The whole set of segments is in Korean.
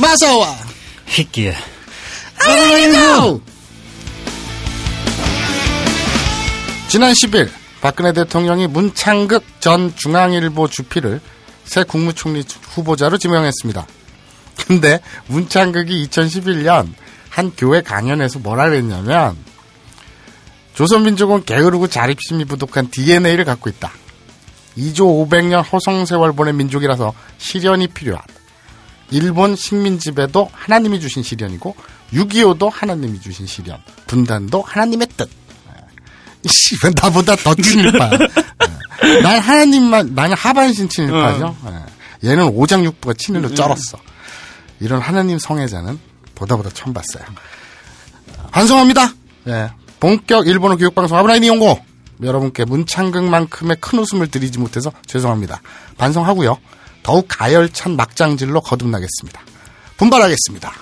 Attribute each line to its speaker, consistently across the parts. Speaker 1: 가져와.
Speaker 2: 새끼야.
Speaker 1: 아이고.
Speaker 3: 지난 10일 박근혜 대통령이 문창극 전 중앙일보 주필을 새 국무총리 후보자로 지명했습니다. 근데 문창극이 2011년 한 교회 강연에서 뭐라 그랬냐면 조선민족은 게으르고 자립심이 부족한 DNA를 갖고 있다. 2조 500년 허송세월 보낸 민족이라서 시련이 필요한 일본 식민지배도 하나님이 주신 시련이고 6.25도 하나님이 주신 시련 분단도 하나님의 뜻 씨, 왜 나보다 더 친일파야. 예. 난 하나님만, 나는 하반신 친일파죠. 예. 얘는 오장육부가 친일로 쩔었어. 이런 하나님 성애자는 보다 보다 처음 봤어요. 반성합니다. 예.
Speaker 2: 네.
Speaker 3: 본격 일본어 교육방송 아브라인 이용고. 여러분께 문창극만큼의 큰 웃음을 드리지 못해서 죄송합니다. 반성하고요. 더욱 가열찬 막장질로 거듭나겠습니다. 분발하겠습니다.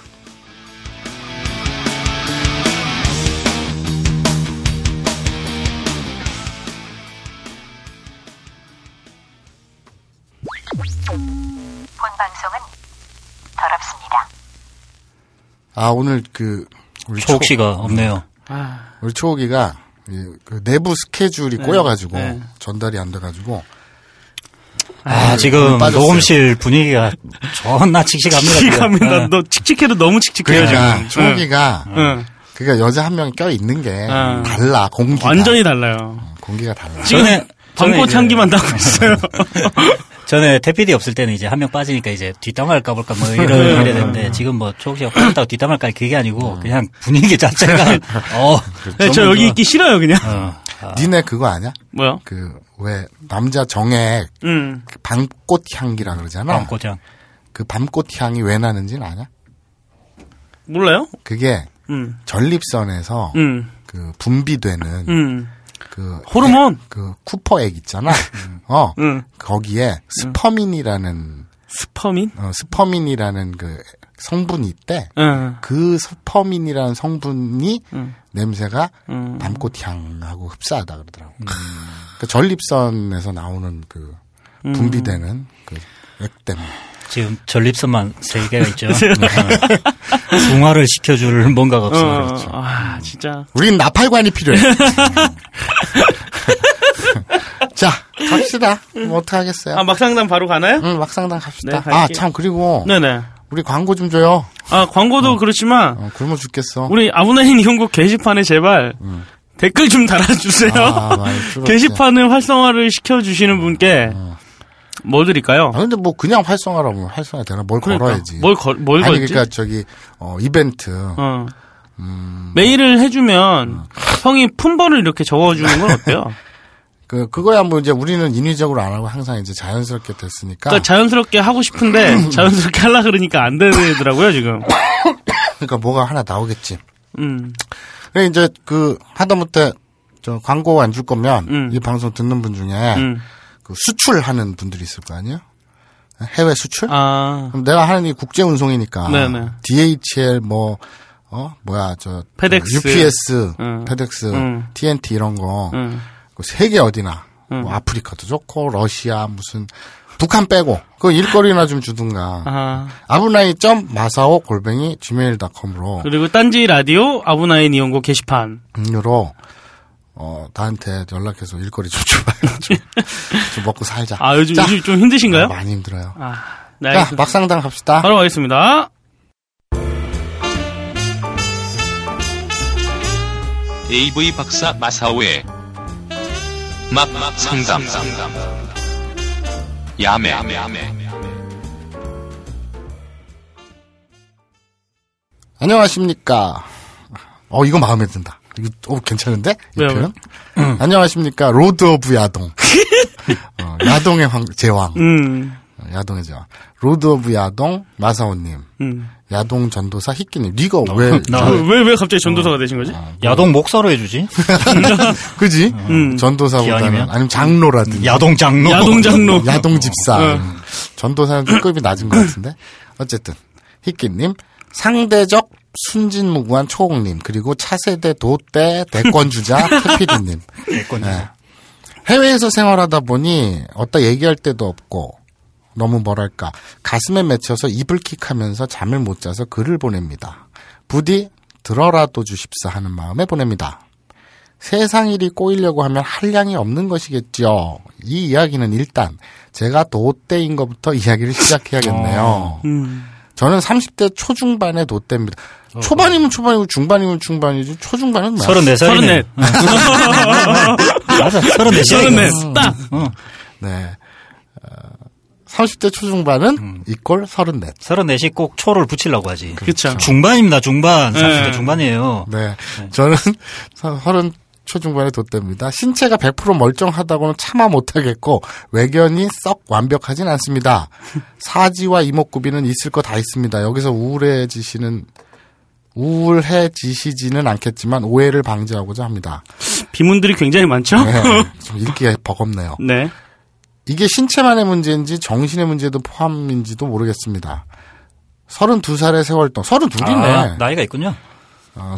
Speaker 4: 본 방송은 더럽습니다.
Speaker 3: 아, 오늘 그, 우리
Speaker 2: 초옥
Speaker 3: 초-
Speaker 2: 씨가 없네요.
Speaker 3: 우리 초호기가 이, 그 내부 스케줄이
Speaker 5: 네.
Speaker 3: 꼬여가지고 전달이 안 돼가지고
Speaker 2: 아, 지금
Speaker 3: 빠졌어요.
Speaker 2: 녹음실 분위기가 존나 칙칙합니다. 지금.
Speaker 5: 칙칙합니다.
Speaker 2: 예.
Speaker 5: 너 칙칙해도 너무 칙칙해요
Speaker 2: 네.
Speaker 3: 그러니까
Speaker 5: 지금. 응.
Speaker 3: 초호기가
Speaker 5: 응.
Speaker 3: 그러니까 여자 한 명 껴 있는 게
Speaker 5: 아.
Speaker 3: 달라 공기가
Speaker 5: 완전히 달라요.
Speaker 3: 공기가 달라.
Speaker 2: 전에
Speaker 5: 방꽃
Speaker 2: 이제-
Speaker 5: 향기만 나고 있어요.
Speaker 2: 전에 태필이 없을 때는 이제 한 명 빠지니까 이제 뒷담화를 까볼까 뭐 이런 이래 되는데 지금 뭐 초옥 씨가 빠졌다고 뒷담화를 깔 그게 아니고 그냥 분위기 자체가 어.
Speaker 5: 네, 저 여기 있기 싫어요 그냥.
Speaker 2: 어.
Speaker 3: 니네 그거 아냐?
Speaker 5: 뭐야?
Speaker 3: 그 왜 남자 정액
Speaker 5: 음.
Speaker 3: 그 밤꽃 향기라 그러잖아.
Speaker 5: 네.
Speaker 2: 방고장.
Speaker 3: 그 밤꽃 향이 왜 나는지는 아냐?
Speaker 5: 몰라요?
Speaker 3: 그게
Speaker 5: 음.
Speaker 3: 전립선에서
Speaker 5: 음.
Speaker 3: 그 분비되는
Speaker 5: 음.
Speaker 3: 그
Speaker 5: 호르몬.
Speaker 3: 액, 그 쿠퍼액 있잖아. 어
Speaker 5: 음.
Speaker 3: 거기에 스퍼민이라는
Speaker 5: 스퍼민?
Speaker 3: 어, 스퍼민이라는 그 성분이 있대.
Speaker 5: 응.
Speaker 3: 그 스퍼민이라는 성분이
Speaker 5: 음.
Speaker 3: 냄새가
Speaker 5: 음.
Speaker 3: 밤꽃 향하고 흡사하다 그러더라고. 그 전립선에서 나오는 그
Speaker 5: 음.
Speaker 3: 분비되는 그 액땜.
Speaker 2: 지금 전립선만 세 개가 있죠. 어. 중화를 시켜줄 뭔가가
Speaker 5: 어,
Speaker 2: 없어요.
Speaker 3: 그렇죠.
Speaker 5: 아, 진짜.
Speaker 3: 우린 나팔관이 필요해. 자, 갑시다. 뭐 어떡하겠어요.
Speaker 5: 아, 막상담 바로 가나요?
Speaker 3: 응, 막상당 갑시다.
Speaker 5: 네, 갈게요.
Speaker 3: 아, 참, 그리고
Speaker 5: 네네.
Speaker 3: 우리 광고 좀 줘요.
Speaker 5: 아, 광고도 그렇지만,
Speaker 3: 어, 굶어 죽겠어.
Speaker 5: 우리 아브나인 이용국 게시판에 제발 댓글 좀 달아주세요.
Speaker 3: 음. 아, 많이 줄었지.
Speaker 5: 게시판을 활성화를 시켜주시는 분께 뭐 드릴까요?
Speaker 3: 아, 근데 뭐 그냥 활성화라면 활성화 되나? 뭘
Speaker 5: 그러니까.
Speaker 3: 걸어야지.
Speaker 5: 뭘, 걸, 뭘
Speaker 3: 아니
Speaker 5: 걸지?
Speaker 3: 그러니까 저기 어 이벤트
Speaker 5: 어.
Speaker 3: 음.
Speaker 5: 메일을 해주면 형이 품번을 이렇게 적어주는 건 어때요?
Speaker 3: 그 그거야 뭐 이제 우리는 인위적으로 안 하고 항상 이제 자연스럽게 됐으니까
Speaker 5: 그러니까
Speaker 3: 그러니까,
Speaker 5: 자연스럽게 하고 싶은데
Speaker 3: 음.
Speaker 5: 자연스럽게 하려 그러니까 안 되더라고요 지금.
Speaker 3: 그러니까 뭐가 하나 나오겠지.
Speaker 5: 음.
Speaker 3: 그래 이제 그 하다못해 저 광고 안 줄 거면
Speaker 5: 음.
Speaker 3: 이 방송 듣는 분 중에
Speaker 5: 음.
Speaker 3: 그 수출하는 분들이 있을 거 아니에요? 해외 수출?
Speaker 5: 아
Speaker 3: 그럼 내가 하는 이 국제 운송이니까
Speaker 5: 네네.
Speaker 3: DHL 뭐 어, 뭐야, 저, 그
Speaker 5: 페덱스.
Speaker 3: UPS,
Speaker 5: 음.
Speaker 3: 페덱스,
Speaker 5: 음.
Speaker 3: TNT 이런 거,
Speaker 5: 음.
Speaker 3: 그 세계 어디나 뭐 아프리카도 좋고 러시아 무슨 북한 빼고 그 일거리나 좀 주든가
Speaker 5: 아.
Speaker 3: 아브나이 점 마사오 골뱅이 gmail.com으로
Speaker 5: 그리고 딴지 라디오 아브나인 이용고 게시판.
Speaker 3: 으로 어 나한테 연락해서 일거리 좀 줘봐요 좀, 좀 먹고 살자
Speaker 5: 아 요즘
Speaker 3: 자,
Speaker 5: 요즘 좀 힘드신가요?
Speaker 3: 어, 많이 힘들어요
Speaker 5: 아, 네.
Speaker 3: 자
Speaker 5: 알겠습니다.
Speaker 3: 막상당 갑시다
Speaker 5: 바로 가겠습니다.
Speaker 6: AV 박사 마사오의 막 상담 야매
Speaker 3: 안녕하십니까 어 이거 마음에 든다 이거 어 괜찮은데 이
Speaker 5: 왜요? 음.
Speaker 3: 표현 안녕하십니까 로드 오브 야동 어, 야동의 황, 제왕 어,
Speaker 5: 음.
Speaker 3: 야동의 제왕 로드 오브 야동 마사오님
Speaker 5: 음.
Speaker 3: 야동 전도사 히끼님 니가
Speaker 5: 어,
Speaker 3: 왜 아,
Speaker 2: 나
Speaker 5: 왜 왜 갑자기 전도사가 되신 거지?
Speaker 2: 야동 목사로 해주지.
Speaker 3: 그지
Speaker 5: 음.
Speaker 3: 전도사보다는
Speaker 2: 기왕이면?
Speaker 3: 아니면 장로라든지
Speaker 2: 야동 장로.
Speaker 5: 야동 장로.
Speaker 3: 야동 집사
Speaker 5: 어.
Speaker 3: 음. 전도사는 좀 급이 낮은 것 같은데 어쨌든 히끼님 상대적 순진무구한 초옥님 그리고 차세대 도대 대권 주자 태피디님 네.
Speaker 2: 대권.
Speaker 3: 해외에서 생활하다 보니 어따 얘기할 때도 없고 너무 뭐랄까 가슴에 맺혀서 이불킥하면서 잠을 못 자서 글을 보냅니다. 부디 들어라도 주십사 하는 마음에 보냅니다. 세상 일이 꼬이려고 하면 한량이 없는 것이겠지요. 이 이야기는 일단 제가 도대인 것부터 이야기를 시작해야겠네요. 저는 30대 초중반의 도대입니다. 초반이면 초반이고 중반이면 중반이지 초중반은 뭐야?
Speaker 2: 34살이네. 34. 맞아, 34. 이야, 이거.
Speaker 3: 어.
Speaker 5: 딱.
Speaker 3: 네. 어, 30대 초중반은 이꼴 34.
Speaker 2: 34시 꼭 초를 붙이려고 하지.
Speaker 5: 그쵸.
Speaker 2: 중반입니다, 중반. 30대
Speaker 5: 네.
Speaker 2: 중반이에요.
Speaker 3: 네. 저는 30 초중반에 돗대입니다. 신체가 100% 멀쩡하다고는 차마 못하겠고 외견이 썩 완벽하진 않습니다. 사지와 이목구비는 있을 거 다 있습니다. 여기서 우울해지시는 우울해지시지는 않겠지만 오해를 방지하고자 합니다.
Speaker 5: 비문들이 굉장히 많죠?
Speaker 3: 네. 좀 읽기가 버겁네요.
Speaker 5: 네.
Speaker 3: 이게 신체만의 문제인지 정신의 문제도 포함인지도 모르겠습니다. 32살의 세월 동안 32이네.
Speaker 2: 아, 나이가 있군요.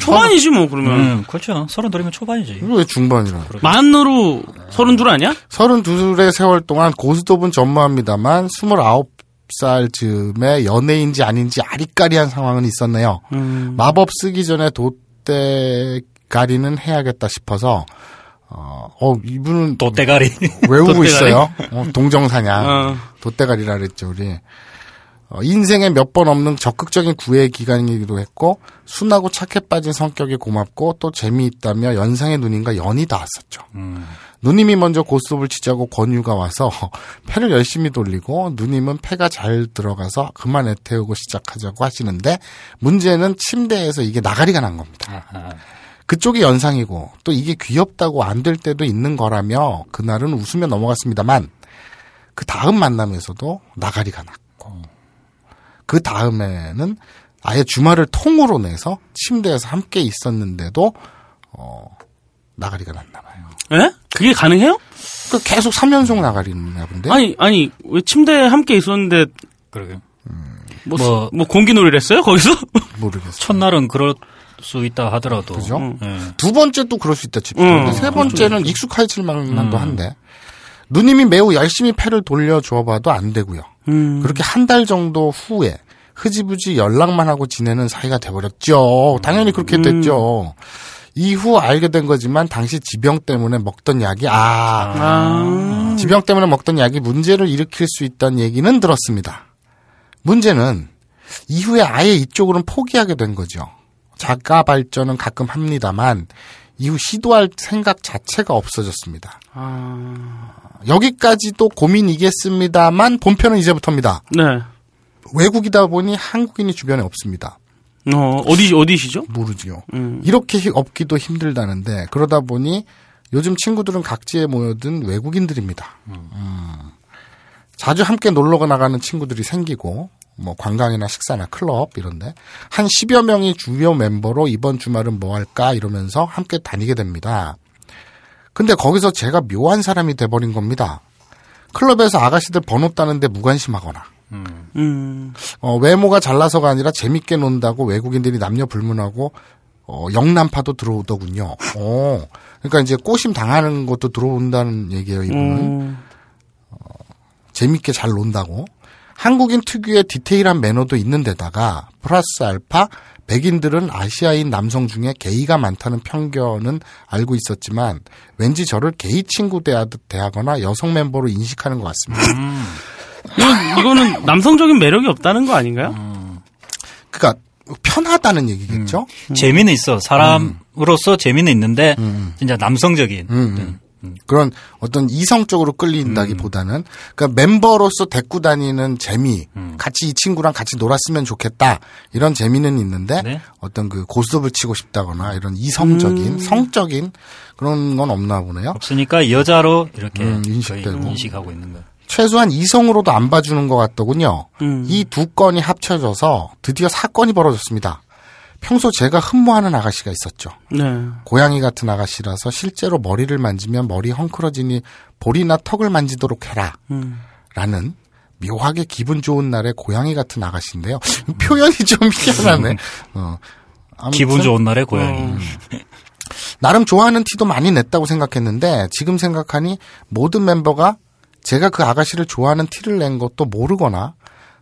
Speaker 5: 초반이지 뭐 그러면.
Speaker 2: 음, 그렇죠. 32이면 초반이지.
Speaker 3: 이거 왜 중반이라?
Speaker 5: 만으로 서른 둘 아니야?
Speaker 3: 32의 세월 동안 고스톱은 전무합니다만 29살 즈음에 연애인지 아닌지 아리까리한 상황은 있었네요.
Speaker 5: 음.
Speaker 3: 마법 쓰기 전에 돗대 가리는 해야겠다 싶어서 어, 어, 이분은
Speaker 2: 도대가리.
Speaker 3: 외우고
Speaker 5: 돗대가리?
Speaker 3: 있어요. 어, 동정사냥.
Speaker 5: 어.
Speaker 3: 돗대가리라 그랬죠, 우리. 어, 인생에 몇 번 없는 적극적인 구애 기간이기도 했고 순하고 착해 빠진 성격이 고맙고 또 재미있다며 연상의 누님과 연이 닿았었죠.
Speaker 5: 음.
Speaker 3: 누님이 먼저 고스톱을 치자고 권유가 와서 패를 열심히 돌리고 누님은 패가 잘 들어가서 그만 애태우고 시작하자고 하시는데 문제는 침대에서 이게 나가리가 난 겁니다. 그쪽이 연상이고 또 이게 귀엽다고 안 될 때도 있는 거라며 그날은 웃으며 넘어갔습니다만 그 다음 만남에서도 나가리가 났고 그 다음에는 아예 주말을 통으로 내서 침대에서 함께 있었는데도 어 나가리가 났나 봐요.
Speaker 5: 예? 그게 가능해요?
Speaker 3: 그 계속 3연속 나가리나 본데.
Speaker 5: 아니 아니 왜 침대에 함께 있었는데
Speaker 2: 그러게요.
Speaker 5: 뭐,
Speaker 2: 뭐-
Speaker 5: 뭐 공기놀이를 했어요 거기서?
Speaker 3: 모르겠어.
Speaker 2: 첫날은 그럴 수 있다 하더라도.
Speaker 3: 그죠?
Speaker 2: 예.
Speaker 3: 네. 두 번째 또 그럴 음. 수 있다 칩시다.
Speaker 5: 음.
Speaker 3: 근데 세 번째는 익숙해질 만도 한데. 누님이 매우 열심히 패를 돌려줘 봐도 안 되고요. 그렇게 한 달 정도 후에 흐지부지 연락만 하고 지내는 사이가 돼버렸죠. 당연히 그렇게 됐죠. 이후 알게 된 거지만 당시 지병 때문에 먹던 약이 아
Speaker 5: 아.
Speaker 3: 지병 때문에 먹던 약이 문제를 일으킬 수 있다는 얘기는 들었습니다. 문제는 이후에 아예 이쪽으로는 포기하게 된 거죠. 작가 발전은 가끔 합니다만 이후 시도할 생각 자체가 없어졌습니다. 여기까지도 고민이겠습니다만 본편은 이제부터입니다.
Speaker 5: 네.
Speaker 3: 외국이다 보니 한국인이 주변에 없습니다.
Speaker 5: 어 어디 어디시죠?
Speaker 3: 모르지요. 이렇게 히- 없기도 힘들다는데 그러다 보니 요즘 친구들은 각지에 모여든 외국인들입니다. 음. 자주 함께 놀러 나가는 친구들이 생기고 뭐 관광이나 식사나 클럽 이런데 한 10여 명이 주요 멤버로 이번 주말은 뭐 할까 이러면서 함께 다니게 됩니다. 근데 거기서 제가 묘한 사람이 돼버린 겁니다. 클럽에서 아가씨들 번호 따는데 무관심하거나
Speaker 5: 음.
Speaker 3: 어, 외모가 잘나서가 아니라 재밌게 논다고 외국인들이 남녀 불문하고 어, 영남파도 들어오더군요. 어, 그러니까 이제 꼬심 당하는 것도 들어온다는 얘기예요. 이분은 어,
Speaker 5: 음.
Speaker 3: 재밌게 잘 논다고. 한국인 특유의 디테일한 매너도 있는데다가 플러스 알파 백인들은 아시아인 남성 중에 게이가 많다는 편견은 알고 있었지만 왠지 저를 게이 친구 대하듯 대하거나 여성 멤버로 인식하는 것 같습니다.
Speaker 5: 이건 이거는 남성적인 매력이 없다는 거 아닌가요?
Speaker 3: 그러니까 편하다는 얘기겠죠.
Speaker 2: 재미는 있어. 사람으로서 재미는 있는데,
Speaker 3: 음.
Speaker 2: 진짜 남성적인. 음.
Speaker 3: 그런 어떤 이성적으로 끌린다기보다는 그러니까 멤버로서 데리고 다니는 재미, 같이 이 친구랑 같이 놀았으면 좋겠다 이런 재미는 있는데
Speaker 2: 네.
Speaker 3: 어떤 그 고스톱을 치고 싶다거나 이런 이성적인 성적인 그런 건 없나 보네요.
Speaker 2: 없으니까 여자로 이렇게
Speaker 3: 음,
Speaker 2: 거의
Speaker 3: 인식되고.
Speaker 2: 인식하고 있는 거예요.
Speaker 3: 최소한 이성으로도 안 봐주는 것 같더군요.
Speaker 5: 음.
Speaker 3: 이 두 건이 합쳐져서 드디어 사건이 벌어졌습니다. 평소 제가 흠모하는 아가씨가 있었죠.
Speaker 5: 네.
Speaker 3: 고양이 같은 아가씨라서 실제로 머리를 만지면 머리 헝클어지니 볼이나 턱을 만지도록 해라. 라는 묘하게 기분 좋은 날에 고양이 같은 아가씨인데요. 표현이 좀 희한하네. 어. 아무튼
Speaker 2: 음. 기분 좋은 날에
Speaker 3: 음.
Speaker 2: 고양이.
Speaker 3: 나름 좋아하는 티도 많이 냈다고 생각했는데 지금 생각하니 모든 멤버가 제가 그 아가씨를 좋아하는 티를 낸 것도 모르거나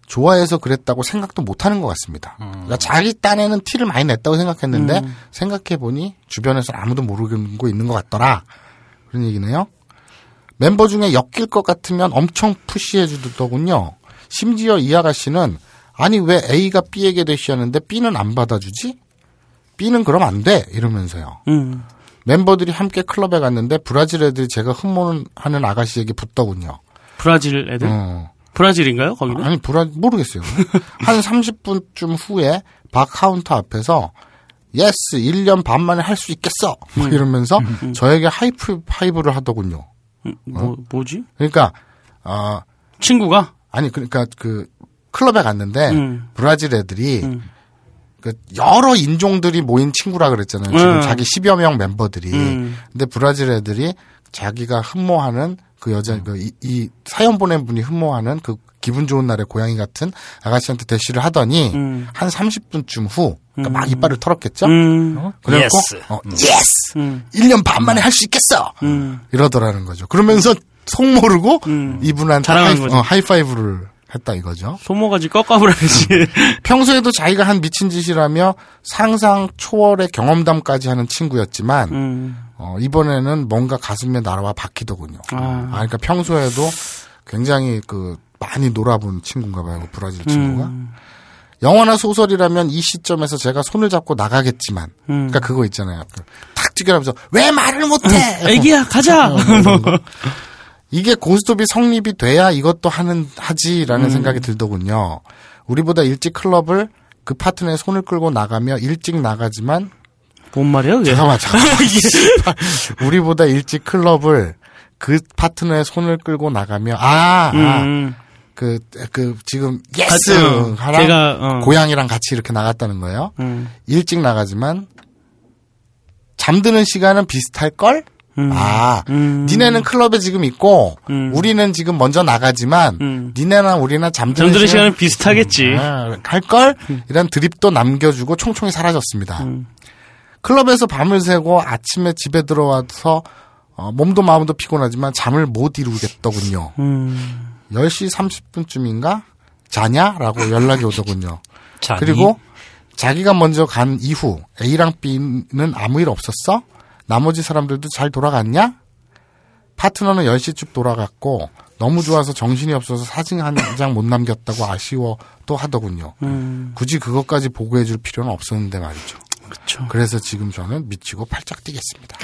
Speaker 3: 좋아해서 그랬다고 생각도 못하는 것 같습니다. 그러니까 자기 딴에는 티를 많이 냈다고 생각했는데 생각해보니 주변에서 아무도 모르고 있는 것 같더라. 그런 얘기네요. 멤버 중에 엮일 것 같으면 엄청 푸시해 주더군요. 심지어 이 아가씨는 아니 왜 A가 B에게 대시하는데 B는 안 받아주지? B는 그럼 안 돼 이러면서요.
Speaker 5: 음.
Speaker 3: 멤버들이 함께 클럽에 갔는데 브라질 애들이 제가 흠모하는 아가씨에게 붙더군요.
Speaker 5: 브라질 애들?
Speaker 3: 어.
Speaker 5: 브라질인가요? 거기는?
Speaker 3: 아니 어? 브라 모르겠어요. 한 30분쯤 후에 박 카운터 앞에서 예스 1년 반 만에 할 수 있겠어 막 이러면서 저에게 하이프 하이브를 하더군요.
Speaker 5: 음, 뭐, 뭐지?
Speaker 3: 그러니까 아
Speaker 5: 친구가?
Speaker 3: 아니 그러니까 그 클럽에 갔는데
Speaker 5: 음.
Speaker 3: 브라질 애들이 그 여러 인종들이 모인 친구라 그랬잖아요. 지금
Speaker 5: 음.
Speaker 3: 자기 10여 명 멤버들이.
Speaker 5: 음.
Speaker 3: 근데 브라질 애들이 자기가 흠모하는 그 여자 그 이 사연 보낸 분이 흠모하는 그 기분 좋은 날의 고양이 같은 아가씨한테 대시를 하더니
Speaker 5: 음.
Speaker 3: 한 30분쯤 후그니까막 이빨을 털었겠죠.
Speaker 5: 음.
Speaker 3: 그래갖고
Speaker 2: 예스.
Speaker 3: 어, 예스.
Speaker 5: 음.
Speaker 3: 1년 반 만에 할 수 있겠어.
Speaker 5: 음.
Speaker 3: 이러더라는 거죠. 그러면서 속 모르고
Speaker 5: 음.
Speaker 3: 이분한테
Speaker 5: 자랑하는
Speaker 3: 하이,
Speaker 5: 거죠.
Speaker 3: 어, 하이파이브를 했다 이거죠.
Speaker 5: 소모가지 꺾어버려야지.
Speaker 3: 평소에도 자기가 한 미친 짓이라며 상상 초월의 경험담까지 하는 친구였지만
Speaker 5: 음.
Speaker 3: 어, 이번에는 뭔가 가슴에 날아와 박히더군요. 아,
Speaker 5: 아.
Speaker 3: 그러니까 평소에도 굉장히 그 많이 놀아본 친구인가 봐요, 그 브라질 친구가.
Speaker 5: 음.
Speaker 3: 영화나 소설이라면 이 시점에서 제가 손을 잡고 나가겠지만,
Speaker 5: 음.
Speaker 3: 그러니까 그거 있잖아요. 그탁 튀겨가면서 왜 말을 못해?
Speaker 5: 음. 애기야, 가자!
Speaker 3: 이런 거. 이게 고스톱이 성립이 돼야 이것도 하는 하지라는
Speaker 5: 음.
Speaker 3: 생각이 들더군요. 우리보다 일찍 클럽을 그 파트너의 손을 끌고 나가며 일찍 나가지만
Speaker 5: 뭔 말이야, 그게?
Speaker 3: 잠깐만 잠깐만
Speaker 5: 예.
Speaker 3: 우리보다 일찍 클럽을 그 파트너의 손을 끌고 나가며 아그그
Speaker 5: 음.
Speaker 3: 그 지금 예스
Speaker 5: 하여튼,
Speaker 3: 하랑
Speaker 5: 제가, 어.
Speaker 3: 고양이랑 같이 이렇게 나갔다는 거예요.
Speaker 5: 음.
Speaker 3: 일찍 나가지만 잠드는 시간은 비슷할 걸.
Speaker 5: 음.
Speaker 3: 아,
Speaker 5: 음.
Speaker 3: 니네는 클럽에 지금 있고
Speaker 5: 음.
Speaker 3: 우리는 지금 먼저 나가지만
Speaker 5: 음.
Speaker 3: 니네나 우리나 잠드는, 아,
Speaker 5: 잠드는 시간은 음. 비슷하겠지.
Speaker 3: 할걸 이런 드립도 남겨주고 총총히 사라졌습니다.
Speaker 5: 음.
Speaker 3: 클럽에서 밤을 새고 아침에 집에 들어와서 어, 몸도 마음도 피곤하지만 잠을 못 이루겠더군요.
Speaker 5: 음.
Speaker 3: 10시 30분쯤인가 자냐라고 연락이 오더군요.
Speaker 2: 자,
Speaker 3: 그리고 자기가 먼저 간 이후 A랑 B는 아무 일 없었어? 나머지 사람들도 잘 돌아갔냐? 파트너는 10시쯤 돌아갔고 너무 좋아서 정신이 없어서 사진 한 장 못 남겼다고 아쉬워 또 하더군요. 굳이 그것까지 보고해 줄 필요는 없었는데 말이죠.
Speaker 5: 음. 그쵸.
Speaker 3: 래서 지금 저는 미치고 팔짝 뛰겠습니다.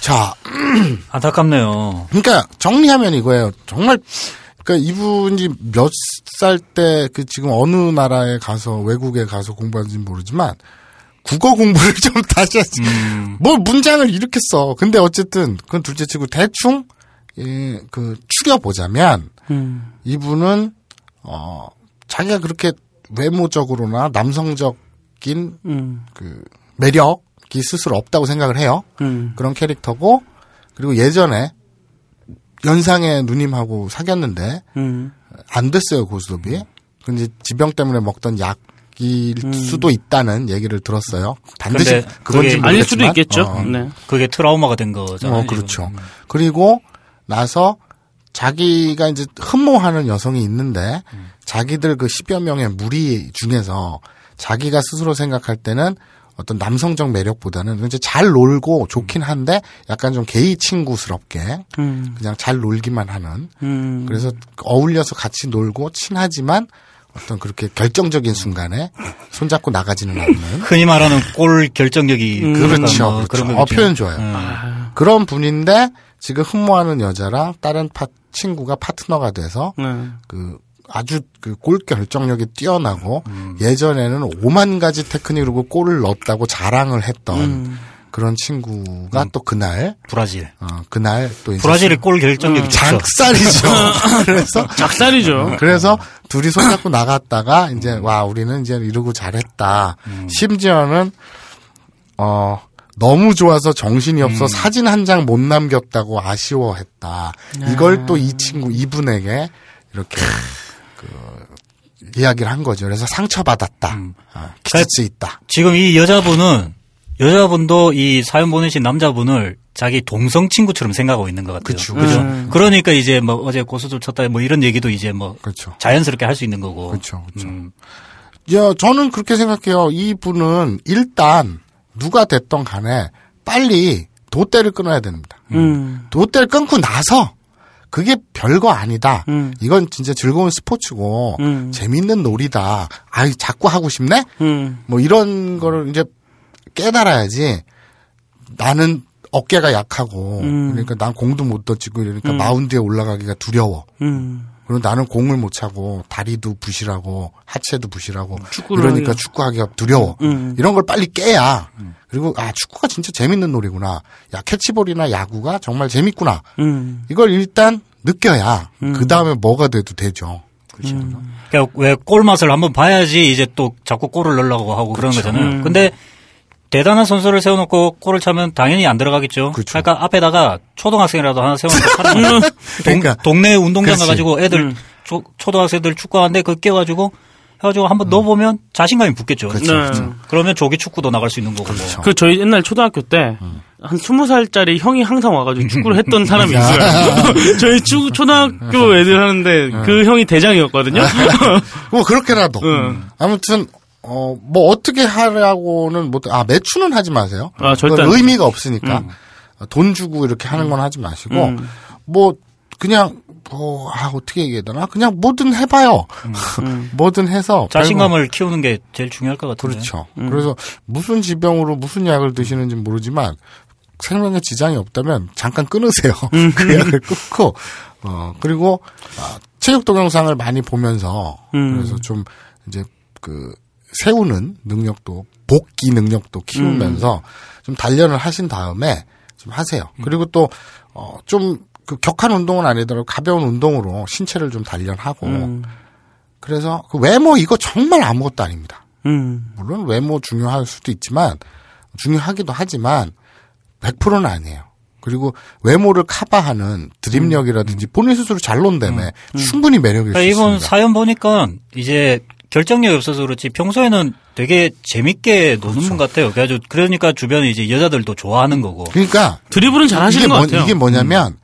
Speaker 3: 자,
Speaker 2: 이- 안타깝네요.
Speaker 3: 그러니까 정리하면 이거예요. 정말 그러니까 이분이 몇 살 때 그 지금 어느 나라에 가서 외국에 가서 공부하는지는 모르지만 국어 공부를 좀 다시 하지.
Speaker 5: 음.
Speaker 3: 뭘 문장을 이렇게 써. 근데 어쨌든 그건 둘째치고 대충 예, 그 추려 보자면
Speaker 5: 음.
Speaker 3: 이분은 어 자기가 그렇게 외모적으로나 남성적인
Speaker 5: 음.
Speaker 3: 그 매력이 스스로 없다고 생각을 해요.
Speaker 5: 음.
Speaker 3: 그런 캐릭터고 그리고 예전에 연상의 누님하고 사귀었는데
Speaker 5: 음.
Speaker 3: 안 됐어요 고스톱이. 근데 지병 때문에 먹던 약일 수도 있다는 얘기를 들었어요. 반드시
Speaker 2: 근데
Speaker 3: 그건지
Speaker 2: 그게
Speaker 3: 모르겠지만
Speaker 5: 음. 아닐 수도 있겠죠.
Speaker 3: 어,
Speaker 5: 네.
Speaker 2: 그게 트라우마가 된 거잖아요.
Speaker 3: 어,
Speaker 5: 음.
Speaker 3: 그렇죠. 그리고 나서 자기가 이제 흠모하는 여성이 있는데
Speaker 5: 음.
Speaker 3: 자기들 그 10여 명의 무리 중에서 자기가 스스로 생각할 때는 어떤 남성적 매력보다는 이제 잘 놀고 좋긴 한데 약간 좀 게이 친구스럽게
Speaker 5: 음.
Speaker 3: 그냥 잘 놀기만 하는
Speaker 5: 음.
Speaker 3: 그래서 어울려서 같이 놀고 친하지만 어떤 그렇게 결정적인 순간에 손잡고 나가지는 않는
Speaker 2: 흔히 말하는 골 결정력이
Speaker 3: 그렇죠.
Speaker 2: 뭐
Speaker 3: 그렇죠.
Speaker 2: 그런
Speaker 3: 어,
Speaker 2: 거겠죠.
Speaker 3: 표현 좋아요. 그런 분인데 지금 흠모하는 여자랑 다른 파, 친구가 파트너가 돼서
Speaker 5: 네.
Speaker 3: 그 아주 그 골 결정력이 뛰어나고 예전에는 5만 가지 테크닉으로 그 골을 넣었다고 자랑을 했던 그런 친구가 또 그날
Speaker 2: 브라질.
Speaker 3: 어, 그날 또 이제 그렇죠.
Speaker 2: 브라질의 골 결정력이
Speaker 3: 음,
Speaker 2: 좋죠.
Speaker 3: 장살이죠. 그래서
Speaker 5: 작살이죠.
Speaker 3: 그래서 둘이 손잡고 나갔다가 이제 와 우리는 이제 이러고 잘했다. 심지어는 어 너무 좋아서 정신이 없어 사진 한 장 못 남겼다고 아쉬워했다. 이걸 또 이 친구 이분에게 이렇게 그 이야기를 한 거죠. 그래서 상처받았다. 아, 기질수 있다.
Speaker 2: 지금 이 여자분은 여자분도 이 사연 보내신 남자분을 자기 동성 친구처럼 생각하고 있는 것 같아요.
Speaker 3: 그쵸.
Speaker 2: 그죠?
Speaker 5: 음.
Speaker 2: 그러니까 이제 뭐 어제 고수들 쳤다 뭐 이런 얘기도 이제 뭐
Speaker 3: 그렇죠.
Speaker 2: 자연스럽게 할 수 있는 거고.
Speaker 3: 그렇죠, 그렇죠.
Speaker 2: 음.
Speaker 3: 야, 저는 그렇게 생각해요. 이 분은 일단 누가 됐던 간에 빨리 돛대를 끊어야 됩니다.
Speaker 5: 음.
Speaker 3: 돛대를 끊고 나서 그게 별거 아니다.
Speaker 5: 음.
Speaker 3: 이건 진짜 즐거운 스포츠고
Speaker 5: 음.
Speaker 3: 재밌는 놀이다. 아이 자꾸 하고 싶네?
Speaker 5: 음.
Speaker 3: 뭐 이런 거를 이제 깨달아야지 나는 어깨가 약하고
Speaker 5: 음.
Speaker 3: 그러니까 난 공도 못 던지고 이러니까 마운드에 올라가기가 두려워.
Speaker 5: 음.
Speaker 3: 그리고 나는 공을 못 차고 다리도 부실하고 하체도 부실하고
Speaker 5: 축구를
Speaker 3: 이러니까
Speaker 5: 하기가-
Speaker 3: 그러니까 축구하기가 두려워
Speaker 5: 음.
Speaker 3: 이런 걸 빨리 깨야 그리고 아 축구가 진짜 재밌는 놀이구나 야 캐치볼이나 야구가 정말 재밌구나
Speaker 5: 음.
Speaker 3: 이걸 일단 느껴야 그 다음에 뭐가 돼도 되죠
Speaker 5: 음.
Speaker 2: 그러니까 왜 골맛을 한번 봐야지 이제 또 자꾸 골을 넣으려고 하고 그러는
Speaker 3: 그렇죠.
Speaker 2: 거잖아요.
Speaker 5: 음.
Speaker 2: 근데 대단한 선수를 세워놓고 골을 차면 당연히 안 들어가겠죠.
Speaker 3: 그렇죠. 음.
Speaker 2: 러니까 앞에다가 초등학생이라도 하나 세워놓고 하라는 거죠. 동,
Speaker 3: 그러니까.
Speaker 2: 동네 운동장
Speaker 3: 그렇지.
Speaker 2: 가가지고 애들
Speaker 5: 음.
Speaker 2: 초, 초등학생들 축구하는데 그거 깨워가지고 해가지고 한번 넣어보면 자신감이 붙겠죠.
Speaker 3: 음. 그렇죠,
Speaker 5: 네.
Speaker 3: 그렇죠.
Speaker 2: 러면 조기 축구도 나갈 수 있는 거고. 뭐.
Speaker 3: 그렇죠.
Speaker 5: 그 저희 옛날 초등학교 때 한
Speaker 3: 음.
Speaker 5: 스무 살짜리 형이 항상 와가지고 축구를 했던 사람이 있어요. 저희 축
Speaker 3: 음.
Speaker 5: 초등학교 애들 하는데 그 형이 대장이었거든요.
Speaker 3: 뭐 그렇게라도
Speaker 5: 음.
Speaker 3: 아무튼 어 뭐 어떻게 하려고는 못아 매춘은 하지 마세요.
Speaker 5: 아, 절대
Speaker 3: 그건
Speaker 5: 안
Speaker 3: 의미가 없으니까 돈 주고 이렇게 하는 건 하지 마시고
Speaker 5: 음.
Speaker 3: 뭐 그냥 뭐 아, 어떻게 얘기해야 되나 그냥 뭐든 해봐요.
Speaker 5: 음,
Speaker 3: 뭐든 해서
Speaker 2: 자신감을 키우는 게 제일 중요할 것 같은데.
Speaker 3: 그렇죠.
Speaker 5: 네. 음.
Speaker 3: 그래서 무슨 지병으로 무슨 약을 드시는지 모르지만 생명에 지장이 없다면 잠깐 끊으세요. 그 약을 끊고 어 그리고 아, 체육 동영상을 많이 보면서
Speaker 5: 음.
Speaker 3: 그래서 좀 이제 그 세우는 능력도 복귀 능력도 키우면서
Speaker 5: 음.
Speaker 3: 좀 단련을 하신 다음에 좀 하세요. 그리고 어, 또어좀그 격한 운동은 아니더라도 가벼운 운동으로 신체를 좀 단련하고
Speaker 5: 음.
Speaker 3: 그래서 그 외모 이거 정말 아무것도 아닙니다.
Speaker 5: 음.
Speaker 3: 물론 외모 중요할 수도 있지만 중요하기도 하지만 100%는 아니에요. 그리고 외모를 커버하는 드립력이라든지
Speaker 5: 음.
Speaker 3: 본인 스스로 잘 논다며 충분히 매력일 수
Speaker 2: 그러니까 이번
Speaker 3: 있습니다.
Speaker 2: 사연 보니까 이제 결정력이 없어서 그렇지 평소에는 되게 재밌게 노는
Speaker 3: 그렇죠.
Speaker 2: 분 같아요. 그래가지고 그러니까 주변에 이제 여자들도 좋아하는 거고.
Speaker 3: 그러니까
Speaker 5: 드리블은 잘
Speaker 3: 이게,
Speaker 5: 하시는 것
Speaker 3: 뭐,
Speaker 5: 같아요. 음.
Speaker 3: 냐면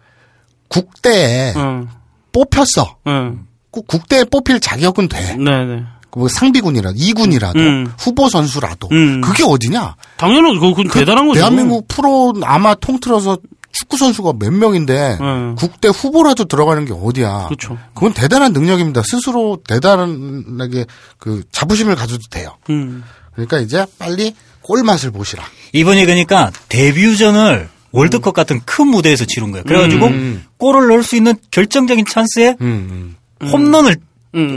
Speaker 3: 국대에
Speaker 5: 응.
Speaker 3: 뽑혔어.
Speaker 5: 응.
Speaker 3: 꼭 국대에 뽑힐 자격은 돼.
Speaker 5: 음. 네네.
Speaker 3: 뭐 상비군이라도 이군이라도
Speaker 5: 음.
Speaker 3: 후보 선수라도
Speaker 5: 음.
Speaker 3: 그게 어디냐?
Speaker 5: 당연히 그건 대단한 거죠.
Speaker 3: 대한민국 프로 아마 통틀어서 축구 선수가 몇 명인데
Speaker 5: 네.
Speaker 3: 국대 후보라도 들어가는 게 어디야?
Speaker 5: 그렇죠.
Speaker 3: 그건 대단한 능력입니다. 스스로 대단하게 그 자부심을 가져도 돼요.
Speaker 5: 음.
Speaker 3: 그러니까 이제 빨리 꿀맛을 보시라.
Speaker 2: 이번이 그러니까 데뷔전을 월드컵 같은 큰 무대에서 치른 거예요.
Speaker 3: 음.
Speaker 2: 그래가지고 골을 넣을 수 있는 결정적인 찬스에
Speaker 5: 음,
Speaker 2: 홈런을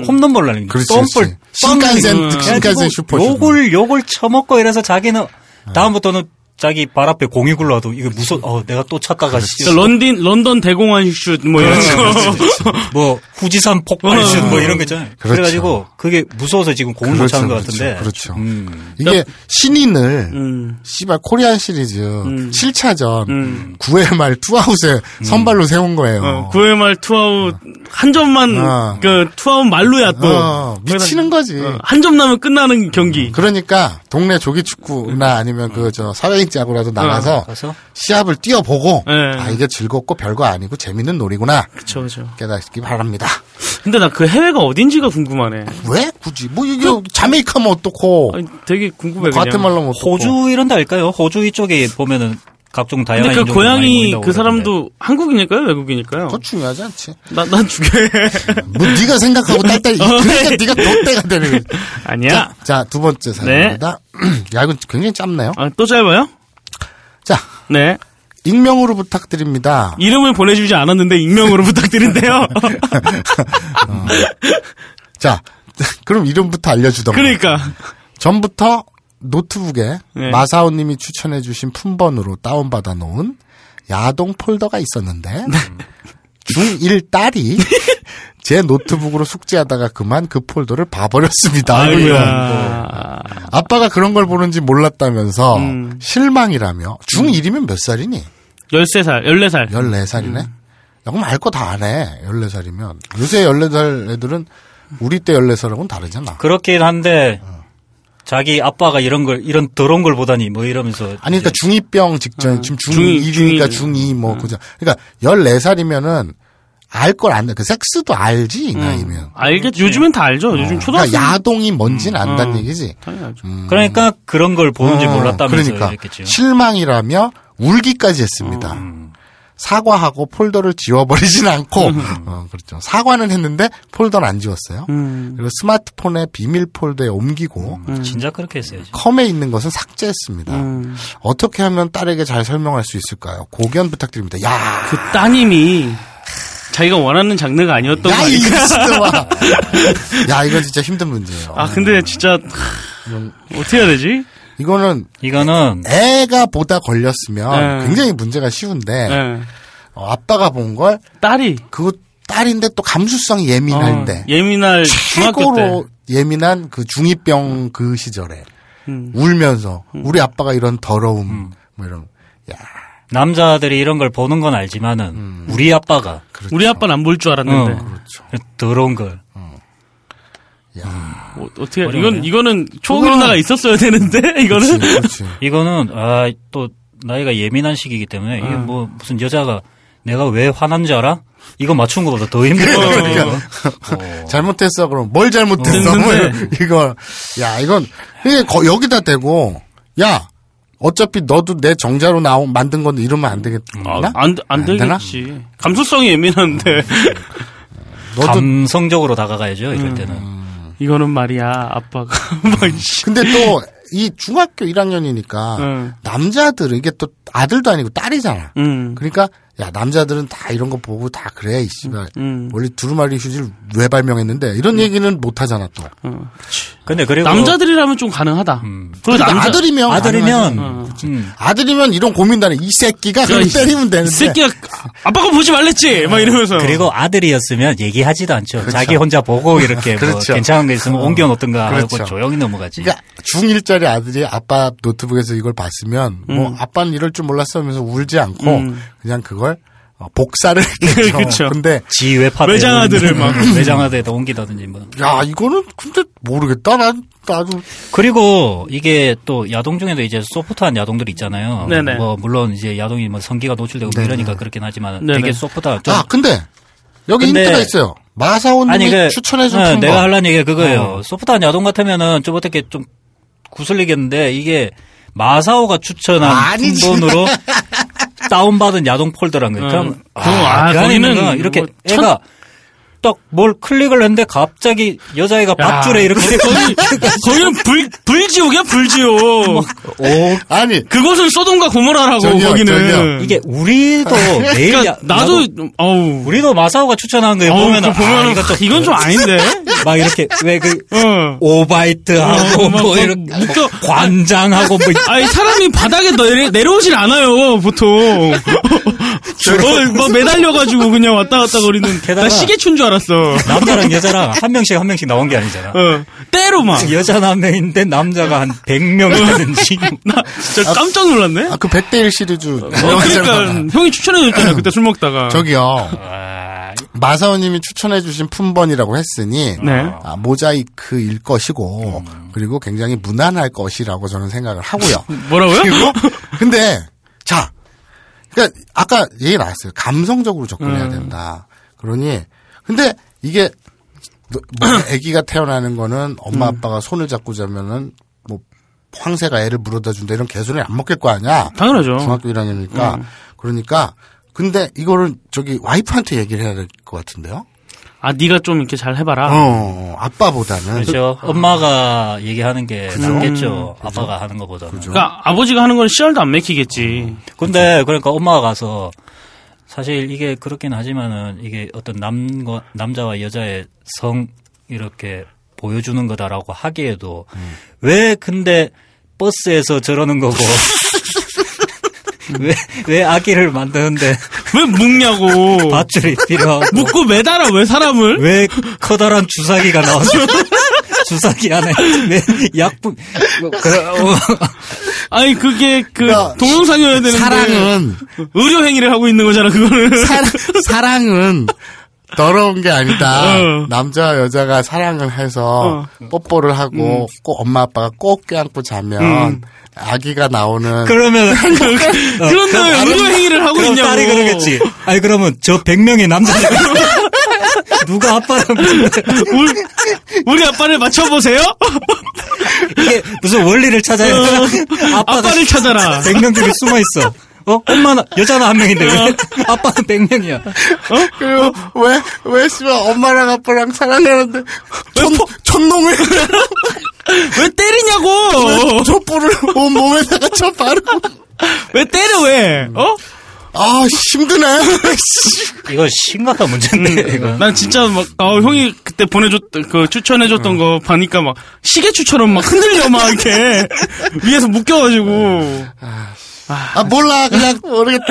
Speaker 2: 홈런볼 날린 거예요.
Speaker 3: 음. 그렇지, 그렇지. 신칸센, 음. 신칸센 슈퍼 슈퍼.
Speaker 2: 욕을 욕을 처먹고 이래서 자기는
Speaker 3: 아.
Speaker 2: 다음부터는 자기 발 앞에 공이 굴러와도 이거 무슨 어 내가 또 찾다가 씨,
Speaker 5: 그러니까 런던 런던 대공원 슛뭐 이런
Speaker 3: 음.
Speaker 5: 거.
Speaker 2: 뭐 후지산 폭발슛 뭐 이런 거 있잖아요. 그래가지고 그게 무서워서 지금 공을 못 차는 것 같은데.
Speaker 3: 그렇죠.
Speaker 2: 음.
Speaker 3: 이게 신인을
Speaker 5: 음.
Speaker 3: 씨발 코리안 시리즈 7차전 9회 말 투아웃에 선발로 세운 거예요.
Speaker 5: 음. 어, 9회말 투아웃 한 점만
Speaker 3: 어.
Speaker 5: 그 투아웃 말로야 또
Speaker 3: 어, 미치는 거지.
Speaker 5: 한 점 나면 끝나는 경기.
Speaker 3: 그러니까 동네 조기 축구나 아니면 그 저 사회인 짜고라도 나가서
Speaker 2: 가서?
Speaker 3: 시합을 뛰어보고
Speaker 5: 아, 네.
Speaker 3: 아 이게 즐겁고 별거 아니고 재밌는 놀이구나
Speaker 5: 그렇죠, 그렇죠.
Speaker 3: 깨닫기 바랍니다.
Speaker 5: 근데 나 그 해외가 어딘지가 궁금하네.
Speaker 3: 왜 굳이 뭐 이게 자메이카면 어떻고
Speaker 5: 그 아니, 되게 궁금해 그냥.
Speaker 3: 과테말라면 어떻고
Speaker 2: 호주 이런 데 할까요? 호주 이쪽에 보면은 각종 다양한
Speaker 5: 근데 그
Speaker 2: 인종들 많이
Speaker 5: 고양이
Speaker 2: 모인다고
Speaker 5: 그
Speaker 2: 그러던데.
Speaker 5: 사람도 한국인일까요, 외국인일까요?
Speaker 3: 그거 중요하지 않지.
Speaker 5: 난 난 죽여.
Speaker 3: 뭐 네가 생각하고 딸딸 그러니까 네가 롯데가 되는 거지.
Speaker 5: 어. 아니야. 네.
Speaker 3: 자 두 번째 사연입니다. 야 이건 굉장히 짧네요.
Speaker 5: 아, 또 짧아요?
Speaker 3: 자
Speaker 5: 네.
Speaker 3: 익명으로 부탁드립니다.
Speaker 5: 이름을 보내주지 않았는데 익명으로 부탁드린대요.
Speaker 3: 자 그럼 이름부터 알려주던 거.
Speaker 5: 그러니까.
Speaker 3: 전부터 노트북에
Speaker 5: 네.
Speaker 3: 마사오님이 추천해주신 품번으로 다운받아 놓은 야동 폴더가 있었는데
Speaker 5: 네.
Speaker 3: 중1 딸이 제 노트북으로 숙제하다가 그만 그 폴더를 봐버렸습니다.
Speaker 5: 아이고야.
Speaker 3: 아빠가 그런 걸 보는지 몰랐다면서
Speaker 5: 음.
Speaker 3: 실망이라며 중1이면 몇 살이니?
Speaker 5: 13살, 14살.
Speaker 3: 14살이네?
Speaker 5: 음.
Speaker 3: 야, 그럼 알 거 다 아네. 14살이면. 요새 14살 애들은 우리 때 14살하고는 다르잖아.
Speaker 2: 그렇긴 한데 자기 아빠가 이런 걸 이런 더러운 걸 보다니 뭐 이러면서
Speaker 3: 아니 그러니까 중2병
Speaker 2: 네.
Speaker 3: 직전 지금
Speaker 5: 중이,
Speaker 3: 중2이니까
Speaker 5: 중이.
Speaker 3: 중2 뭐 그죠. 그러니까 14살이면은 알 걸 안다. 그 섹스도 알지 이
Speaker 2: 음.
Speaker 3: 나이면.
Speaker 5: 알겠. 아, 요즘엔 다 알죠. 요즘 초등학생
Speaker 3: 그러니까 야동이 뭔지는 안다는
Speaker 5: 음.
Speaker 3: 얘기지.
Speaker 5: 당연히 알죠.
Speaker 2: 그러니까 그런 걸 보는지
Speaker 3: 어,
Speaker 2: 몰랐다면서
Speaker 3: 그러니까
Speaker 2: 이랬겠죠. 음.
Speaker 3: 실망이라며 울기까지 했습니다. 사과하고 폴더를 지워버리진 않고 어, 그렇죠. 사과는 했는데 폴더는 안 지웠어요.
Speaker 5: 음.
Speaker 3: 그리고 스마트폰의 비밀 폴더에 옮기고
Speaker 2: 음. 진짜 그렇게 했어야지.
Speaker 3: 컴에 있는 것은 삭제했습니다.
Speaker 5: 음.
Speaker 3: 어떻게 하면 딸에게 잘 설명할 수 있을까요? 고견 부탁드립니다. 야,
Speaker 5: 그 따님이 자기가 원하는 장르가 아니었던 거
Speaker 3: 야,
Speaker 5: 아닐까?
Speaker 3: 이거 진짜 와. 야, 이거 진짜 힘든 문제예요.
Speaker 5: 아 근데 진짜 하, 어떻게 해야 되지?
Speaker 3: 이거는
Speaker 2: 이거는
Speaker 3: 애가 보다 걸렸으면
Speaker 5: 네.
Speaker 3: 굉장히 문제가 쉬운데
Speaker 5: 예.
Speaker 3: 어, 아빠가 본 걸
Speaker 5: 딸이
Speaker 3: 그거 딸인데 또 감수성이 예민한데
Speaker 5: 어, 예민할 중학교 때.
Speaker 3: 아, 최고로 예민한 그 중이병 그 시절에
Speaker 5: 음.
Speaker 3: 울면서 우리 아빠가 이런 더러움 뭐 이런 야
Speaker 2: 남자들이 이런 걸 보는 건 알지만은 우리 아빠가
Speaker 3: 음. 그렇죠.
Speaker 5: 우리 아빠는 안 볼 줄 알았는데
Speaker 2: 어, 더러운 걸
Speaker 5: 어, 떻게
Speaker 2: 어려우네.
Speaker 5: 이건 이거는 초기누나가 있었어야 되는데 이거는
Speaker 3: 그렇지, 그렇지.
Speaker 2: 이거는 아 또 나이가 예민한 시기이기 때문에 이게 뭐 무슨 여자가 내가 왜 화난 줄 알아? 이거 맞춘 것보다 더 힘들거든요.
Speaker 3: 잘못했어 그럼 뭘 잘못했어
Speaker 5: 어.
Speaker 3: 뭐 이런- 이거 야 이건 이게 거- 여기다 대고 야 어차피 너도 내 정자로 나온 만든 건데 이러면 안 아, 되겠나?
Speaker 5: 아, 안, 안 되겠지. 감수성이 예민한데.
Speaker 3: 너도
Speaker 2: 감성적으로 다가가야죠 이럴 때는.
Speaker 5: 이거는 말이야, 아빠가. 막, 씨.
Speaker 3: 근데 또 이 중학교 1학년이니까
Speaker 5: 응.
Speaker 3: 남자들은 이게 또 아들도 아니고 딸이잖아.
Speaker 5: 네. 음.
Speaker 3: 그러니까 야 남자들은 다 이런 거 보고 다 그래 이씨발
Speaker 5: 음.
Speaker 3: 원래 두루마리 휴지를 왜 발명했는데 이런 얘기는 못 하잖아 또.
Speaker 2: 근데 그리고
Speaker 5: 남자들이라면 좀 가능하다. 그리고
Speaker 3: 그러니까
Speaker 5: 남자.
Speaker 3: 아들이면
Speaker 2: 아들이면
Speaker 3: 가능하지.
Speaker 2: 음,
Speaker 3: 아들이면 이런 고민다네 이 새끼가
Speaker 5: 야,
Speaker 3: 그냥
Speaker 5: 이
Speaker 3: 때리면
Speaker 5: 이
Speaker 3: 되는데
Speaker 5: 새끼가, 아빠가 보지 말랬지! 막 이러면서.
Speaker 2: 그리고 아들이었으면 얘기하지도 않죠. 자기 혼자 보고 이렇게 뭐
Speaker 3: 그렇죠.
Speaker 2: 괜찮은 거 있으면 옮겨 놓든가
Speaker 3: 그렇죠.
Speaker 2: 하고 조용히 넘어가지.
Speaker 3: 그러니까 중1짜리 아들이 아빠 노트북에서 이걸 봤으면 뭐 아빠는 이럴 줄 몰랐어 하면서 울지 않고 그냥 그걸 어, 복사를 했겠죠.
Speaker 5: 그쵸.
Speaker 3: 근데
Speaker 2: 지 외파대
Speaker 5: 외장하들을 막.
Speaker 2: 외장하드에다 옮기다든지 뭐.
Speaker 3: 야 이거는 근데 모르겠다. 난 나도
Speaker 2: 그리고 이게 또 야동 중에도 이제 소프트한 야동들 있잖아요.
Speaker 5: 네네.
Speaker 2: 뭐 물론 이제 야동이 뭐 성기가 노출되고 뭐 이러니까 그렇긴 하지만
Speaker 5: 네네.
Speaker 2: 되게 소프트한 좀
Speaker 3: 아 근데 여기
Speaker 2: 근데-
Speaker 3: 힌트가 있어요. 마사오님이 추천해준
Speaker 2: 어,
Speaker 3: 네,
Speaker 2: 내가 하려는 얘기가 그거예요. 소프트한 야동 같으면은 좀 어떻게 좀 구슬리겠는데 이게 마사오가 추천한
Speaker 3: 아니지.
Speaker 2: 품번으로 다운받은 야동 폴더란 거예요. 그럼
Speaker 5: 어, 아,
Speaker 2: 그 안에 있는
Speaker 5: 거기는
Speaker 2: 거 이렇게
Speaker 5: 뭐 천-
Speaker 2: 애가 딱 뭘 클릭을 했는데 갑자기 여자애가 밧줄에 이렇게
Speaker 5: 거기, 거기는 불, 불지옥이야, 불지옥.
Speaker 3: 아니
Speaker 5: 그것은 소돔과 고모라라고,
Speaker 3: 저기요,
Speaker 5: 거기는.
Speaker 3: 저기요.
Speaker 2: 이게 우리도 매일
Speaker 5: 그러니까
Speaker 2: 야,
Speaker 5: 나도, 어우.
Speaker 2: 우리도 마사오가 추천한 거에
Speaker 5: 어우,
Speaker 2: 보면은
Speaker 5: 그거 보면은
Speaker 2: 아, 이거 좀-
Speaker 5: 이건 좀 아닌데.
Speaker 2: 막 이렇게 왜 그
Speaker 5: 어.
Speaker 2: 오바이트하고
Speaker 5: 어, 막
Speaker 2: 뭐
Speaker 5: 막
Speaker 2: 이렇게
Speaker 5: 묶여-
Speaker 2: 관장하고 뭐
Speaker 5: 아니 사람이 바닥에 내려, 내려오질 않아요 보통 어, 막 매달려가지고 그냥 왔다 갔다 거리는
Speaker 2: 게다가-
Speaker 5: 나 시계춘 줄 알았어
Speaker 2: 남자랑 여자랑 한 명씩 한 명씩 나온 게 아니잖아.
Speaker 5: 어, 때로 막나
Speaker 2: 여자는 한 명인데 남자가 한 100명이라든지.
Speaker 5: 진짜 깜짝 놀랐네
Speaker 3: 아, 그 100대1 시리즈
Speaker 5: 어, 그러니까 형이 추천해줬잖아 그때 술 먹다가
Speaker 3: 저기요
Speaker 2: 아,
Speaker 3: 마사오님이 추천해주신 품번이라고 했으니
Speaker 5: 네. 음.
Speaker 3: 아, 모자이크일 것이고 그리고 굉장히 무난할 것이라고 저는 생각을 하고요.
Speaker 5: 뭐라고요?
Speaker 3: 그리고 근데 자, 그러니까 아까 얘기 나왔어요. 감성적으로
Speaker 5: 음.
Speaker 3: 접근해야 된다. 그러니 근데 이게 너- 뭐 아기가 태어나는 거는 엄마
Speaker 5: 음.
Speaker 3: 아빠가 손을 잡고 자면은 뭐 황새가 애를 물어다 준다 이런 개소리 안 먹힐 거 아니야.
Speaker 5: 당연하죠 음.
Speaker 3: 중학교 1학년이니까 그러니까 근데 이거를 저기 와이프한테 얘기를 해야 될 것 같은데요.
Speaker 5: 아 네가 좀 이렇게 잘 해봐라
Speaker 3: 어, 아빠보다는
Speaker 2: 그렇죠. 엄마가 얘기하는 게 낫겠죠. 아빠가 하는 것보다. 그
Speaker 5: 음, 그러니까 아버지가 하는 건 씨알도 안 맥히겠지
Speaker 2: 근데 그러니까 엄마가 가서 사실 이게 그렇긴 하지만은 이게 어떤 남과 남자와 여자의 성 이렇게 보여주는 거다라고 하기에도 왜 근데 버스에서 저러는 거고 왜 왜 아기를 만드는데
Speaker 5: 왜 묵냐고
Speaker 2: 밧줄이 필요하고
Speaker 5: 묵고 매달아 왜 사람을
Speaker 2: 왜 커다란 주사기가 나와서 주사기 안에 왜 약품 그래, 어.
Speaker 5: 아니 그게 그
Speaker 3: 그러니까
Speaker 5: 동영상이어야 되는데
Speaker 3: 사랑은
Speaker 5: 의료 행위를 하고 있는 거잖아 그거는
Speaker 3: 사랑, 사랑은 더러운 게 아니다.
Speaker 5: 어.
Speaker 3: 남자와 여자가 사랑을 해서 뽀뽀를 하고
Speaker 5: 음.
Speaker 3: 꼭 엄마 아빠가 꼭 껴안고 자면 아기가 나오는
Speaker 2: 그러면
Speaker 5: 어. 그런 다음에
Speaker 2: 다른-
Speaker 5: 우려 행위를 하고
Speaker 2: 그럼
Speaker 5: 있냐고.
Speaker 2: 딸이 그러겠지. 아니 그러면 저 100명의 남자들 누가 아빠라면
Speaker 5: 우리, 우리 아빠를 맞춰보세요?
Speaker 2: 이게 무슨 원리를 찾아야 되나? 아빠가
Speaker 5: 어. 아빠를 찾아라.
Speaker 2: 100명 중에 숨어 있어. 어? 엄마는 여자는 한 명인데 왜?
Speaker 5: 어.
Speaker 2: 아빠는 100명이야.
Speaker 3: 그리고 왜, 왜, 씨발, 엄마랑 아빠랑 사랑하는데, 촌, 촌농을,
Speaker 5: 왜
Speaker 3: 어.
Speaker 5: 때리냐고!
Speaker 3: 촛불을 온몸에다가 쳐 바르고,
Speaker 5: 왜 때려, 왜? 어?
Speaker 3: 아, 힘드네. 씨.
Speaker 2: 이거 심각한 문제인데
Speaker 3: 네,
Speaker 2: 이거.
Speaker 5: 음. 난 진짜 막, 아 형이 그때 보내줬, 그, 추천해줬던 거 보니까 막, 시계추처럼 막 흔들려, 막, 이렇게. 위에서 묶여가지고.
Speaker 3: 아, 몰라, 그냥, 모르겠다.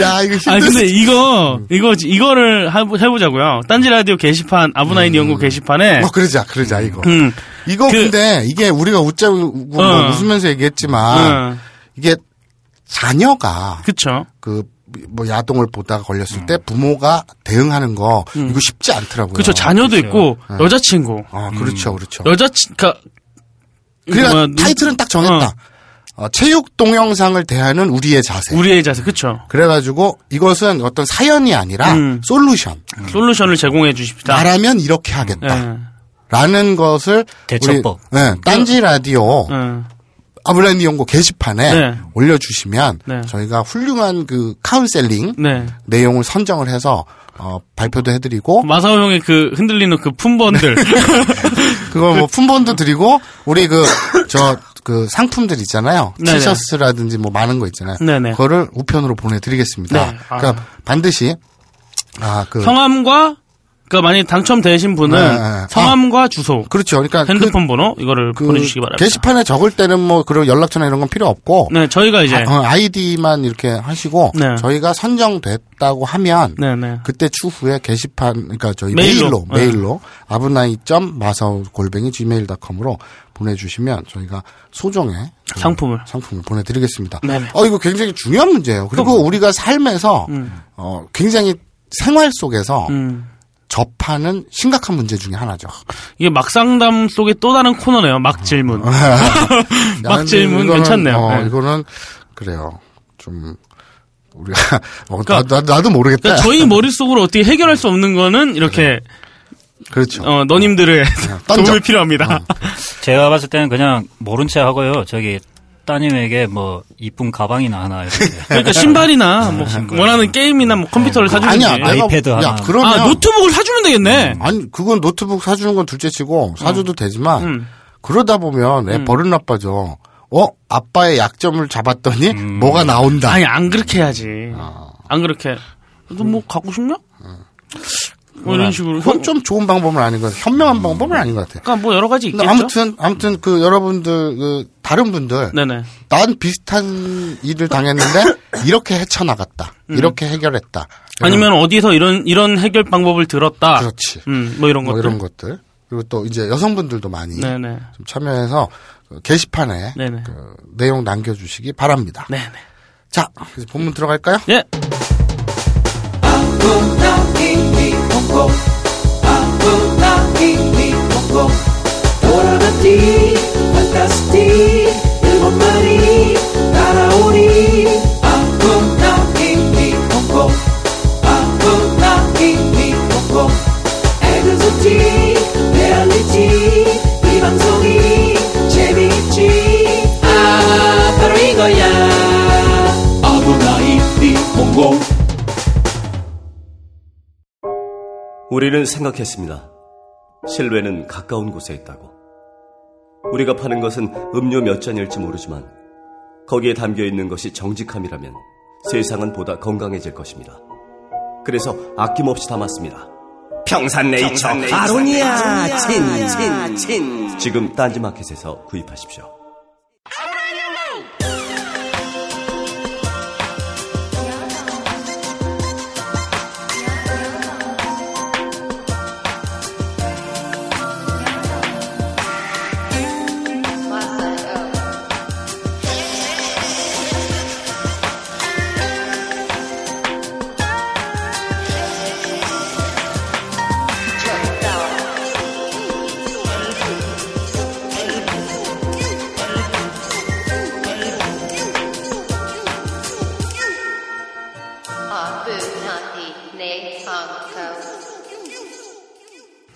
Speaker 3: 야, 이거
Speaker 5: 아
Speaker 3: 힘드네.
Speaker 5: 근데 이거, 이거, 이거를 해보- 해보자고요. 딴지 라디오 게시판, 아브나인 연구 게시판에,
Speaker 3: 음. 뭐, 그러자, 그러자, 이거.
Speaker 5: 음,
Speaker 3: 이거
Speaker 5: 그-
Speaker 3: 근데, 이게 우리가 웃자고, 뭐
Speaker 5: 어.
Speaker 3: 웃으면서 얘기했지만,
Speaker 5: 음,
Speaker 3: 이게, 자녀가,
Speaker 5: 그쵸.
Speaker 3: 그, 뭐, 야동을 보다가 걸렸을 때, 부모가 대응하는 거, 이거 쉽지 않더라고요.
Speaker 5: 그쵸, 자녀도 있고, 여자친구.
Speaker 3: 아, 그렇죠, 그렇죠.
Speaker 5: 여자친, 그,
Speaker 3: 그러니까
Speaker 5: 뭐야, 눈-
Speaker 3: 타이틀은 딱 정했다.
Speaker 5: 어.
Speaker 3: 어, 체육 동영상을 대하는 우리의 자세.
Speaker 5: 우리의 자세, 그쵸.
Speaker 3: 그래가지고 이것은 어떤 사연이 아니라
Speaker 5: 음.
Speaker 3: 솔루션.
Speaker 5: 솔루션을 제공해 주십시다.
Speaker 3: 나라면 이렇게
Speaker 5: 예.
Speaker 3: 하겠다. 라는 것을
Speaker 2: 대처법.
Speaker 3: 우리, 네, 딴지 라디오
Speaker 5: 예.
Speaker 3: 아블라니 연구 게시판에
Speaker 5: 네.
Speaker 3: 올려주시면
Speaker 5: 네.
Speaker 3: 저희가 훌륭한 그 카운셀링
Speaker 5: 네.
Speaker 3: 내용을 선정을 해서 어, 발표도 해드리고
Speaker 5: 마사오 형의 그 흔들리는 그 품번들.
Speaker 3: 네. 그걸 뭐 품번도 드리고 우리 그 저 그 상품들 있잖아요
Speaker 5: 네네.
Speaker 3: 티셔츠라든지 뭐 많은 거 있잖아요
Speaker 5: 네네.
Speaker 3: 그거를 우편으로 보내드리겠습니다
Speaker 5: 네. 아.
Speaker 3: 그러니까 반드시 아그
Speaker 5: 성함과, 그니까 만약에 당첨되신 분은
Speaker 3: 네, 네.
Speaker 5: 성함과 주소,
Speaker 3: 그렇죠 그러니까 그-
Speaker 5: 핸드폰 번호, 이거를
Speaker 3: 그
Speaker 5: 보내주시기 바랍니다.
Speaker 3: 게시판에 적을 때는 뭐 그런 연락처나 이런 건 필요 없고
Speaker 5: 네, 저희가 이제,
Speaker 3: 아, 이디만 이렇게 하시고
Speaker 5: 네.
Speaker 3: 저희가 선정됐다고 하면
Speaker 5: 네네.
Speaker 3: 그때 추후에 게시판 그러니까 저희
Speaker 5: 메일로. 네.
Speaker 3: 메일로 메일로 아브나이 점 마사오 골뱅이 gmail.com으로 보내주시면 저희가 소정의 그
Speaker 5: 상품을.
Speaker 3: 상품을 보내드리겠습니다.
Speaker 5: 네네.
Speaker 3: 어 이거 굉장히 중요한 문제예요. 그리고 우리가 삶에서 어 굉장히 생활 속에서
Speaker 5: 음.
Speaker 3: 접하는 심각한 문제 중에 하나죠.
Speaker 5: 이게 막상담 속의 또 다른 코너네요. 막 질문. 막 질문
Speaker 3: 어. 이거는,
Speaker 5: 괜찮네요.
Speaker 3: 어,
Speaker 5: 네.
Speaker 3: 이거는 그래요. 좀 우리가 어, 나, 나, 나도 모르겠다.
Speaker 5: 그러니까 저희 머릿속으로 어떻게 해결할 수 없는 거는 이렇게,
Speaker 3: 그렇죠.
Speaker 5: 어, 너님들의
Speaker 3: 던져. 어.
Speaker 5: 도움이 필요합니다.
Speaker 2: 제가 봤을 때는 그냥 모른 체 하고요. 저기 따님에게 뭐 이쁜 가방이나 하나 이렇게.
Speaker 5: 그러니까 신발이나, 뭐, 원하는 게임이나 뭐 컴퓨터를 사주는
Speaker 3: 네. 아니야,
Speaker 5: 게.
Speaker 3: 내가
Speaker 2: 아이패드
Speaker 3: 야,
Speaker 2: 하나.
Speaker 3: 그러면 음.
Speaker 5: 아, 노트북을 사주면 되겠네.
Speaker 3: 아니 그건 노트북 사주는 건 둘째치고 사줘도 되지만
Speaker 5: 음.
Speaker 3: 그러다 보면 애 버릇 나빠져. 어 아빠의 약점을 잡았더니
Speaker 5: 음.
Speaker 3: 뭐가 나온다.
Speaker 5: 아니 안 그렇게 해야지.
Speaker 3: 아.
Speaker 5: 안 그렇게. 너 뭐 갖고 싶냐? 뭐 이런 식으로.
Speaker 3: 음. 그건 좀 좋은 방법은 아닌 것 같아요. 현명한 방법은 아닌 것 같아요.
Speaker 5: 그러니까 뭐 여러 가지
Speaker 3: 근데
Speaker 5: 음. 있겠죠.
Speaker 3: 아무튼 아무튼 그 여러분들 그 다른 분들
Speaker 5: 네네.
Speaker 3: 난 비슷한 일을 당했는데 이렇게 헤쳐나갔다. 이렇게 해결했다.
Speaker 5: 음. 아니면 어디서 이런 이런 해결 방법을 들었다.
Speaker 3: 그렇지.
Speaker 5: 음, 뭐 이런
Speaker 3: 뭐
Speaker 5: 것들.
Speaker 3: 이런 것들. 그리고 또 이제 여성분들도 많이
Speaker 5: 네네.
Speaker 3: 좀 참여해서 그 게시판에
Speaker 5: 네네.
Speaker 3: 그 내용 남겨주시기 바랍니다.
Speaker 5: 네네.
Speaker 3: 자, 그래서 본문 들어갈까요?
Speaker 5: 예.
Speaker 7: 돌아갔디 반타스티 일본 말이 따라오니 아프나 히히 홍콩 아프나 히히 홍콩 에그소티 레알리티 이 방송이 재미있지 아 바로 이거야 아프나 히히 홍콩
Speaker 8: 우리는 생각했습니다. 실외는 가까운 곳에 있다고. 우리가 파는 것은 음료 몇 잔일지 모르지만 거기에 담겨 있는 것이 정직함이라면 세상은 보다 건강해질 것입니다. 그래서 아낌없이 담았습니다. 평산네이처 아로니아 진진진 지금 딴지마켓에서 구입하십시오.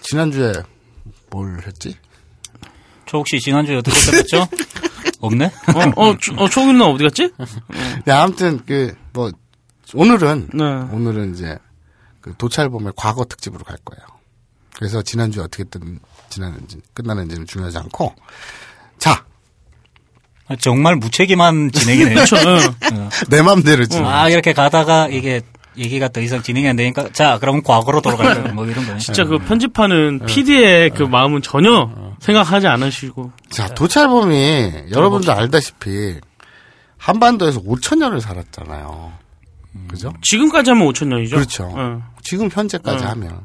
Speaker 3: 지난주에 뭘 했지?
Speaker 2: 저 혹시 지난주에 어떻게 끝났죠? 없네?
Speaker 5: 어, 어, 초- 어, 초국이는 어디 갔지?
Speaker 3: 네, 아무튼 그 뭐 오늘은
Speaker 5: 네.
Speaker 3: 오늘은 이제 그 도찰범의 과거 특집으로 갈 거예요. 그래서 지난주에 어떻게든 지나는지 끝나는지는 중요하지 않고 자,
Speaker 2: 정말 무책임한 진행이네요.
Speaker 5: 그쵸, 응.
Speaker 3: 내 맘대로지.
Speaker 5: 음,
Speaker 2: 아, 이렇게 가다가 이게 얘기가 더 이상 진행이 안 되니까 자, 그럼 과거로 돌아가요. 뭐 이런 거네.
Speaker 5: 진짜
Speaker 3: 예.
Speaker 5: 그 편집하는 PD의 그 마음은 전혀 생각하지 않으시고.
Speaker 3: 자, 도찰범이 여러분도 알다시피 한반도에서 5천년을 살았잖아요. 그죠?
Speaker 5: 지금까지 하면 5천년이죠? 예.
Speaker 3: 그렇죠.
Speaker 5: 네.
Speaker 3: 지금 현재까지 하면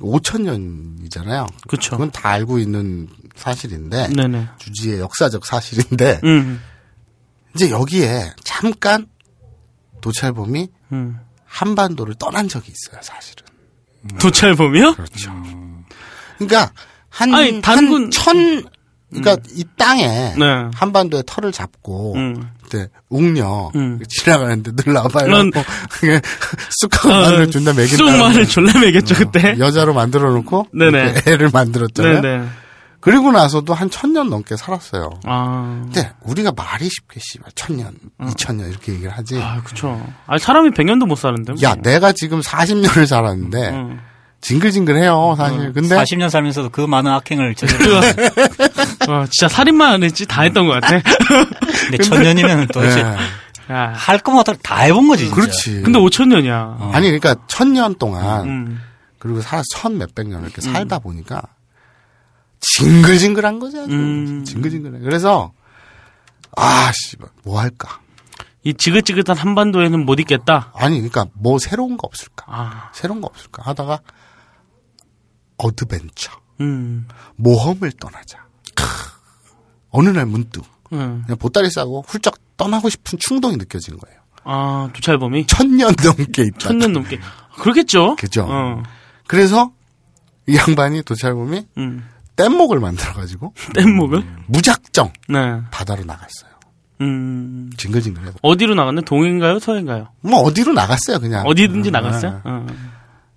Speaker 3: 5천년이잖아요.
Speaker 5: 그쵸.
Speaker 3: 그건 다 알고 있는 사실인데
Speaker 5: 네네.
Speaker 3: 주지의 역사적 사실인데
Speaker 5: 음,
Speaker 3: 이제 여기에 잠깐 도찰범이
Speaker 5: 음.
Speaker 3: 한반도를 떠난 적이 있어요, 사실은.
Speaker 5: 도찰범이요?
Speaker 3: 그렇죠. 그러니까 한,
Speaker 5: 아니, 단군- 음.
Speaker 3: 한 천, 그러니까 이 땅에
Speaker 5: 네.
Speaker 3: 한반도에 털을 잡고
Speaker 5: 음.
Speaker 3: 그때 웅녀
Speaker 5: 음.
Speaker 3: 지나가는데 늘 나봐요. 뭐
Speaker 5: 난-
Speaker 3: 쑥하고 마늘을 준다 먹인다.
Speaker 5: 아,
Speaker 3: 음.
Speaker 5: 쑥마늘 졸라 매겠죠, 그때?
Speaker 3: 여자로 만들어 놓고
Speaker 5: 네네.
Speaker 3: 이렇게 애를 만들었잖아요.
Speaker 5: 네네.
Speaker 3: 그리고 나서도 한 천 년 넘게 살았어요.
Speaker 5: 아.
Speaker 3: 근데 우리가 말이 쉽게 씨발 천년, 이천년 이렇게 얘기를 하지.
Speaker 5: 음. 아, 그쵸. 아, 사람이 100년도 못 사는데. 뭐.
Speaker 3: 야, 내가 지금 40년을 살았는데
Speaker 5: 음.
Speaker 3: 징글징글해요, 사실. 근데
Speaker 2: 40년 살면서도 그 많은 악행을 제대로
Speaker 3: 네.
Speaker 5: 와, 아, 진짜 살인만 안 했지? 다 했던 것 같아.
Speaker 2: 근데 천년이면 도대체
Speaker 3: 예,
Speaker 5: 야.
Speaker 2: 할 것만 다 해본 거지. 진짜.
Speaker 3: 그렇지.
Speaker 5: 근데 5천년이야.
Speaker 3: 아니 그러니까 천년 동안
Speaker 5: 음.
Speaker 3: 그리고 살 천 몇백 년 이렇게 살다 보니까 징글징글한 거지 아주
Speaker 5: 음.
Speaker 3: 징글징글해. 그래서 아 씨발 뭐 할까?
Speaker 5: 이 지긋지긋한 한반도에는 못 있겠다.
Speaker 3: 아니 그러니까 뭐 새로운 거 없을까?
Speaker 5: 아,
Speaker 3: 새로운 거 없을까? 하다가 어드벤처
Speaker 5: 음.
Speaker 3: 모험을 떠나자. 크. 어느 날 문득
Speaker 5: 음.
Speaker 3: 그냥 보따리 싸고 훌쩍 떠나고 싶은 충동이 느껴진 거예요.
Speaker 5: 아, 도찰범이?
Speaker 3: 천년 넘게 있다.
Speaker 5: 천년 넘게. 그렇겠죠?
Speaker 3: 그죠.
Speaker 5: 어.
Speaker 3: 그래서 이 양반이 도찰범이
Speaker 5: 음.
Speaker 3: 뗏목을 만들어가지고
Speaker 5: 뗏목을?
Speaker 3: 무작정
Speaker 5: 네.
Speaker 3: 바다로 나갔어요.
Speaker 5: 음.
Speaker 3: 징글징글해서.
Speaker 5: 어디로 나갔나? 동인가요? 서인가요?
Speaker 3: 뭐 어디로 나갔어요, 그냥.
Speaker 5: 어디든지
Speaker 3: 음,
Speaker 5: 나갔어요?
Speaker 3: 네.
Speaker 5: 어.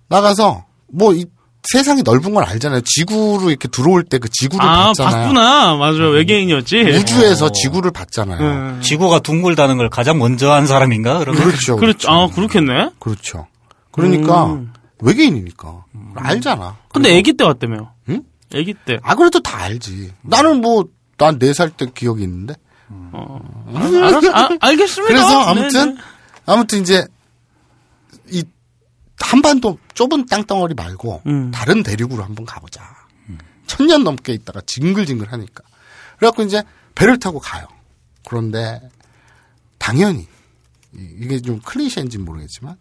Speaker 3: 나가서 뭐 이 세상이 넓은 걸 알잖아요. 지구로 이렇게 들어올 때 그 지구를
Speaker 5: 아,
Speaker 3: 봤잖아요. 음.
Speaker 5: 봤구나. 어. 맞아요. 외계인이었지.
Speaker 3: 우주에서 지구를 봤잖아요.
Speaker 5: 음.
Speaker 2: 지구가 둥글다는 걸 가장 먼저 한 사람인가? 그러면
Speaker 3: 그렇죠.
Speaker 5: 그렇죠. 아, 그렇겠네.
Speaker 3: 그렇죠. 그러니까
Speaker 5: 음.
Speaker 3: 외계인이니까 알잖아.
Speaker 5: 근데 아기 때 왔다며.
Speaker 3: 응?
Speaker 5: 아기 때.
Speaker 3: 아 그래도 다 알지. 나는 뭐 난 네 살 때 기억이 있는데.
Speaker 5: 알았, 아, 알겠습니다.
Speaker 3: 그래서
Speaker 5: 네,
Speaker 3: 아무튼
Speaker 5: 네.
Speaker 3: 아무튼 이제 이 한반도 좁은 땅덩어리 말고
Speaker 5: 음.
Speaker 3: 다른 대륙으로 한번 가보자. 천년 넘게 있다가 징글징글 하니까. 그래갖고 이제 배를 타고 가요. 그런데 당연히 이- 이게 좀 클리셰인지 는 모르겠지만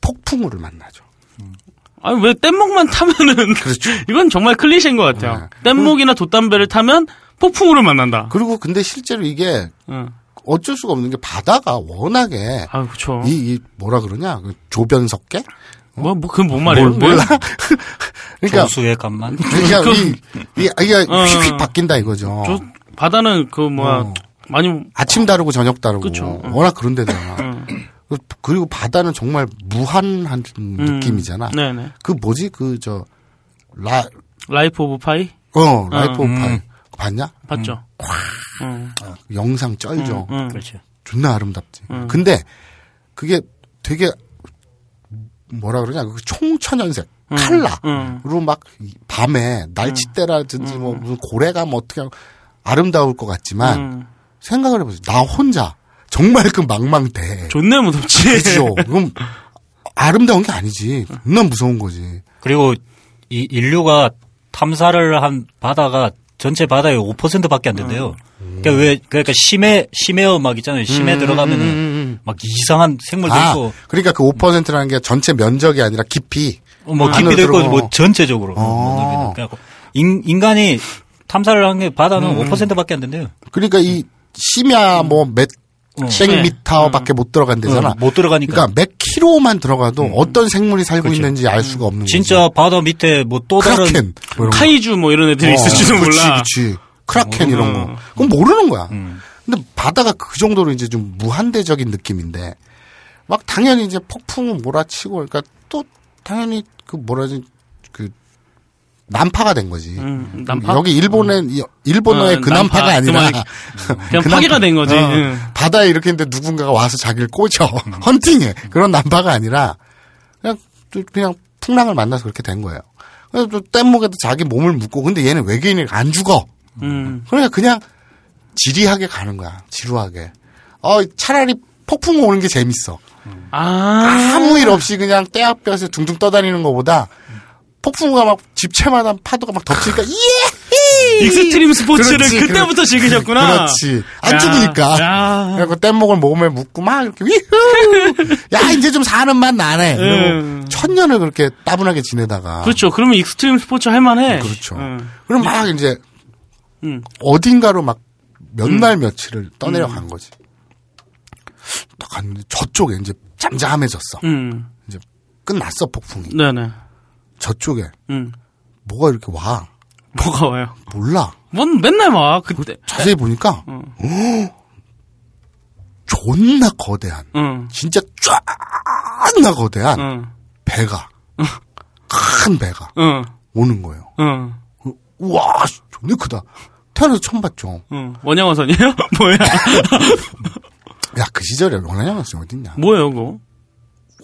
Speaker 3: 폭풍우를 만나죠.
Speaker 5: 아니, 왜 뗏목만 타면은.
Speaker 3: 그렇죠.
Speaker 5: 이건 정말 클리셰인 것
Speaker 3: 네.
Speaker 5: 같아요. 뗏목이나 돛담배를 타면 폭풍우를 만난다.
Speaker 3: 그리고 근데 실제로 이게
Speaker 5: 응.
Speaker 3: 어쩔 수가 없는 게 바다가 워낙에
Speaker 5: 아, 그쵸.
Speaker 3: 이, 이 뭐라 그러냐 그 조변석계
Speaker 5: 뭐, 뭐, 그건 뭔 말이에요?
Speaker 3: 몰라. 그러니까
Speaker 2: 조수의 간만.
Speaker 3: 그러니까 이, 이, 이게
Speaker 5: 어.
Speaker 3: 휙휙 바뀐다 이거죠.
Speaker 5: 저, 바다는 그, 뭐야,
Speaker 3: 어.
Speaker 5: 많이 음.
Speaker 3: 아침 다르고 저녁 다르고
Speaker 5: 그쵸. 어. 응.
Speaker 3: 워낙 그런 데잖아. 그- 그리고 바다는 정말 무한한 느낌이잖아.
Speaker 5: 음. 네네.
Speaker 3: 그 뭐지 그 저 라,
Speaker 5: 라이프 오브 파이?
Speaker 3: 어 라이프
Speaker 5: 아.
Speaker 3: 오브
Speaker 5: 음.
Speaker 3: 파이 그거 봤냐?
Speaker 5: 봤죠? 음.
Speaker 3: 영상 쩔죠.
Speaker 5: 음.
Speaker 2: 그렇죠.
Speaker 3: 존나 아름답지. 근데 그게 되게 뭐라 그러냐 그 총천연색 칼라.
Speaker 5: 음.
Speaker 3: 그리고 막 밤에 날치대라든지 뭐 무슨 고래가 뭐 어떻게 하고 아름다울 것 같지만
Speaker 5: 음.
Speaker 3: 생각을 해보세요. 나 혼자 정말 그 망망대.
Speaker 5: 존내 무섭지.
Speaker 3: 그죠? 그럼 아름다운 게 아니지. 난 무서운 거지.
Speaker 2: 그리고 이 인류가 탐사를 한 바다가 전체 바다의 5%밖에 안 된대요.
Speaker 3: 음.
Speaker 2: 그러니까 왜 그러니까 심해 심해 음악 있잖아요. 심해 들어가면은 막 이상한 생물도
Speaker 3: 음, 아,
Speaker 2: 있고
Speaker 3: 그러니까 그 5%라는 게 전체 면적이 아니라 깊이.
Speaker 2: 어, 뭐
Speaker 3: 아, 안으로
Speaker 2: 깊이도 있고
Speaker 3: 들어가. 어.
Speaker 2: 뭐 전체적으로 뭐 넓이는. 그래갖고 인, 인간이 탐사를 한 게
Speaker 3: 음,
Speaker 2: 바다는 5%밖에 안 된대요.
Speaker 3: 그러니까 이 심야 뭐 몇, 백미터밖에 못 들어간대잖아.
Speaker 2: 응, 음. 못 들어가니까.
Speaker 3: 그러니까 몇 킬로만
Speaker 5: 음.
Speaker 3: 들어가도 어떤 생물이 살고 있는지 알 수가 없는
Speaker 2: 진짜 바다 밑에 뭐 또
Speaker 3: 거지.
Speaker 2: 다른
Speaker 3: 음. 크라켄. 뭐 이런 거. 어,
Speaker 5: 카이주 뭐 이런 애들이 있을지도
Speaker 3: 그치,
Speaker 5: 몰라. 음.
Speaker 3: 그치. 크라켄 이런 거. 그건 모르는 거야. 근데 바다가 그 정도로 이제 좀 무한대적인 느낌인데 막 당연히 이제 폭풍 몰아치고 그러니까 또 당연히 그 뭐라지 그 난파가 된 거지.
Speaker 5: 음, 난파?
Speaker 3: 여기 일본은 이- 일본어의
Speaker 5: 어,
Speaker 3: 그
Speaker 5: 난파.
Speaker 3: 난파가 아니라
Speaker 5: 그 그냥 파괴가 된 거지. 응.
Speaker 3: 어, 바다에 이렇게 있는데 누군가가 와서 자기를 꽂혀 헌팅해 그런 난파가 아니라 그냥 또 그냥 풍랑을 만나서 그렇게 된 거예요. 그래서 또 뗏목에도 자기 몸을 묶고 근데 얘는 외계인이 안 죽어.
Speaker 5: 음.
Speaker 3: 그러니까 그냥 지리하게 가는 거야. 지루하게. 어 차라리 폭풍 오는 게 재밌어.
Speaker 5: 아,
Speaker 3: 아무 일 없이 그냥 떼 앞에서 둥둥 떠다니는 것보다 폭풍우가 막 집채마다 파도가 막 덮치니까 예!
Speaker 5: 익스트림 스포츠를
Speaker 3: 그렇지,
Speaker 5: 그때부터 즐기셨구나.
Speaker 3: 그렇지. 안
Speaker 5: 야,
Speaker 3: 죽으니까.
Speaker 5: 야.
Speaker 3: 그래갖고 뗏목을 몸에 묶고 막 이렇게 위후! 야, 이제 좀 사는 맛 나네.
Speaker 5: 음.
Speaker 3: 그리고 천년을 그렇게 따분하게 지내다가.
Speaker 5: 그렇죠. 그러면 익스트림 스포츠 할만해. 음.
Speaker 3: 그렇죠.
Speaker 5: 응.
Speaker 3: 그럼 막 이제
Speaker 5: 음.
Speaker 3: 어딘가로 막 몇 날 며칠을 떠내려 간 거지. 딱 갔는데 저쪽에 이제 잠잠해졌어.
Speaker 5: 음.
Speaker 3: 이제 끝났어, 폭풍이.
Speaker 5: 네네.
Speaker 3: 저쪽에
Speaker 5: 음.
Speaker 3: 뭐가 이렇게 와.
Speaker 5: 뭐가 와요?
Speaker 3: 몰라.
Speaker 5: 뭔 맨날 와 그때.
Speaker 3: 자세히 보니까 어, 존나 거대한
Speaker 5: 응.
Speaker 3: 진짜 쫙나 거대한
Speaker 5: 응.
Speaker 3: 배가 큰 배가
Speaker 5: 응.
Speaker 3: 오는 거예요.
Speaker 5: 응.
Speaker 3: 우와 씨, 존나 크다. 태어나서 처음 봤죠.
Speaker 5: 응. 원양어선이에요? 뭐야?
Speaker 3: 야 그 시절에 원하냐면서 어딨냐.
Speaker 5: 뭐예요, 그거?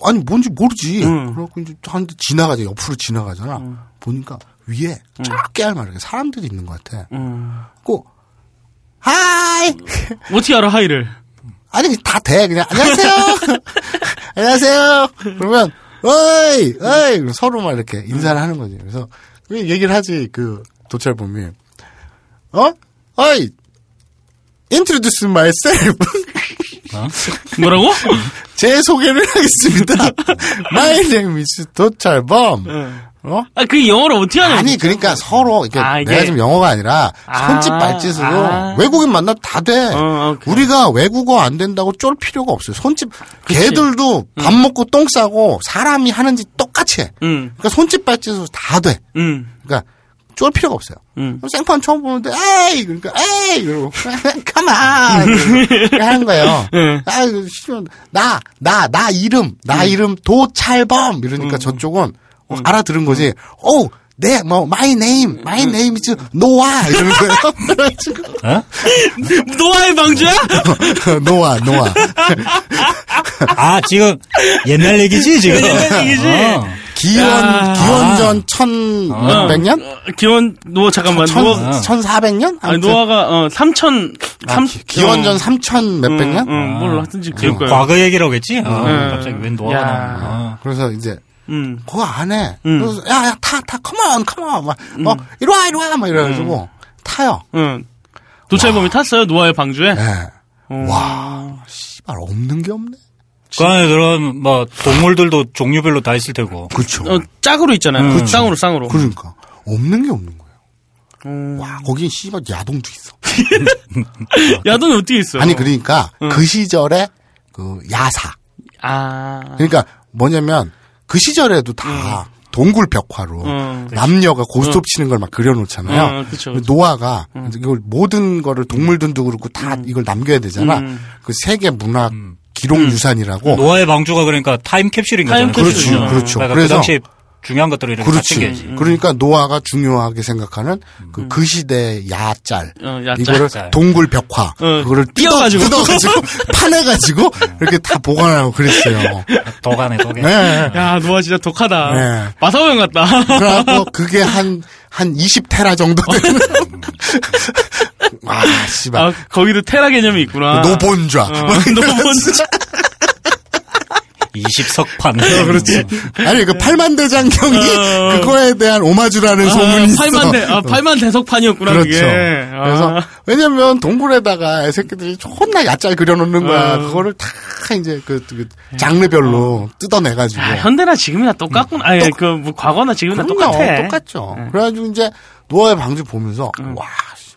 Speaker 3: 아니 뭔지 모르지.
Speaker 5: 뭐- 응.
Speaker 3: 그래갖고 이제 하는데 지나가자 옆으로 지나가잖아. 보니까 위에 쫙 깨알마르게 사람들이 있는 것 같아.
Speaker 5: 응.
Speaker 3: 꼭 하이
Speaker 5: 어떻게 알아, 하이를?
Speaker 3: 아니 다 돼 그냥 안녕하세요 안녕하세요 그러면 어이 어이 그럼 서로 막 이렇게 인사를 하는 거지 그래서 그 얘기를 하지 그 도찰범이 어 어이 introduce myself
Speaker 5: 뭐라고?
Speaker 3: 제 소개를 하겠습니다 my name is 도찰범 어
Speaker 5: 아, 그 영어를 어떻게 하냐고.
Speaker 3: 아니 그러니까 서로 이게
Speaker 5: 아, 이게-
Speaker 3: 내가 지금 영어가 아니라
Speaker 5: 아,
Speaker 3: 손짓 발짓으로
Speaker 5: 아.
Speaker 3: 외국인 만나 다 돼.
Speaker 5: 어, 오케이.
Speaker 3: 우리가 외국어 안 된다고 쫄 필요가 없어요. 손짓 개들도 밥
Speaker 5: 음.
Speaker 3: 먹고 똥 싸고 사람이 하는 짓 똑같이 해.
Speaker 5: 응.
Speaker 3: 그러니까 손짓 발짓으로 다 돼.
Speaker 5: 응.
Speaker 3: 그러니까 쫄 필요가 없어요.
Speaker 5: 응.
Speaker 3: 그럼 생판 처음 보는데 에이 그러니까 에이 이러고 가만 이렇게 하는 거예요.
Speaker 5: 응.
Speaker 3: 아 이거 싫어 나나 나 이름 나
Speaker 5: 음.
Speaker 3: 이름 도찰범 이러니까 저쪽은 어, 알아들은
Speaker 5: 음.
Speaker 3: 거지. 네, 오내뭐 my name my name is 노아 이러는 거예요. 그래가지고
Speaker 2: 어?
Speaker 5: 노아의 방주야?
Speaker 3: 노아 노아
Speaker 2: 아, 지금 옛날 얘기지, 지금?
Speaker 5: 옛날 얘기지?
Speaker 2: 어.
Speaker 3: 기원
Speaker 5: 야.
Speaker 3: 기원전 천 몇백 년?
Speaker 5: 어, 기원, 노아, 잠깐만, 노아.
Speaker 3: 천 천사백 년?
Speaker 5: 아니, 노아가, 어, 삼천, 삼,
Speaker 3: 아,
Speaker 5: 음.
Speaker 3: 기원전 아.
Speaker 5: 어,
Speaker 3: 삼천 몇백
Speaker 5: 응,
Speaker 3: 년?
Speaker 5: 응, 몰라. 하여튼지 기억 거야.
Speaker 2: 과거 얘기라고 했지? 어,
Speaker 5: 음.
Speaker 2: 갑자기 웬 노화가 어.
Speaker 5: 야.
Speaker 2: 나오나.
Speaker 3: 그래서 이제
Speaker 5: 응.
Speaker 3: 그거 안 해.
Speaker 5: 아. 음.
Speaker 3: 그래서 야, 야, 타, 타, 컴온, 컴온. 막, 뭐, 이리 와, 이리 와. 막 이래가지고
Speaker 5: 음.
Speaker 3: 타요.
Speaker 5: 응. 도찰범이 탔어요, 노아의 방주에?
Speaker 3: 예.
Speaker 5: 어.
Speaker 3: 와, 씨발, 없는 게 없네.
Speaker 2: 그 안에 들어온 뭐 동물들도 종류별로 다 있을 테고.
Speaker 3: 그렇죠.
Speaker 5: 어, 짝으로 있잖아요. 쌍으로, 쌍으로.
Speaker 3: 그러니까. 없는 게 없는 거예요.
Speaker 5: 음.
Speaker 3: 와, 거긴 씨발 야동도 있어.
Speaker 5: 야동이 어떻게 있어요?
Speaker 3: 아니, 그러니까
Speaker 5: 음.
Speaker 3: 그 시절에 그 야사.
Speaker 5: 아.
Speaker 3: 그러니까 뭐냐면 그 시절에도 다 동굴 벽화로
Speaker 5: 음.
Speaker 3: 남녀가 고스톱 치는 걸 막 그려놓잖아요.
Speaker 5: 음, 그쵸, 음.
Speaker 3: 근데
Speaker 5: 그쵸.
Speaker 3: 노아가 이걸 모든 거를 동물들도 그렇고 다 이걸 남겨야 되잖아.
Speaker 5: 음.
Speaker 3: 그 세계 문화 기록 유산이라고.
Speaker 2: 노화의 방주가 그러니까 타임캡슐인 거잖아요.
Speaker 5: 타임캡슐이죠.
Speaker 2: 그렇죠.
Speaker 3: 그렇죠.
Speaker 2: 그러니까 그
Speaker 3: 그래서-
Speaker 2: 당시 중요한 것들을 이렇게 다
Speaker 3: 그렇지.
Speaker 5: 음.
Speaker 2: 챙겨야지.
Speaker 3: 그러니까 노아가 중요하게 생각하는 그, 그 시대의 야짤.
Speaker 5: 어, 야짤. 어,
Speaker 3: 이거를
Speaker 2: 짤.
Speaker 3: 동굴 벽화. 그거를
Speaker 5: 띄워가지고.
Speaker 3: 뜯어가지고 파내가지고 이렇게 다 보관하고 그랬어요.
Speaker 2: 도가네, 도게.
Speaker 3: 네.
Speaker 5: 야, 노아 진짜 독하다.
Speaker 3: 네. 그렇죠.
Speaker 5: 마사오 형 같다.
Speaker 3: 그래갖고 그게 한, 한 20테라 정도 되는. 아, 씨발.
Speaker 5: 아, 거기도 테라 개념이 있구나.
Speaker 3: 노본좌.
Speaker 5: 어,
Speaker 3: 뭐 이런
Speaker 5: 노본좌.
Speaker 2: 20석판.
Speaker 3: 어, 그렇지. 아니, 그 팔만대장경이
Speaker 5: 어.
Speaker 3: 그거에 대한 오마주라는 소문이 있어.
Speaker 5: 아, 팔만 대, 아, 팔만 대석판이었구나,
Speaker 3: 그렇죠.
Speaker 5: 그게. 아.
Speaker 3: 그래서 왜냐면 동굴에다가 애 새끼들이 존나 야짤 그려놓는 거야.
Speaker 5: 어.
Speaker 3: 그거를 다 이제 그, 그 장르별로 뜯어내가지고.
Speaker 5: 아, 현대나 지금이나 똑같구나. 아니, 그, 뭐, 과거나 지금이나
Speaker 3: 음, 그럼요.
Speaker 5: 똑같아.
Speaker 3: 어,
Speaker 5: 네.
Speaker 3: 똑같죠. 그래가지고 이제 노아의 방주 보면서
Speaker 5: 음.
Speaker 3: 와, 씨,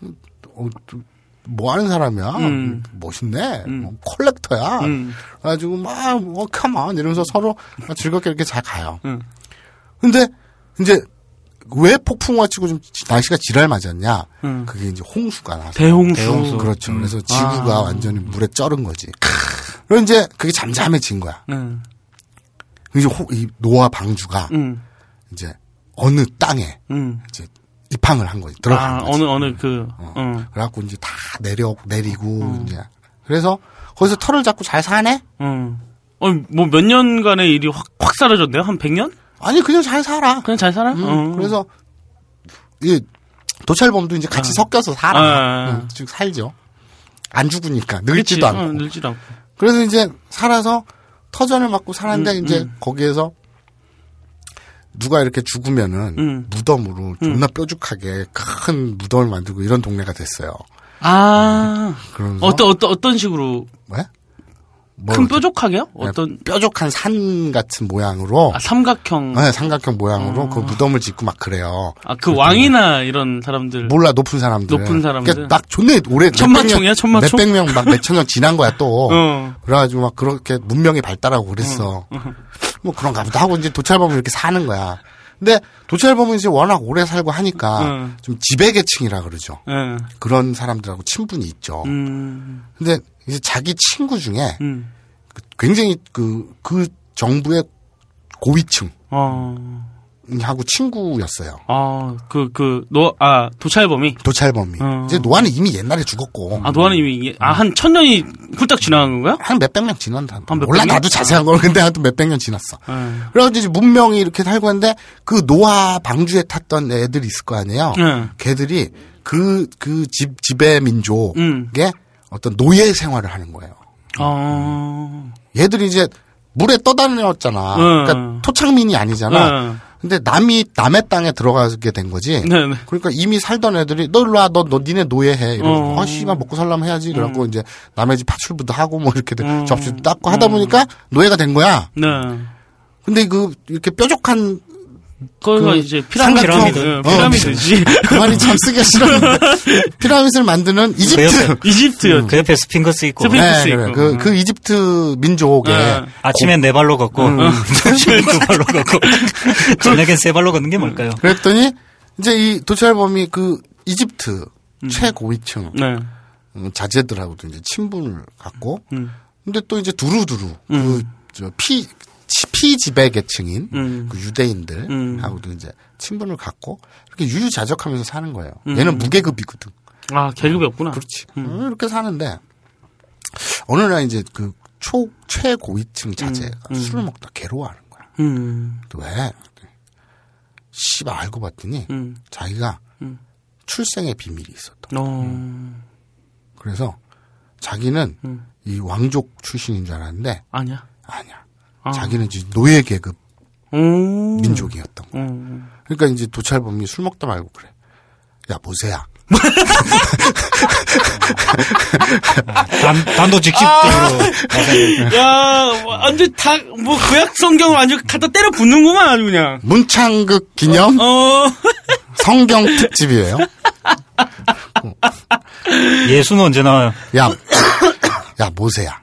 Speaker 3: 어, 또뭐 하는 사람이야?
Speaker 5: 음.
Speaker 3: 멋있네. 뭐 컬렉터야.
Speaker 5: 음.
Speaker 3: 그래가지고 막, 어, 컴온 이러면서 서로 막 즐겁게 이렇게 잘 가요.
Speaker 5: 음.
Speaker 3: 근데 이제 왜 폭풍우가 치고 좀 지- 날씨가 지랄 맞았냐? 그게 이제 홍수가 나서.
Speaker 5: 음. 대홍수. 음. 아.
Speaker 2: 대홍수.
Speaker 3: 그렇죠. 그래서 지구가 완전히 물에 쩔은 거지. 그럼 이제 그게 잠잠해진 거야.
Speaker 5: 응, 음.
Speaker 3: 그래서 이제 호- 이 노아 방주가
Speaker 5: 응.
Speaker 3: 이제 어느 땅에
Speaker 5: 음.
Speaker 3: 이제 입항을 한 거지. 들어간
Speaker 5: 아,
Speaker 3: 거지.
Speaker 5: 어느, 어느 그, 응,
Speaker 3: 그래갖고 이제 다 내려 내리고 이제 그래서 거기서 털을 잡고 잘 사네?
Speaker 5: 응. 어, 뭐 몇 년간의 일이 확, 확 사라졌네요? 한 100년?
Speaker 3: 아니 그냥 잘 살아.
Speaker 5: 그냥 잘 살아?
Speaker 3: 음,
Speaker 5: 어.
Speaker 3: 그래서 이 도찰범도 이제 같이 섞여서 살아.
Speaker 5: 아, 아, 아.
Speaker 3: 음, 즉 살죠. 안 죽으니까
Speaker 5: 그치,
Speaker 3: 늙지도 않고.
Speaker 5: 어, 늙지도 않고.
Speaker 3: 그래서 이제 살아서 터전을 맞고 살았는데
Speaker 5: 음,
Speaker 3: 이제
Speaker 5: 음.
Speaker 3: 거기에서 누가 이렇게 죽으면은
Speaker 5: 음.
Speaker 3: 무덤으로 존나 뾰족하게 큰 무덤을 만들고 이런 동네가 됐어요.
Speaker 5: 아,
Speaker 3: 그러면서
Speaker 5: 어떤, 어떤, 어떤 식으로?
Speaker 3: 왜? 뭘뭐 이렇게
Speaker 5: 큰
Speaker 3: 네,
Speaker 5: 뾰족하게요? 어떤,
Speaker 3: 뾰족한 산 같은 모양으로
Speaker 5: 아, 삼각형.
Speaker 3: 네, 삼각형 모양으로 그 무덤을 짓고 막 그래요.
Speaker 5: 아, 그 왕이나 이런 사람들.
Speaker 3: 몰라 높은 사람들
Speaker 5: 높은 사람들.
Speaker 3: 그러니까 막 존나 오래
Speaker 5: 천만총이야, 천만총?
Speaker 3: 몇백 명 막 몇천 년 지난 거야 또
Speaker 5: 어.
Speaker 3: 그래가지고 막 그렇게 문명이 발달하고 그랬어 뭐 그런가 보다 하고 이제 도찰범은 이렇게 사는 거야 근데 도찰범은 이제 워낙 오래 살고 하니까
Speaker 5: 음.
Speaker 3: 좀 지배계층이라 그러죠
Speaker 5: 예.
Speaker 3: 그런 사람들하고 친분이 있죠
Speaker 5: 음,
Speaker 3: 근데 이제 자기 친구 중에
Speaker 5: 음,
Speaker 3: 굉장히 그, 그 정부의 고위층
Speaker 5: 어,
Speaker 3: 하고 친구였어요
Speaker 5: 아, 그, 그, 노, 아, 도찰범이.
Speaker 3: 도찰범이
Speaker 5: 어.
Speaker 3: 이제 노아는 이미 옛날에 죽었고
Speaker 5: 아, 노아는 이미, 이게- 아, 한 천 년이 훌쩍 지나간 건가요?
Speaker 3: 한 몇백 명 지난다.
Speaker 5: 한 몇백
Speaker 3: 몰라
Speaker 5: 명?
Speaker 3: 나도 자세한 걸 근데 하여튼 몇백 년 지났어.
Speaker 5: 예.
Speaker 3: 그래가지고 이제 문명이 이렇게 살고 있는데 그 노아 방주에 탔던 애들이 있을 거 아니에요.
Speaker 5: 예.
Speaker 3: 걔들이 그 그 집 지배 민족의
Speaker 5: 음.
Speaker 3: 어떤 노예 생활을 하는 거예요.
Speaker 5: 어,
Speaker 3: 얘들이 이제 물에 떠다녔잖아. 그러니까
Speaker 5: 음.
Speaker 3: 토착민이 아니잖아.
Speaker 5: 음.
Speaker 3: 근데 남이 남의 땅에 들어가게 된 거지.
Speaker 5: 네네.
Speaker 3: 그러니까 이미 살던 애들이 너 일로 와, 너, 너 니네 노예해. 이러고
Speaker 5: 어.
Speaker 3: 아, 씨발 먹고 살라면 해야지. 이러고 이제 남의 집 파출부도 하고 뭐 이렇게 접시도 닦고 하다 보니까 노예가 된 거야.
Speaker 5: 네.
Speaker 3: 근데 그 이렇게 뾰족한
Speaker 5: 거기가
Speaker 3: 그
Speaker 5: 이제 피라미드.
Speaker 3: 삼각형.
Speaker 5: 예,
Speaker 3: 어,
Speaker 5: 피라미드지.
Speaker 3: 그 말이 참 쓰기가 싫었는데 피라밋을 만드는 이집트.
Speaker 2: 옆에
Speaker 5: 이집트였죠.
Speaker 3: 음.
Speaker 2: 그 옆에 스핑크스 있고
Speaker 5: 스핑-
Speaker 3: 네,
Speaker 5: 수 있고.
Speaker 3: 그래. 그, 그 이집트 민족의
Speaker 5: 네.
Speaker 2: 아침엔 네 발로 걷고 점심엔 두 발로 걷고 저녁엔 세 발로 걷는 게 뭘까요?
Speaker 3: 그랬더니 이제 이 도찰범이 그 이집트 최고위층
Speaker 5: 네.
Speaker 3: 음, 자제들하고도 이제 친분을 갖고
Speaker 5: 음.
Speaker 3: 근데 또 이제 두루두루 그 그저피 피지배 계층인
Speaker 5: 음.
Speaker 3: 그 유대인들하고도 이제 친분을 갖고 이렇게 유유자적하면서 사는 거예요.
Speaker 5: 음.
Speaker 3: 얘는 무계급이거든.
Speaker 5: 아, 계급이 없구나.
Speaker 3: 그렇지.
Speaker 5: 음.
Speaker 3: 어, 이렇게 사는데 어느 날 이제 그 초 최고위층 자제가 술을 먹다 괴로워하는 거야.
Speaker 5: 음.
Speaker 3: 또 왜? 씨발 알고 봤더니
Speaker 5: 음.
Speaker 3: 자기가
Speaker 5: 음.
Speaker 3: 출생의 비밀이 있었던. 거야.
Speaker 5: 어.
Speaker 3: 그래서 자기는
Speaker 5: 음.
Speaker 3: 이 왕족 출신인 줄 알았는데
Speaker 5: 아니야.
Speaker 3: 아니야.
Speaker 5: 아.
Speaker 3: 자기는 이제 노예 계급
Speaker 5: 오.
Speaker 3: 민족이었던 거.
Speaker 5: 음.
Speaker 3: 그러니까 이제 도찰범이 술 먹다 말고 그래. 야 보세야.
Speaker 2: 단, 단도 직집적으로 가세요.
Speaker 5: 야, 완전 다, 뭐, 구약 성경을 완전 갖다 때려 붓는구만, 아주 그냥.
Speaker 3: 문창극 기념
Speaker 5: 어.
Speaker 3: 성경 특집이에요.
Speaker 2: 예수는 언제 나와요?
Speaker 3: 야, 야 보세야.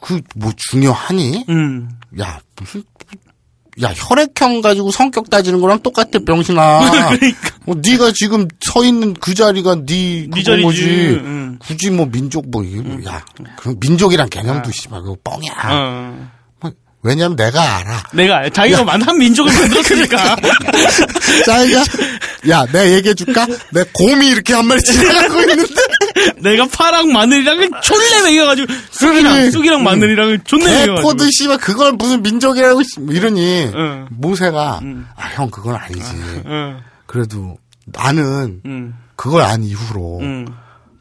Speaker 3: 그 뭐 중요하니?
Speaker 5: 음.
Speaker 3: 야 무슨 야 혈액형 가지고 성격 따지는 거랑 똑같아 병신아. 어, 네가 지금 서 있는 그 자리가 네
Speaker 5: 그러니까.
Speaker 3: 그거
Speaker 5: 네 자리지. 음.
Speaker 3: 뭐지.
Speaker 5: 응.
Speaker 3: 굳이 뭐 민족 뭐 이거 야 그럼 민족이란 개념도 씨발 그거 뻥이야.
Speaker 5: 아.
Speaker 3: 뭐,
Speaker 5: 어.
Speaker 3: 왜냐면 내가 알아.
Speaker 5: 내가, 알- 자기가 만한 민족을 만들었으니까. 그러니까.
Speaker 3: 자기가 야 내가 얘기해 줄까? 내 곰이 이렇게 한 마리 지나가고 있는데
Speaker 5: 내가 파랑 마늘이랑 존내 먹여가지고, 쑥이랑, 쑥이랑 마늘이랑 존내 먹여가지고.
Speaker 3: 개코드 씨발 그걸 무슨 민족이라고 씨- 뭐 이러니
Speaker 5: 응.
Speaker 3: 모세가 아 형 그건 아니지.
Speaker 5: 응.
Speaker 3: 그래도 나는
Speaker 5: 응.
Speaker 3: 그걸 안 이후로
Speaker 5: 응.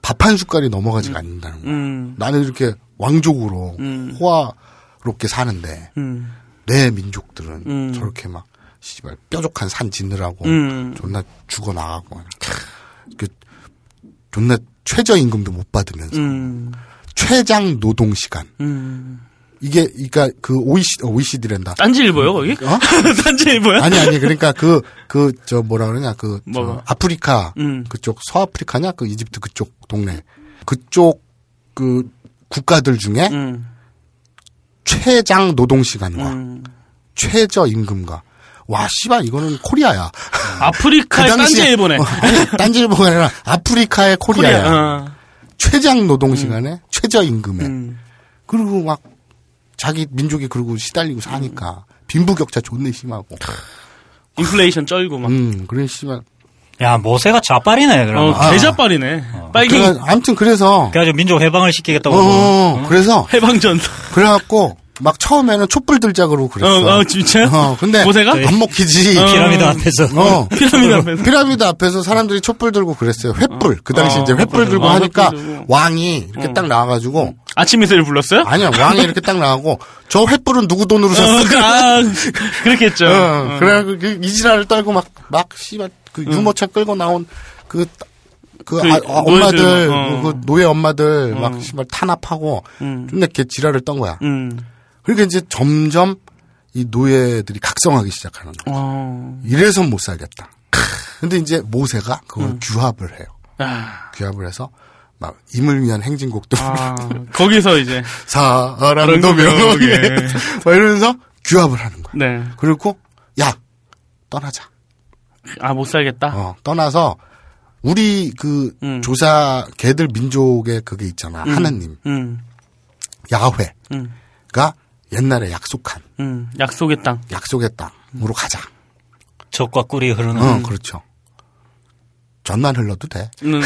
Speaker 3: 밥 한 숟갈이 넘어가지가 않는다는 거야.
Speaker 5: 응.
Speaker 3: 나는 이렇게 왕족으로 호화롭게 사는데
Speaker 5: 응.
Speaker 3: 내 민족들은
Speaker 5: 음.
Speaker 3: 저렇게 막 씨발 뾰족한 산 지느라고
Speaker 5: 음.
Speaker 3: 존나 죽어 나가고 그 존나 최저 임금도 못 받으면서
Speaker 5: 응.
Speaker 3: 최장 노동 시간
Speaker 5: 음. 이
Speaker 3: 이게 그러니까 그 OECD OECD랜다.
Speaker 5: 지 일보요, 거기?
Speaker 3: 어?
Speaker 5: 딴지 일보야?
Speaker 3: 아니 아니 그러니까 그 그 저 뭐라 그러냐 그 저
Speaker 5: 뭐가?
Speaker 3: 아프리카
Speaker 5: 음.
Speaker 3: 그쪽 서아프리카냐 그 이집트 그쪽 동네 그쪽 그 국가들 중에
Speaker 5: 응.
Speaker 3: 최장 노동 시간과
Speaker 5: 음.
Speaker 3: 최저 임금과 와 씨발 이거는 코리아야.
Speaker 5: 아프리카의 딴지 일보네.
Speaker 3: 어, 아니, 딴지 일보가 아니라 아프리카의 코리아야.
Speaker 5: 어.
Speaker 3: 최장 노동 시간에 최저 임금에
Speaker 5: 음.
Speaker 3: 그리고 막 자기 민족이 그러고 시달리고 사니까 빈부격차 존내 심하고
Speaker 5: 인플레이션 쩔고 막.
Speaker 3: 음, 그래, 씨발.
Speaker 2: 야, 모세가 자빨이네, 그러면.
Speaker 5: 어, 개자빨이네. 빨갱이
Speaker 3: 그래, 아무튼 그래서,
Speaker 2: 그래가지고 민족 해방을 시키겠다고.
Speaker 3: 어,
Speaker 2: 그러고.
Speaker 3: 어, 그래서,
Speaker 5: 해방전사.
Speaker 3: 그래갖고, 막 처음에는 촛불 들자 그러고
Speaker 5: 어,
Speaker 3: 그랬어.
Speaker 5: 어, 진짜?
Speaker 3: 어, 근데
Speaker 5: 모세가?
Speaker 3: 안 먹히지.
Speaker 2: 피라미드 앞에서.
Speaker 3: 어.
Speaker 5: 피라미드 앞에서.
Speaker 3: 피라미드 앞에서 사람들이 촛불 들고 그랬어요. 횃불. 그 당시
Speaker 5: 어,
Speaker 3: 이제
Speaker 5: 횃불
Speaker 3: 횃불
Speaker 5: 들고.
Speaker 3: 들고
Speaker 5: 아,
Speaker 3: 하니까
Speaker 5: 횃불 들고. 어.
Speaker 3: 왕이 이렇게 딱 나와가지고
Speaker 5: 아침 이슬 불렀어요?
Speaker 3: 아니야 왕이 이렇게 딱 나가고 저 횃불은 누구 돈으로 샀어?
Speaker 5: 어, 그, 아, 그렇겠죠.
Speaker 3: 어,
Speaker 5: 어.
Speaker 3: 그래 그 이지랄을 떨고 막 막 씨발 그 유모차 끌고 나온 그 그 아,
Speaker 5: 그
Speaker 3: 엄마들
Speaker 5: 노예들, 어.
Speaker 3: 그 노예 엄마들 막 씨발 탄압하고 좀 이렇게 지랄을 떤 거야.
Speaker 5: 음.
Speaker 3: 그러니까 이제 점점 이 노예들이 각성하기 시작하는 거야.
Speaker 5: 어.
Speaker 3: 이래서 못 살겠다. 근데 이제 모세가 그걸 규합을 해요.
Speaker 5: 아,
Speaker 3: 규합을 해서 막 임을 위한 행진곡도
Speaker 5: 아, 거기서 이제
Speaker 3: 사랑도
Speaker 5: 사랑도
Speaker 3: 명예
Speaker 5: 명예.
Speaker 3: 막 이러면서 규합을 하는 거야.
Speaker 5: 네.
Speaker 3: 그리고 야 떠나자.
Speaker 5: 아, 못 살겠다.
Speaker 3: 어, 떠나서 우리 그
Speaker 5: 음.
Speaker 3: 조사 개들 민족의 그게 있잖아 하나님
Speaker 5: 음.
Speaker 3: 야훼가
Speaker 5: 음.
Speaker 3: 옛날에 약속한
Speaker 5: 음. 약속의 땅.
Speaker 3: 약속의 땅으로 가자.
Speaker 2: 적과 꿀이 흐르는.
Speaker 3: 어 그렇죠. 전만 흘러도 돼.
Speaker 5: 음.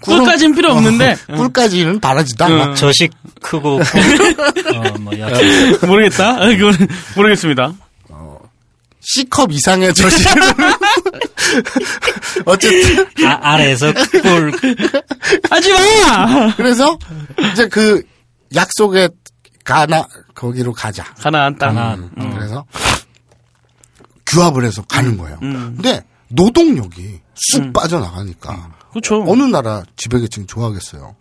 Speaker 5: 꿀까진 필요 없는데. 음.
Speaker 3: 어, 꿀까지는 바라지도 않아.
Speaker 2: 저식 크고, 꿀. 어, 뭐, 야채.
Speaker 5: 모르겠다. 아, 그건 모르겠습니다.
Speaker 3: C컵 이상의 저식을 어쨌든
Speaker 2: 아, 아래에서 꿀.
Speaker 5: 하지 마!
Speaker 3: 그래서 이제 그 약속의 가나 거기로 가자.
Speaker 5: 가나안 땅.
Speaker 2: 가나안.
Speaker 3: 음, 그래서 규합을 해서 가는 거예요. 근데 노동력이 쑥 빠져나가니까
Speaker 5: 그쵸.
Speaker 3: 어느 나라 지배계층 좋아하겠어요.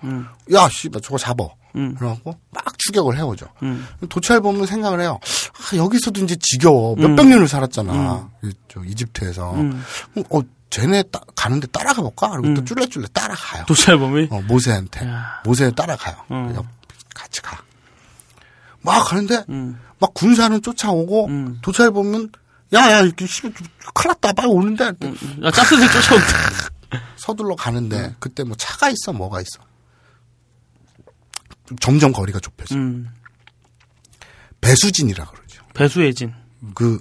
Speaker 3: 야 씨발 저거 잡어. 그래갖고 막 추격을 해오죠. 도찰범은 생각을 해요. 아, 여기서도 이제 지겨워. 몇백 년을 살았잖아. 이- 저 이집트에서. 그럼 어 쟤네 따- 가는데 따라가 볼까? 그리고 또 쫄래쫄래 따라가요.
Speaker 5: 도찰범이.
Speaker 3: 어, 모세한테. 모세 따라가요.
Speaker 5: 음.
Speaker 3: 옆- 같이 가. 막 가는데,
Speaker 5: 음.
Speaker 3: 막 군사는 쫓아오고, 도찰보면, 야, 야, 이렇게, 씨, 큰일 났다. 빨리 오는데.
Speaker 5: 야, 짜스들 아, 쫓아온다.
Speaker 3: 서둘러 가는데,
Speaker 5: 음.
Speaker 3: 그때 뭐 차가 있어, 뭐가 있어. 점점 거리가 좁혀져.
Speaker 5: 음.
Speaker 3: 배수진이라 그러죠.
Speaker 5: 배수의 진.
Speaker 3: 그,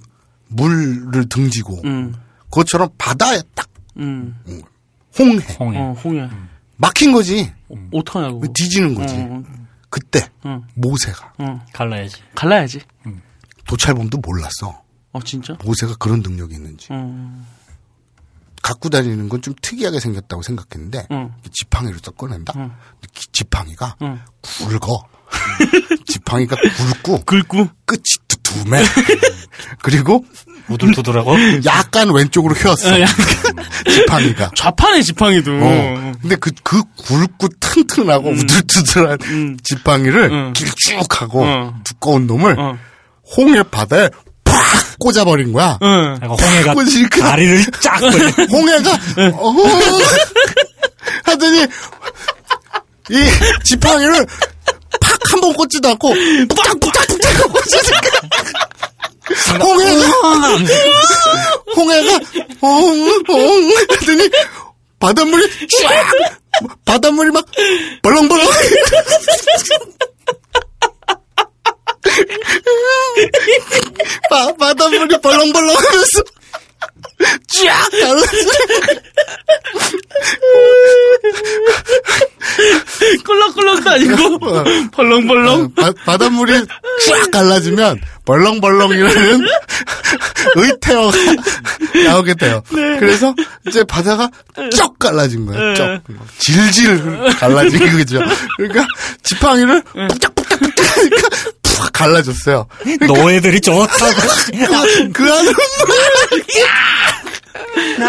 Speaker 3: 물을 등지고,
Speaker 5: 음.
Speaker 3: 그것처럼 바다에 딱,
Speaker 5: 음.
Speaker 3: 홍해.
Speaker 2: 홍해.
Speaker 5: 어, 홍야.
Speaker 3: 음, 막힌 거지.
Speaker 5: 어떡하냐고.
Speaker 3: 음, 그 뒤지는 거지.
Speaker 5: 어,
Speaker 3: 그때,
Speaker 5: 음.
Speaker 3: 모세가.
Speaker 2: 갈라야지.
Speaker 5: 갈라야지.
Speaker 3: 도찰범도 몰랐어.
Speaker 5: 어, 진짜?
Speaker 3: 모세가 그런 능력이 있는지.
Speaker 5: 음.
Speaker 3: 갖고 다니는 건 좀 특이하게 생겼다고 생각했는데
Speaker 5: 응.
Speaker 3: 지팡이로 딱 꺼낸다. 근데 기- 지팡이가
Speaker 5: 응.
Speaker 3: 굵어. 지팡이가 굵고
Speaker 5: 긁고.
Speaker 3: 끝이 두툼해. 그리고
Speaker 2: 우둘두둘하고.
Speaker 3: 약간 왼쪽으로 휘었어. 음. 지팡이가.
Speaker 5: 좌판의 지팡이도.
Speaker 3: 어. 근데 그, 그 굵고 튼튼하고 우들투들한 지팡이를
Speaker 5: 응.
Speaker 3: 길쭉하고
Speaker 5: 응.
Speaker 3: 두꺼운 놈을
Speaker 5: 어.
Speaker 3: 홍해 바다에 팍 꽂아버린 거야.
Speaker 5: 응.
Speaker 2: 그러니까 홍해가
Speaker 3: 꽂으니까
Speaker 2: 다리를 쫙 벌려.
Speaker 3: 홍해가 어 하더니 이 지팡이를 팍 한 번 꽂지도 않고 푹짝푹짝푹짝 꽂으니까 홍해가 홍해가 엉엉 하더니 바닷물이 쫙 바닷물이 막 벌렁벌렁 바, 바닷물이 벌렁벌렁 하면서 쫙 가면서
Speaker 5: 꿀렁꿀렁도 아니고.
Speaker 3: 어.
Speaker 5: 벌렁벌렁.
Speaker 3: 바, 바닷물이 쫙 갈라지면 벌렁벌렁이라는 의태어가 나오게 돼요. 그래서 이제 바다가 쩍 갈라진 거예요. 쩍 질질 갈라진 거죠. 그러니까 지팡이를 푹짝푹짝푹짝 하니까 푹 갈라졌어요.
Speaker 2: 노예들이 좋다고.
Speaker 3: 그, 그뭐 안으로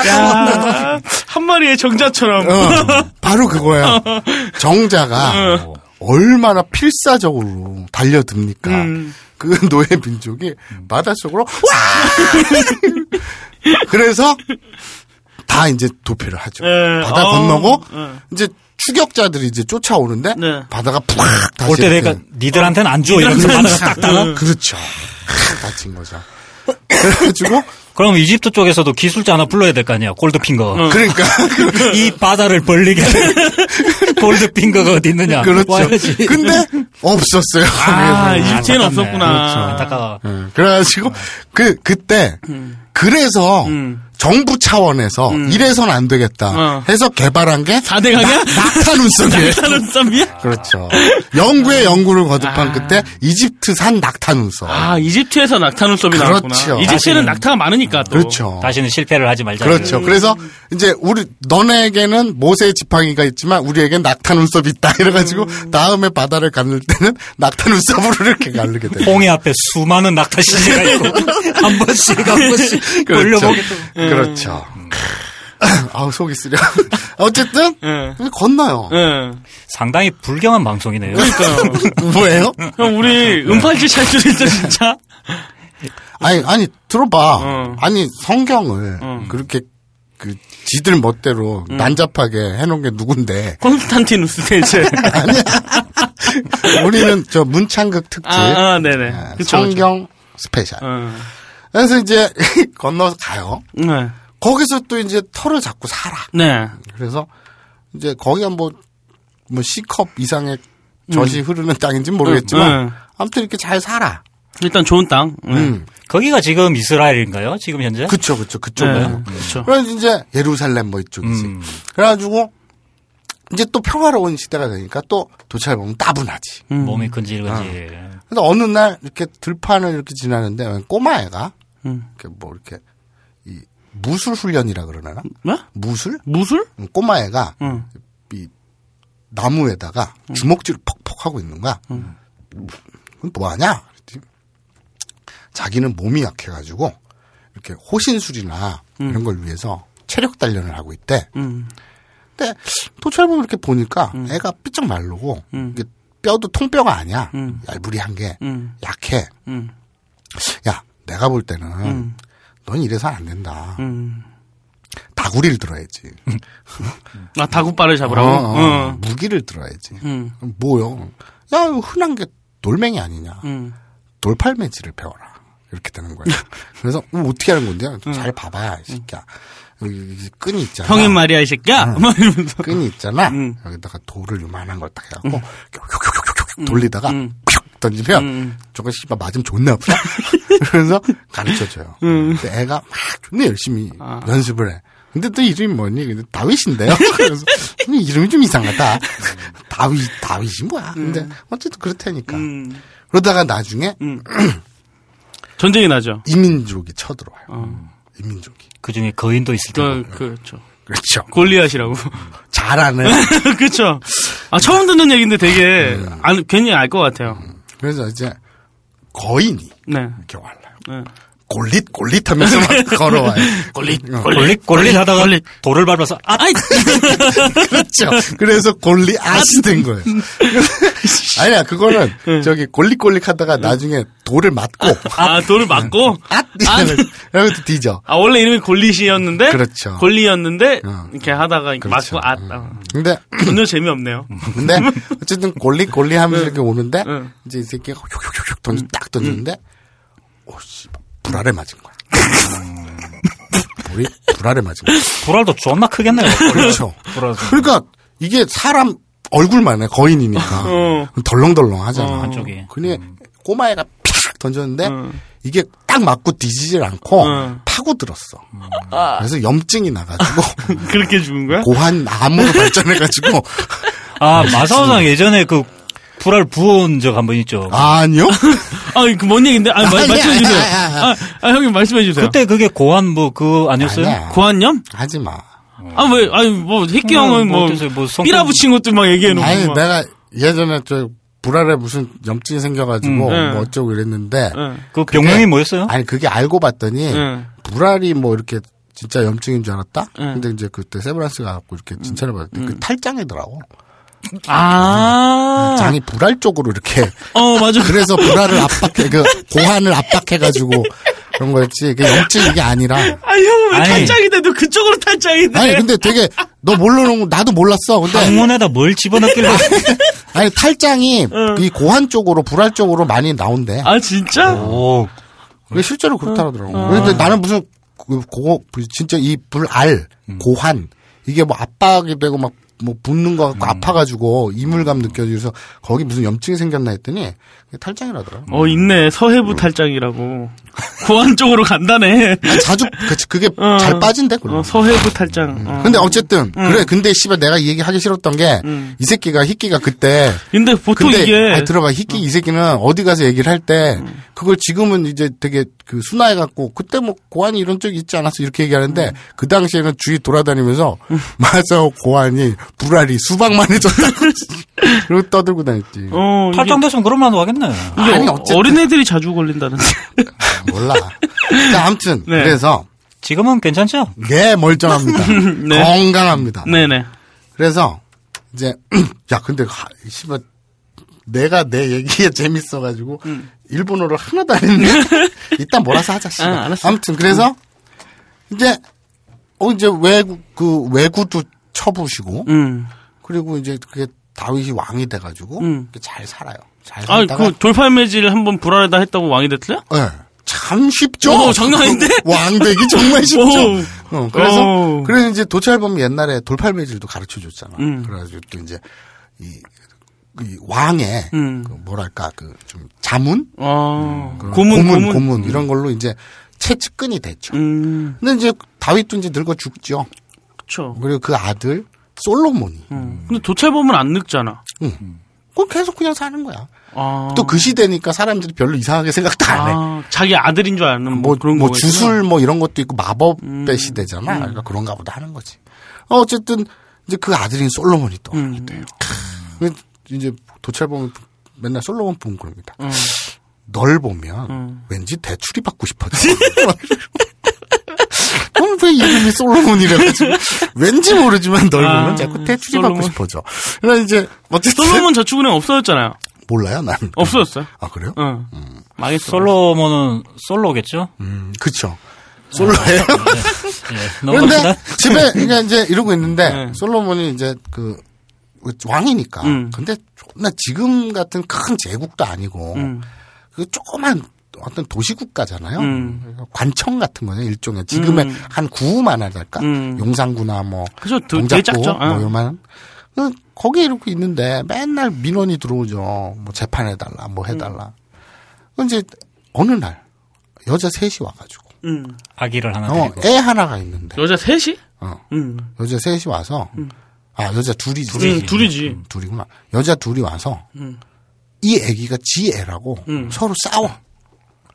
Speaker 5: 야, 아, 한 마리의 정자처럼.
Speaker 3: 어, 바로 그거야. 정자가
Speaker 5: 어.
Speaker 3: 얼마나 필사적으로 달려듭니까?
Speaker 5: 음.
Speaker 3: 그 노예 민족이 바닷속으로 와! 그래서 다 이제 도피를 하죠.
Speaker 5: 예,
Speaker 3: 바다
Speaker 5: 어,
Speaker 3: 건너고
Speaker 5: 예.
Speaker 3: 이제 추격자들이 이제 쫓아오는데
Speaker 5: 네.
Speaker 3: 바다가 푹 다시
Speaker 2: 올 때 내가
Speaker 3: 이렇게
Speaker 2: 니들한테는 안 줘. 이러면서 바다가 딱 달라.
Speaker 3: 그렇죠. 다친 거죠. 그래가지고
Speaker 5: 어.
Speaker 2: 그럼 이집트 쪽에서도 기술자 하나 불러야 될 거 아니야. 골드핑거.
Speaker 3: 그러니까
Speaker 5: 어.
Speaker 2: 이 바다를 벌리게 하는 골드핑거가 어디 있느냐. 뭐
Speaker 3: 그렇죠.
Speaker 2: 와야지.
Speaker 3: 근데 없었어요.
Speaker 5: 아,
Speaker 3: 네,
Speaker 5: 그렇죠.
Speaker 3: 그래서.
Speaker 5: 이집트에는
Speaker 3: 그렇죠.
Speaker 2: 안타깝네.
Speaker 5: 없었구나.
Speaker 2: 안타까워.
Speaker 3: 음, 그래가지고 그 그때 그래서
Speaker 5: 음.
Speaker 3: 정부 차원에서 이래선 안 되겠다
Speaker 5: 어.
Speaker 3: 해서 개발한 게
Speaker 5: 사대강이야?
Speaker 3: 낙타 눈썹이에요. 아.
Speaker 5: 다른 쌈이야?
Speaker 3: 그렇죠. 연구에 연구를 거듭한 그때 이집트산 낙타 눈썹.
Speaker 5: 아, 이집트에서 낙타 눈썹이
Speaker 3: 그렇죠.
Speaker 5: 나왔구나. 이집트에는
Speaker 2: 다시는-
Speaker 5: 낙타가 많으니까 또.
Speaker 3: 그렇죠.
Speaker 2: 다시는 실패를 하지 말자.
Speaker 3: 그렇죠. 그래서 이제 우리 너네에게는 모세의 지팡이가 있지만 우리에겐 낙타 눈썹이 있다 이래가지고 다음에 바다를 가를 때는 낙타 눈썹으로 이렇게 가르게 돼요.
Speaker 2: 뽕의 앞에 수많은 낙타 시체가 있고 한 번씩 한 번씩
Speaker 3: 그렇죠.
Speaker 2: 걸려보겠다.
Speaker 3: 그렇죠. 아우 속이 쓰려. 어쨌든
Speaker 5: 예.
Speaker 3: 건너요.
Speaker 5: 예.
Speaker 2: 상당히 불경한 방송이네요.
Speaker 5: 그러니까요.
Speaker 3: 뭐예요?
Speaker 5: 형,
Speaker 3: 네.
Speaker 5: 우리 은팔찌 찰줄 있다, 진짜.
Speaker 3: 아니 아니 들어봐. 어.
Speaker 5: 어.
Speaker 3: 아니 성경을 그렇게 그 지들 멋대로 난잡하게 해놓은 게 누군데?
Speaker 5: 콘스탄티누스 대제.
Speaker 3: 우리는 저 문창극 특집
Speaker 5: 아, 아, 네네.
Speaker 3: 아,
Speaker 5: 그쵸,
Speaker 3: 성경 스페셜.
Speaker 5: 그쵸. 어.
Speaker 3: 그래서 이제 건너서 가요.
Speaker 5: 네.
Speaker 3: 거기서 또 이제 털을 잡고 살아.
Speaker 5: 네.
Speaker 3: 그래서 이제 거기가 뭐, 뭐 C컵 이상의 젖이 흐르는 땅인지 는 모르겠지만
Speaker 5: 음.
Speaker 3: 아무튼 이렇게 잘 살아.
Speaker 5: 일단 좋은 땅. 네.
Speaker 3: 음.
Speaker 2: 거기가 지금 이스라엘인가요? 지금 현재?
Speaker 3: 그쵸, 그쵸,
Speaker 5: 네.
Speaker 3: 그쪽으로.
Speaker 5: 그쵸.
Speaker 3: 그래서 이제 예루살렘 뭐 이쪽이지.
Speaker 2: 음.
Speaker 3: 그래가지고 이제 또 평화로운 시대가 되니까 또 도착해보면 따분하지.
Speaker 5: 음.
Speaker 2: 몸이 근질근질.
Speaker 3: 그래서 어느 날 이렇게 들판을 이렇게 지나는데 꼬마애가
Speaker 5: 음.
Speaker 3: 이렇게 뭐 이렇게 이 무술 훈련이라 그러나?
Speaker 5: 네?
Speaker 3: 무술?
Speaker 5: 무술?
Speaker 3: 음, 꼬마애가
Speaker 5: 응.
Speaker 3: 이 나무에다가
Speaker 5: 음.
Speaker 3: 주먹질을 퍽퍽 하고 있는 거야. 뭐, 그건 뭐하냐? 그랬더니 자기는 몸이 약해가지고 이렇게 호신술이나 이런 걸 위해서 체력 단련을 하고 있대.
Speaker 5: 음.
Speaker 3: 근데 도철범 이렇게 보니까 애가 삐쩍 말르고 이게 뼈도 통뼈가 아니야. 얄부리한 게
Speaker 5: 음.
Speaker 3: 약해.
Speaker 5: 음.
Speaker 3: 야, 내가 볼 때는 넌 이래서 안 된다.
Speaker 5: 음.
Speaker 3: 다구리를 들어야지.
Speaker 5: 아, 다구빠를 잡으라고?
Speaker 3: 어, 어.
Speaker 5: 어.
Speaker 3: 무기를 들어야지.
Speaker 5: 음.
Speaker 3: 그럼 뭐요? 야, 이거 흔한 게 돌멩이 아니냐.
Speaker 5: 음.
Speaker 3: 돌팔매질을 배워라. 이렇게 되는 거예요. 그래서 어, 어떻게 하는 건데요? 잘 봐봐, 이 새끼야. 여기 여기 끈이 있잖아.
Speaker 5: 음. 형인 말이야, 이 새끼야? 막 이러면서.
Speaker 3: 끈이 있잖아.
Speaker 5: 음.
Speaker 3: 여기다가 돌을 요만한 걸 딱 해갖고 음. 돌리다가 팍 던지면 저거 씨발 맞으면 존나 아프다. 그래서 가르쳐줘요. 근데 애가 막 존나 열심히 연습을 해. 근데 또 이름이 뭐니? 근데 다윗인데요. 그래서 이 이름이 좀 이상하다. 다윗 다윗이 뭐야? 근데 어쨌든 그렇다니까.
Speaker 5: 음.
Speaker 3: 그러다가 나중에
Speaker 5: 전쟁이 나죠.
Speaker 3: 이민족이 쳐들어와요. 이민족이.
Speaker 2: 그 중에 거인도 있을
Speaker 5: 그,
Speaker 2: 테고.
Speaker 5: 그렇죠.
Speaker 3: 그렇죠.
Speaker 5: 골리앗이라고.
Speaker 3: 잘하는.
Speaker 5: 그렇죠. 아, 처음 듣는 얘기인데 되게,
Speaker 3: 네.
Speaker 5: 안, 괜히 알 것 같아요.
Speaker 3: 그래서 이제 거인이
Speaker 5: 네.
Speaker 3: 이렇게 와요.
Speaker 5: 네.
Speaker 3: 골릿 골릿 하면서 막 걸어와요. 골릿
Speaker 2: 골릭 골릭 하다가 돌을 밟아서 아,
Speaker 5: 아이!
Speaker 3: 그렇죠. 그래서 골리 아시 된 거예요. 아니야 그거는 저기 골릿 골릿 하다가 나중에 돌을 맞고
Speaker 5: 아, 돌을 맞고?
Speaker 3: 앗 이러면서 또 뒤져.
Speaker 5: 아, 원래 이름이 골리시였는데?
Speaker 3: 그렇죠.
Speaker 5: 골리였는데,
Speaker 3: 어.
Speaker 5: 이렇게 하다가 이렇게
Speaker 3: 그렇죠.
Speaker 5: 맞고, 아, 아.
Speaker 3: 근데
Speaker 5: 전혀 재미없네요.
Speaker 3: 근데 어쨌든 골리 골리 하면서 이렇게 오는데
Speaker 5: 응.
Speaker 3: 이제 이 새끼가 휙휙휙 던지 딱 던졌는데 오씨 불알에 맞은 거야. 우리 불알에 맞은 거야.
Speaker 2: 돌알도 존나 크겠네요.
Speaker 3: 그렇죠.
Speaker 2: 돌알
Speaker 3: 그러니까 이게 사람 얼굴만 해 거인이니까
Speaker 5: 어.
Speaker 3: 덜렁덜렁 하잖아.
Speaker 2: 한쪽이.
Speaker 3: 근데 꼬마애가 팍 던졌는데
Speaker 5: 음.
Speaker 3: 이게 딱 맞고 뒤지질 않고
Speaker 5: 음. 아.
Speaker 3: 파고들었어. 그래서 염증이 나가지고
Speaker 5: 그렇게 죽은 거야?
Speaker 3: 고환 암으로 발전해가지고
Speaker 2: 아 마사오상 예전에 그 불알 부어온 적 한 번 있죠.
Speaker 3: 아니요?
Speaker 5: 아, 그 뭔 얘기인데? 아, 마,
Speaker 3: 아니야,
Speaker 5: 말씀해주세요.
Speaker 3: 아니야, 아니야,
Speaker 5: 아, 아, 형님 말씀해주세요.
Speaker 2: 그때 그게 고환 뭐 그거 아니었어요?
Speaker 3: 아니야.
Speaker 5: 고환염?
Speaker 3: 하지 마.
Speaker 5: 아, 왜, 아니, 뭐, 핵기
Speaker 2: 음,
Speaker 5: 형은
Speaker 2: 뭐
Speaker 5: 뭐,
Speaker 2: 어땠어요? 뭐 성격-
Speaker 5: 삐라 붙인 것도 막 얘기해놓고.
Speaker 3: 아니
Speaker 5: 막.
Speaker 3: 내가 예전에 저 불알에 무슨 염증이 생겨가지고
Speaker 5: 음.
Speaker 3: 뭐 어쩌고 이랬는데
Speaker 5: 예.
Speaker 2: 그 병명이 뭐였어요?
Speaker 3: 아니 그게 알고 봤더니
Speaker 5: 음.
Speaker 3: 불알이 뭐 이렇게 진짜 염증인 줄 알았다.
Speaker 5: 음.
Speaker 3: 근데 이제 그때 세브란스가 갖고 이렇게 진찰해 봤더니 그 탈장이더라고.
Speaker 5: 아.
Speaker 3: 장이 불알 쪽으로 이렇게
Speaker 5: 어, 맞아.
Speaker 3: 그래서 불알을 압박해 그 고환을 압박해가지고 그런 거였지. 그 염증 이게 아니라.
Speaker 5: 아, 형은 왜
Speaker 2: 아니.
Speaker 5: 탈장이 돼도 그쪽으로 탈장이 돼?
Speaker 3: 아니 근데 되게 너 모르는 거 나도 몰랐어. 근데
Speaker 2: 항문에다 뭘 집어넣길래
Speaker 3: 아니 탈장이 이 고환 쪽으로 불알 쪽으로 많이 나온대.
Speaker 5: 아, 진짜?
Speaker 2: 오
Speaker 3: 그게 실제로 그렇다 그러더라고.
Speaker 5: 어.
Speaker 3: 근데 나는 무슨
Speaker 5: 음.
Speaker 3: 그- 그거 진짜 이 불알 고환 이게 뭐 압박이 되고 막 뭐 붓는 거
Speaker 5: 음.
Speaker 3: 같고 아파가지고 이물감 느껴져서 거기 무슨 염증이 생겼나 했더니 그게 탈장이라더라.
Speaker 5: 어 있네
Speaker 3: 음.
Speaker 5: 서해부 탈장이라고 고안 쪽으로 간다네.
Speaker 3: 자주 그- 그게
Speaker 5: 어.
Speaker 3: 잘 빠진대 그럼.
Speaker 5: 어, 서해부 탈장. 어.
Speaker 3: 음. 근데 어쨌든 그래 근데 씨발 내가 이 얘기 하기 싫었던 게 이
Speaker 5: 음.
Speaker 3: 새끼가 희끼가 그때
Speaker 5: 근데 보통
Speaker 3: 근데
Speaker 5: 이게 음.
Speaker 3: 아니, 들어봐 희끼 이 새끼는 어디 가서 얘기를 할 때 그걸 지금은 이제 되게 그 순화해 갖고 그때 뭐 고안이 이런 적이 있지 않았어 이렇게 얘기하는데
Speaker 5: 음.
Speaker 3: 그 당시에는 주위 돌아다니면서 마사오 고안이 불알이 수박만 해줬다고 그러고 떠들고 다녔지
Speaker 5: 어, 이게,
Speaker 2: 탈장됐으면 그런 말도 하겠네.
Speaker 5: 이게
Speaker 3: 아니,
Speaker 5: 어-
Speaker 3: 어쨌든.
Speaker 5: 어린애들이 자주 걸린다는데.
Speaker 3: 몰라 자, 아무튼
Speaker 5: 네.
Speaker 3: 그래서
Speaker 2: 지금은 괜찮죠?
Speaker 3: 네 멀쩡합니다
Speaker 5: 네.
Speaker 3: 건강합니다
Speaker 5: 네네.
Speaker 3: 그래서 이제 야 근데 하- 씨발 내가 내 얘기에 재밌어가지고
Speaker 5: 음.
Speaker 3: 일본어를 하나도 안 했네. 일단 몰아서 하자. 씨발.
Speaker 5: 아, 알았어.
Speaker 3: 아무튼 그래서 이제 어 이제 외구 그 외구도 쳐부시고
Speaker 5: 음.
Speaker 3: 그리고 이제 그게 다윗이 왕이 돼가지고
Speaker 5: 음.
Speaker 3: 이렇게 잘 살아요. 잘
Speaker 5: 아,
Speaker 3: 살다가
Speaker 5: 그 돌팔매질 한번 불안하다 했다고 왕이 됐어요?
Speaker 3: 예. 참 쉽죠. 그
Speaker 5: 오, 장난 아닌데?
Speaker 3: 왕되기 정말 쉽죠.
Speaker 5: 오.
Speaker 3: 어, 그래서
Speaker 5: 오.
Speaker 3: 그래서 이제 도찰범이 옛날에 돌팔매질도 가르쳐 줬잖아.
Speaker 5: 음.
Speaker 3: 그래가지고 또 이제 이, 그 이 왕의
Speaker 5: 음.
Speaker 3: 그 뭐랄까 그 좀 자문,
Speaker 5: 아,
Speaker 3: 음, 그런
Speaker 5: 고문,
Speaker 3: 고문,
Speaker 5: 고문.
Speaker 3: 고문 이런 걸로 이제 채측근이 됐죠.
Speaker 5: 음,
Speaker 3: 근데 이제 다윗도 이제 늙어 죽죠.
Speaker 5: 그쵸.
Speaker 3: 그리고 그 아들 솔로몬이
Speaker 5: 음. 근데 도찰범은 안 늙잖아.
Speaker 3: 그 계속 그냥 사는 거야.
Speaker 5: 아.
Speaker 3: 또 그 시대니까 사람들이 별로 이상하게 생각도 안 해.
Speaker 5: 아, 자기 아들인 줄 아는 음. 뭐,
Speaker 3: 뭐,
Speaker 5: 그런
Speaker 3: 뭐
Speaker 5: 거겠구나.
Speaker 3: 주술 뭐 이런 것도 있고 마법의 시대잖아. 그러니까 그런가 보다 하는 거지. 어, 어쨌든 이제 그 아들인 솔로몬이 또
Speaker 5: 음.
Speaker 3: 왕이 돼요. 근데 이제 도찰보면 맨날 솔로몬 보면 그럽니다.
Speaker 5: 음.
Speaker 3: 널 보면 왠지 대출이 받고 싶어져. 그럼 왜 이름이 솔로몬이래가지고 왠지 모르지만 널
Speaker 5: 아,
Speaker 3: 보면 자꾸 대출이
Speaker 5: 솔로몬.
Speaker 3: 받고 싶어져. 그러니까 이제 어쨌든
Speaker 5: 솔로몬 저축은행 없어졌잖아요.
Speaker 3: 몰라요 난.
Speaker 5: 없어졌어요.
Speaker 3: 아 그래요?
Speaker 5: 응. 망했어.
Speaker 2: 솔로몬은 솔로겠죠? 네.
Speaker 3: 음, 그쵸. 솔로예요.
Speaker 2: 예,
Speaker 3: 그런데
Speaker 2: 넘어갑시다.
Speaker 3: 집에 그러니까 이제 이러고 있는데
Speaker 5: 네.
Speaker 3: 솔로몬이 이제 그 왕이니까
Speaker 5: 음.
Speaker 3: 근데 존나 지금 같은 큰 제국도 아니고
Speaker 5: 음.
Speaker 3: 그 조그만 어떤 도시 국가잖아요.
Speaker 5: 음.
Speaker 3: 그래서 관청 같은 거예요. 일종의 지금의
Speaker 5: 음.
Speaker 3: 한 구만 할까?
Speaker 5: 음.
Speaker 3: 용산구나 뭐
Speaker 5: 그죠, 되- 되게
Speaker 3: 동작구
Speaker 5: 작죠. 아.
Speaker 3: 뭐 요만 그 거기 이렇게 있는데 맨날 민원이 들어오죠. 뭐 재판해 달라, 뭐 해달라.
Speaker 5: 음.
Speaker 3: 그 이제 어느 날 여자 셋이 와가지고
Speaker 5: 음.
Speaker 2: 아기를 하나
Speaker 3: 어,
Speaker 2: 데리고.
Speaker 3: 애 하나가 있는데
Speaker 5: 여자 셋이?
Speaker 3: 어.
Speaker 5: 음.
Speaker 3: 여자 셋이 와서 아 여자 둘이
Speaker 5: 둘이지. 둘이지. 음.
Speaker 3: 구나 여자 둘이 와서 이 애기가 지 애라고 서로 싸워.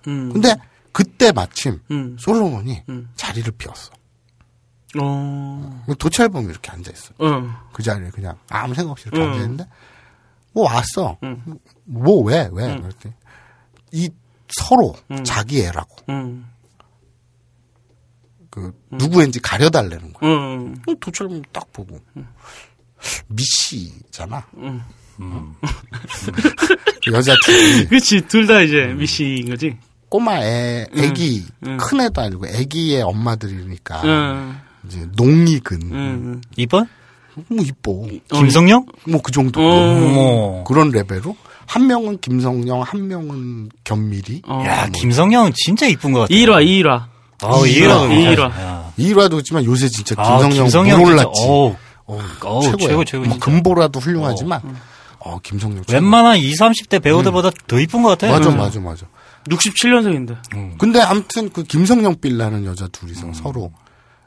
Speaker 5: 음.
Speaker 3: 근데 그때 마침
Speaker 5: 음.
Speaker 3: 솔로몬이 자리를 비웠어.
Speaker 5: 어.
Speaker 3: 도찰범이 이렇게 앉아 있어.
Speaker 5: 어.
Speaker 3: 그 자리에 그냥 아무 생각 없이 이렇게
Speaker 5: 음.
Speaker 3: 앉아 있는데 뭐 왔어. 뭐 왜 왜
Speaker 5: 음.
Speaker 3: 그랬더니 이 서로 자기 애라고
Speaker 5: 음.
Speaker 3: 그 누구인지 가려달라는 거야.
Speaker 5: 음.
Speaker 3: 도찰범 딱 보고 미씨잖아.
Speaker 2: 음.
Speaker 3: 음. 여자 둘이
Speaker 5: 그치, 둘 다 이제 미씨인 거지.
Speaker 3: 꼬마 애,
Speaker 2: 음.
Speaker 3: 애기 큰 애도 아니고 애기의 엄마들이니까
Speaker 5: 음.
Speaker 3: 이제 농익은
Speaker 5: 음.
Speaker 2: 이번?
Speaker 3: 너무 이뻐.
Speaker 2: 김성령?
Speaker 3: 뭐 그 정도
Speaker 2: 음. 어머.
Speaker 3: 그런 레벨로 한 명은 김성령, 한 명은 견미리.
Speaker 5: 어.
Speaker 2: 야, 김성령 진짜 이쁜 것 같아.
Speaker 5: 2일화, 2일화.
Speaker 2: 아,
Speaker 3: 이일화.
Speaker 2: 이일화.
Speaker 5: 이일화.
Speaker 2: 야.
Speaker 3: 이일화도 있지만 요새 진짜
Speaker 2: 아,
Speaker 3: 김성령,
Speaker 2: 김성령
Speaker 3: 물
Speaker 2: 진짜,
Speaker 3: 올랐지.
Speaker 2: 어우,
Speaker 3: 어,
Speaker 2: 어우,
Speaker 3: 최고야.
Speaker 2: 최고, 최고,
Speaker 3: 뭐
Speaker 2: 진짜.
Speaker 3: 금보라도 훌륭하지만 어, 김성령 최고.
Speaker 2: 웬만한 20, 30대 배우들보다 더 이쁜 것 같아.
Speaker 3: 음.
Speaker 2: 음.
Speaker 3: 맞아 맞아 맞아.
Speaker 5: 67년생인데.
Speaker 3: 근데 아무튼 그 김성령 빌라는 여자
Speaker 5: 음.
Speaker 3: 둘이서 서로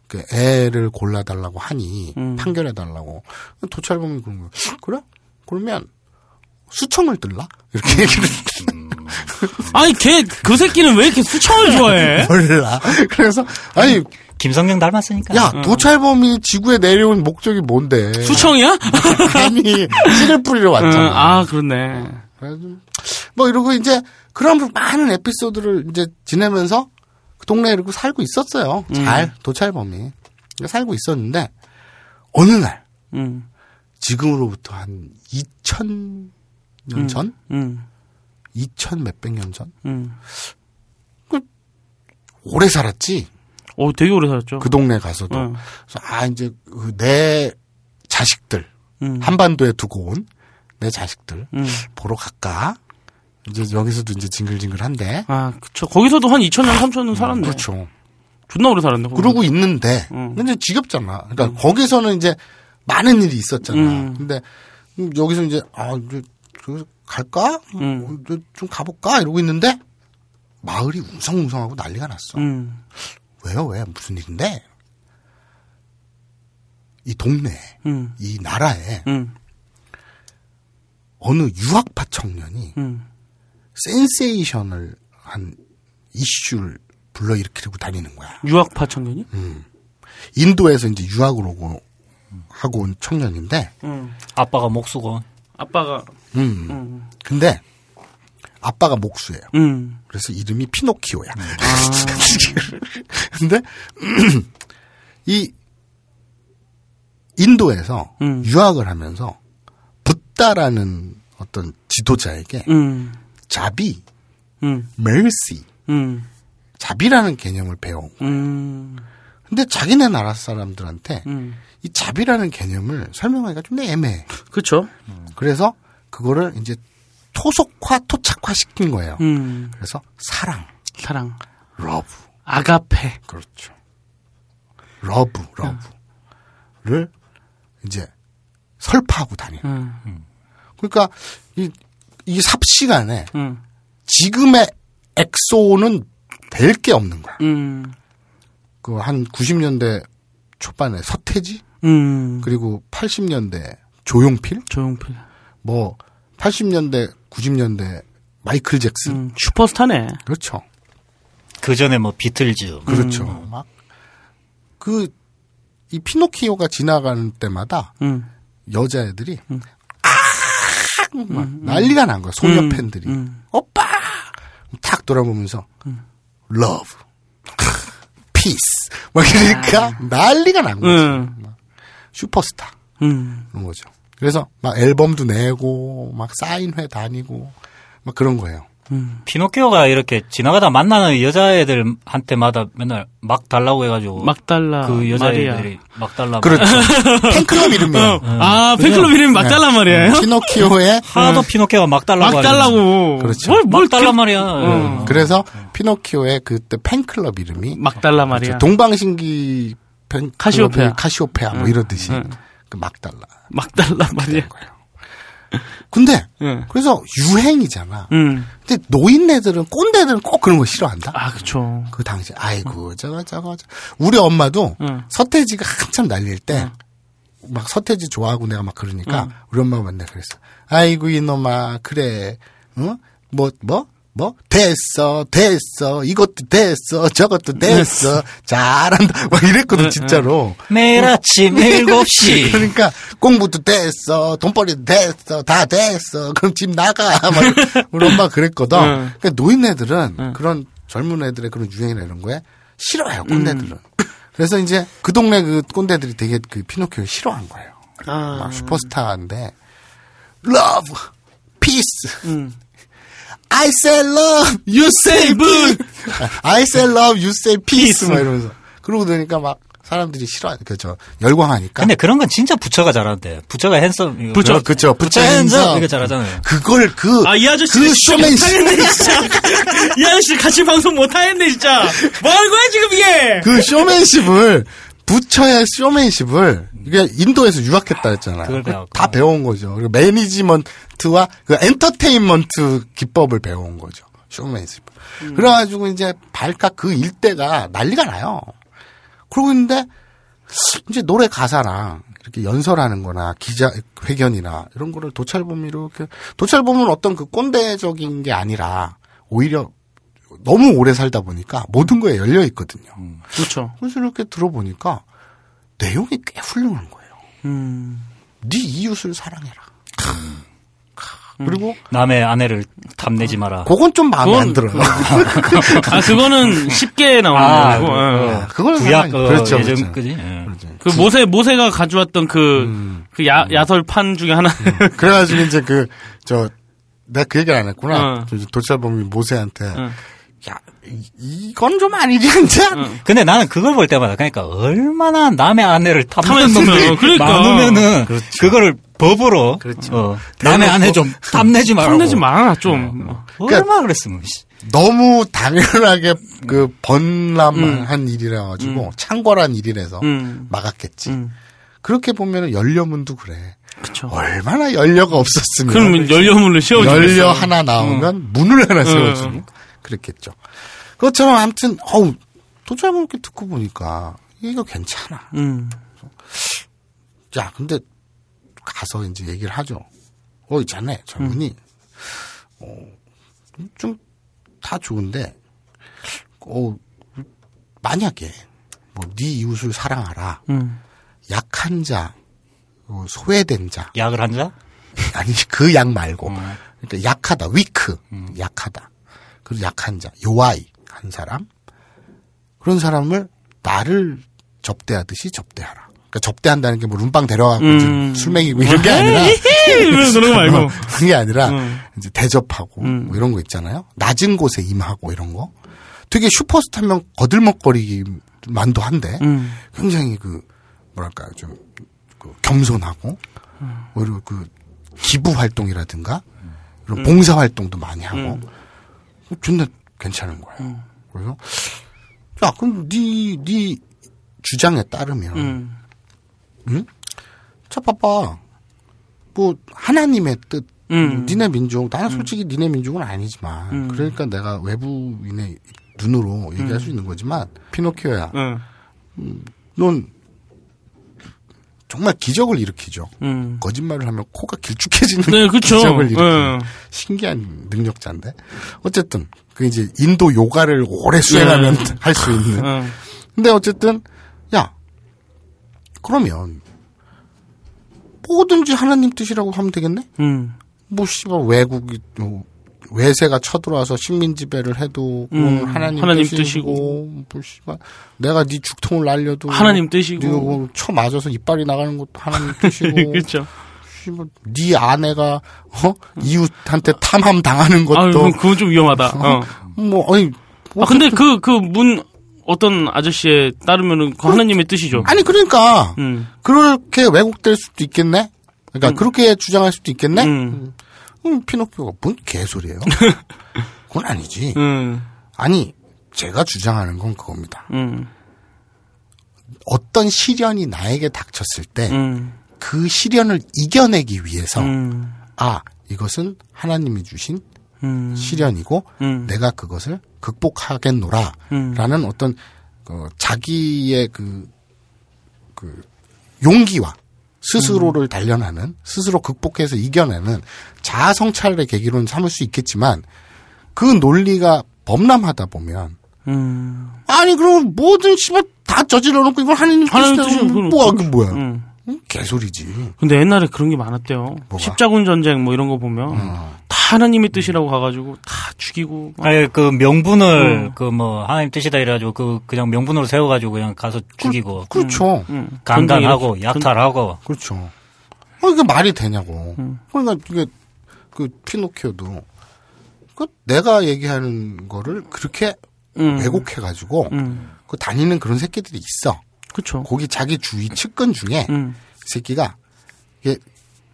Speaker 3: 그 애를 골라달라고 하니
Speaker 5: 음.
Speaker 3: 판결해달라고 도찰범이 그런 거 그래? 그러면 수청을 들라
Speaker 5: 음.
Speaker 3: 이렇게 얘기를
Speaker 5: 아니, 걔, 그 새끼는 왜 이렇게 수청을 좋아해?
Speaker 3: 몰라 그래서 아니
Speaker 5: 음.
Speaker 2: 김성령 닮았으니까.
Speaker 3: 야 도찰범이 지구에 내려온 목적이 뭔데
Speaker 5: 수청이야?
Speaker 3: 감히 씨를 뿌리러
Speaker 5: 응,
Speaker 3: 왔잖아
Speaker 5: 아, 그렇네.
Speaker 3: 그래가지고 뭐 이러고 이제 그런 많은 에피소드를 이제 지내면서 그 동네에 이러고 살고 있었어요.
Speaker 5: 음.
Speaker 3: 잘 도찰범이 그러니까 살고 있었는데 어느 날
Speaker 5: 음,
Speaker 3: 지금으로부터 한 2천 년 전,
Speaker 5: 음,
Speaker 3: 2천 몇백 년 전, 그
Speaker 5: 음.
Speaker 3: 오래 살았지
Speaker 5: 오, 어, 되게 오래 살았죠.
Speaker 3: 그 동네 가서도.
Speaker 5: 음.
Speaker 3: 그래서 아 이제 그내 자식들
Speaker 5: 음.
Speaker 3: 한반도에 두고 온 내 자식들
Speaker 5: 음.
Speaker 3: 보러 갈까? 이제 여기서도 이제 징글징글한데.
Speaker 5: 아, 그쵸. 거기서도 한 2,000년, 3,000년 살았네.
Speaker 3: 그렇죠.
Speaker 5: 존나 오래 살았네. 거기.
Speaker 3: 그러고 있는데
Speaker 5: 음.
Speaker 3: 근데 지겹잖아. 그러니까 거기서는 이제 많은 일이 있었잖아.
Speaker 5: 음.
Speaker 3: 근데 음, 여기서 이제 아 이제 저기서 갈까?
Speaker 5: 음.
Speaker 3: 어, 좀 가볼까? 이러고 있는데 마을이 웅성웅성하고 난리가 났어.
Speaker 5: 음.
Speaker 3: 왜요? 왜? 무슨 일인데? 이 동네, 에
Speaker 5: 음.
Speaker 3: 이 나라에
Speaker 5: 음.
Speaker 3: 어느 유학파 청년이
Speaker 5: 음.
Speaker 3: 센세이션을 한 이슈를 불러일으키고 다니는 거야.
Speaker 5: 유학파 청년이?
Speaker 3: 인도에서 이제 유학을 오고 하고 온 청년인데,
Speaker 5: 음.
Speaker 2: 아빠가 목수고
Speaker 5: 아빠가
Speaker 3: 음. 근데 아빠가 목수예요.
Speaker 5: 음.
Speaker 3: 그래서 이름이 피노키오야. 근데 이 인도에서
Speaker 5: 음.
Speaker 3: 유학을 하면서 붓다라는 어떤 지도자에게
Speaker 5: 음.
Speaker 3: 자비,
Speaker 5: 음.
Speaker 3: mercy,
Speaker 5: 음.
Speaker 3: 자비라는 개념을 배운. 거야.
Speaker 5: 음.
Speaker 3: 근데 자기네 나라 사람들한테
Speaker 5: 음.
Speaker 3: 이 자비라는 개념을 설명하기가 좀 애매해.
Speaker 5: 그렇죠.
Speaker 3: 그래서 그거를 이제 토속화, 토착화 시킨 거예요.
Speaker 5: 음.
Speaker 3: 그래서 사랑,
Speaker 5: 사랑.
Speaker 3: 러브.
Speaker 5: 아가페.
Speaker 3: 그렇죠. 러브, 러브를 이제 설파하고 다니는.
Speaker 5: 음.
Speaker 3: 그러니까 이, 이 삽시간에
Speaker 5: 음.
Speaker 3: 지금의 엑소는 될 게 없는 거야.
Speaker 5: 음.
Speaker 3: 그 한 90년대 초반에 서태지
Speaker 5: 음.
Speaker 3: 그리고 80년대 조용필
Speaker 5: 조용필.
Speaker 3: 뭐 80년대 90년대 마이클 잭슨
Speaker 5: 음. 슈퍼스타네.
Speaker 3: 그렇죠.
Speaker 2: 그 전에 뭐 비틀즈
Speaker 3: 그렇죠. 막 그 이 피노키오가 지나가는 때마다
Speaker 5: 음.
Speaker 3: 여자애들이 아! 막 난리가 난 거야. 소녀
Speaker 5: 음,
Speaker 3: 팬들이
Speaker 5: 음.
Speaker 3: 오빠 탁 돌아보면서 love, peace 막 그러니까 난리가 난 거지.
Speaker 5: 아. 음.
Speaker 3: 막 슈퍼스타
Speaker 5: 음.
Speaker 3: 그런 거죠. 그래서 막 앨범도 내고 막 사인회 다니고 막 그런 거예요.
Speaker 2: 피노키오가 이렇게 지나가다 만나는 여자애들한테마다 맨날 막 달라고 해가지고
Speaker 5: 막달라.
Speaker 2: 그
Speaker 5: 마리아.
Speaker 2: 여자애들이 막 달라고
Speaker 3: 그렇죠. 팬클럽 이름이요.
Speaker 5: 아, 팬클럽 이름이
Speaker 3: 네.
Speaker 5: 막달라
Speaker 3: 음,
Speaker 5: 말이에요?
Speaker 3: 피노키오의
Speaker 2: 하도 피노키오가 막 달라고
Speaker 5: 막
Speaker 2: 하는
Speaker 5: 달라고.
Speaker 3: 그렇죠.
Speaker 5: 뭘, 뭘
Speaker 2: 막 달라
Speaker 5: 기억-
Speaker 2: 말이야
Speaker 5: 어.
Speaker 3: 그래서 피노키오의 그때 팬클럽 이름이
Speaker 5: 막 달라 말이야.
Speaker 3: 그렇죠. 동방신기 팬
Speaker 5: 카시오페아. 음.
Speaker 3: 카시오페아 뭐 이러듯이 그 막달라
Speaker 5: 막 달라 말이야.
Speaker 3: 거예요. 근데
Speaker 5: 응.
Speaker 3: 그래서 유행이잖아.
Speaker 5: 예. 음.
Speaker 3: 근데 노인네들은 꼰대들은 꼭 그런 거 싫어한다.
Speaker 5: 아, 그쵸.
Speaker 3: 그 당시 아이고 저거 저거 저 우리 엄마도
Speaker 5: 응.
Speaker 3: 서태지가 한참 날릴 때 막 서태지 좋아하고 내가 막 그러니까 우리 엄마가 맨날 그랬어. 아이고 이놈아 그래 응뭐뭐 뭐? 뭐? 됐어, 됐어, 이것도 됐어, 저것도 됐어, 잘한다. 막 이랬거든, 진짜로.
Speaker 2: 매일 아침 7시
Speaker 3: 네. 그러니까 공부도 됐어, 돈벌이도 됐어, 다 됐어. 그럼 집 나가. 막 우리 엄마 그랬거든.
Speaker 2: 네.
Speaker 5: 응.
Speaker 3: 그러니까 노인네들은 그런 젊은 애들의 그런 유행이나 이런 거에 싫어해요
Speaker 2: 음.
Speaker 3: 꼰대들은. 그래서 이제 그 동네 그 꼰대들이 되게 그 피노키오를 싫어한 거예요.
Speaker 2: 아.
Speaker 3: 막 슈퍼스타인데 love, peace. I say love, you say peace. I say love, you say peace. 막 이러면서 그러고 되니까 막 사람들이 싫어, 그저 열광하니까. 그렇죠.
Speaker 2: 근데 그런 건 진짜 부처가 잘하는데 부처가 핸섬 이거
Speaker 5: 부처.
Speaker 2: 그런-
Speaker 3: 그쵸. 부처
Speaker 2: 핸섬
Speaker 3: 행사.
Speaker 2: 이거 잘하잖아요
Speaker 3: 그걸 그,
Speaker 5: 아, 이 아저씨.
Speaker 3: 그
Speaker 5: 진짜
Speaker 3: 쇼맨십,
Speaker 5: 못하겠네, 진짜. 이 아저씨 같이 방송 못하겠네, 진짜. 뭐 하는 거야, 지금 이게?
Speaker 3: 그 쇼맨십을, 부처의 쇼맨십을, 이게 인도에서 유학했다 했잖아요.
Speaker 2: 그걸
Speaker 3: 그-
Speaker 2: 배웠구나.
Speaker 3: 다 배운 거죠. 그리고 매니지먼트와 그 엔터테인먼트 기법을 배운 거죠. 쇼맨십. 그래가지고 이제 발칵 그 일대가 난리가 나요. 그러고 있는데, 이제 노래 가사랑 이렇게 연설하는 거나 기자 회견이나 이런 거를 도찰범 이렇게 도찰범은 어떤 그 꼰대적인 게 아니라 오히려 너무 오래 살다 보니까 모든 거에 열려 있거든요.
Speaker 5: 그렇죠.
Speaker 3: 그래서 이렇게 들어보니까 내용이 꽤 훌륭한 거예요.
Speaker 5: 음.
Speaker 3: 네 이웃을 사랑해라.
Speaker 5: 음.
Speaker 3: 크. 그리고
Speaker 2: 남의 아내를 탐내지 마라
Speaker 3: 그건 좀 마음에 안 들어요.
Speaker 5: 아, 그거는 쉽게 나오는
Speaker 2: 아,
Speaker 5: 거고.
Speaker 2: 그-
Speaker 5: 예.
Speaker 3: 어. 그걸
Speaker 2: 구약
Speaker 3: 상관이-
Speaker 2: 어,
Speaker 3: 그렇죠,
Speaker 2: 예전
Speaker 3: 그렇죠.
Speaker 2: 그지
Speaker 5: 그 모세 모세가 가져왔던 그, 그 야, 야설판 중에 하나.
Speaker 3: 음. 그래가지고 이제 그 저 내가 그 얘기를 안 했구나.
Speaker 5: 어.
Speaker 3: 저- 저 도찰범이 모세한테
Speaker 5: 응.
Speaker 3: 야 이- 이건 좀 아니지 않냐?
Speaker 5: 어.
Speaker 2: 근데 나는 그걸 볼 때마다 그러니까 얼마나 남의 아내를 탐내는
Speaker 5: 탐냈으면,
Speaker 2: 놈들이
Speaker 5: 그러니까.
Speaker 2: 많으면은 그거를 법으로 어, 남의 아내 좀 탐내지 말고
Speaker 5: 혼내지 마라, 좀.
Speaker 2: 얼마나 그랬으면 씨.
Speaker 3: 너무 당연하게
Speaker 5: 음.
Speaker 3: 그 번람한 일이라 가지고 창궐한 일이라서
Speaker 5: 음.
Speaker 3: 막았겠지. 그렇게 보면 열려문도 그래.
Speaker 5: 그쵸.
Speaker 3: 얼마나 연려가 없었으면
Speaker 5: 그럼 열려문을 씌워주겠어. 어.
Speaker 3: 열려 하나 나오면 문을 하나 세워주고 그랬겠죠. 그것처럼 아무튼 어우 도저히 이렇게 듣고 보니까 이거 괜찮아.
Speaker 5: 음.
Speaker 3: 야 근데 가서 이제 얘기를 하죠. 어 있잖아요 젊은이
Speaker 5: 음.
Speaker 3: 좀 다 좋은데 어 만약에 뭐 네 이웃을 사랑하라
Speaker 5: 음.
Speaker 3: 약한 자 어, 소외된 자
Speaker 2: 약을 한 잔?
Speaker 3: 아니 그 약 말고 그러니까 약하다 위크 약하다 그리고 약한 자 요아이 한 사람 그런 사람을 나를 접대하듯이 접대하라 그러니까 접대한다는 게 뭐 룸빵 데려가고
Speaker 5: 음.
Speaker 3: 지금 술 먹이고 이런 게 아니라
Speaker 5: 이러면 그런 거
Speaker 3: 어,
Speaker 5: 말고. 음.
Speaker 3: 그게 아니라 이제 대접하고 뭐 이런 거 있잖아요 낮은 곳에 임하고 이런 거 되게 슈퍼스타면 거들먹거리만도 한데
Speaker 5: 음.
Speaker 3: 굉장히 그 뭐랄까 좀그 겸손하고
Speaker 5: 음.
Speaker 3: 오히려 그 기부 활동이라든가 이런 봉사 활동도 많이 하고
Speaker 5: 음.
Speaker 3: 어, 존나 괜찮은 거예요. 그래서 야 그럼 네네 주장에 따르면
Speaker 5: 음.
Speaker 3: 자 봐봐 뭐 하나님의 뜻
Speaker 5: 음.
Speaker 3: 니네 민족 나는 솔직히 니네 민족은 아니지만 그러니까 내가 외부인의 눈으로 얘기할
Speaker 5: 음.
Speaker 3: 수 있는 거지만 피노키오야
Speaker 5: 응.
Speaker 3: 넌 정말 기적을 일으키죠.
Speaker 5: 음.
Speaker 3: 거짓말을 하면 코가 길쭉해지는
Speaker 5: 네, 그쵸.
Speaker 3: 기적을 일으키는
Speaker 5: 네.
Speaker 3: 신기한 능력자인데 어쨌든 그 이제 인도 요가를 오래 수행하면
Speaker 5: 네.
Speaker 3: 할 수 있는.
Speaker 5: 응.
Speaker 3: 근데 어쨌든 야 그러면 뭐든지 하나님 뜻이라고 하면 되겠네.
Speaker 5: 음.
Speaker 3: 뭐 씨발 외국이 뭐 외세가 쳐들어와서 식민 지배를 해도 그건
Speaker 5: 음,
Speaker 3: 하나님,
Speaker 5: 하나님
Speaker 3: 뜻이고, 뭐 씨발 내가 네 죽통을 날려도
Speaker 5: 하나님 뜻이고.
Speaker 3: 네가 뭐쳐 맞아서 이빨이 나가는 것도 하나님 뜻이고
Speaker 5: 그쵸.
Speaker 3: 씨발 네 아내가 어 이웃한테 탐함 당하는
Speaker 5: 아,
Speaker 3: 것도
Speaker 5: 그건- 그건 좀 위험하다. 어.
Speaker 3: 뭐 아니 뭐
Speaker 5: 아, 근데 그, 그 문 어떤 아저씨에 따르면은 그 하나님의 뜻이죠.
Speaker 3: 아니 그러니까
Speaker 5: 음.
Speaker 3: 그렇게 왜곡될 수도 있겠네. 그러니까 그렇게 주장할 수도 있겠네.
Speaker 5: 음.
Speaker 3: 음, 피노키오가 뭔 개소리예요? 그건 아니지.
Speaker 5: 음.
Speaker 3: 아니 제가 주장하는 건 그겁니다.
Speaker 5: 음.
Speaker 3: 어떤 시련이 나에게 닥쳤을 때 그
Speaker 5: 음.
Speaker 3: 시련을 이겨내기 위해서
Speaker 5: 음.
Speaker 3: 아 이것은 하나님이 주신
Speaker 5: 음.
Speaker 3: 시련이고
Speaker 5: 음.
Speaker 3: 내가 그것을 극복하겠노라라는 어떤 그 자기의 그, 그 용기와 스스로를
Speaker 5: 음.
Speaker 3: 단련하는 스스로 극복해서 이겨내는 자아 성찰의 계기로는 삼을 수 있겠지만 그 논리가 범람하다 보면
Speaker 5: 음.
Speaker 3: 아니 그럼 뭐든 씨발 다 저질러 놓고 이걸 하는
Speaker 5: 하나님
Speaker 3: 뜻이라고
Speaker 5: 뜻이면 그건
Speaker 3: 뭐야 그 뭐야
Speaker 5: 음.
Speaker 3: 응? 개소리지
Speaker 5: 근데 옛날에 그런 게 많았대요. 십자군 전쟁 뭐 이런 거
Speaker 3: 음.
Speaker 5: 보면 다 하나님의 뜻이라고 가가지고 다 죽이고 막
Speaker 2: 아니, 그 명분을, 그 뭐 하나님 뜻이다 이래가지고 그 그냥 명분으로 세워가지고 그냥 가서 죽이고.
Speaker 3: 그렇죠
Speaker 5: 음.
Speaker 2: 강간하고
Speaker 5: 전쟁 이렇게-
Speaker 2: 약탈하고
Speaker 3: 그렇죠 어 이게 말이 되냐고
Speaker 5: 음.
Speaker 3: 그러니까 이게 그 피노키오도 그 내가 얘기하는 거를 그렇게
Speaker 5: 음.
Speaker 3: 왜곡해 가지고
Speaker 5: 음.
Speaker 3: 그 다니는 그런 새끼들이 있어
Speaker 5: 그쵸.
Speaker 3: 거기 자기 주위 측근 중에
Speaker 5: 음.
Speaker 3: 이 새끼가 이게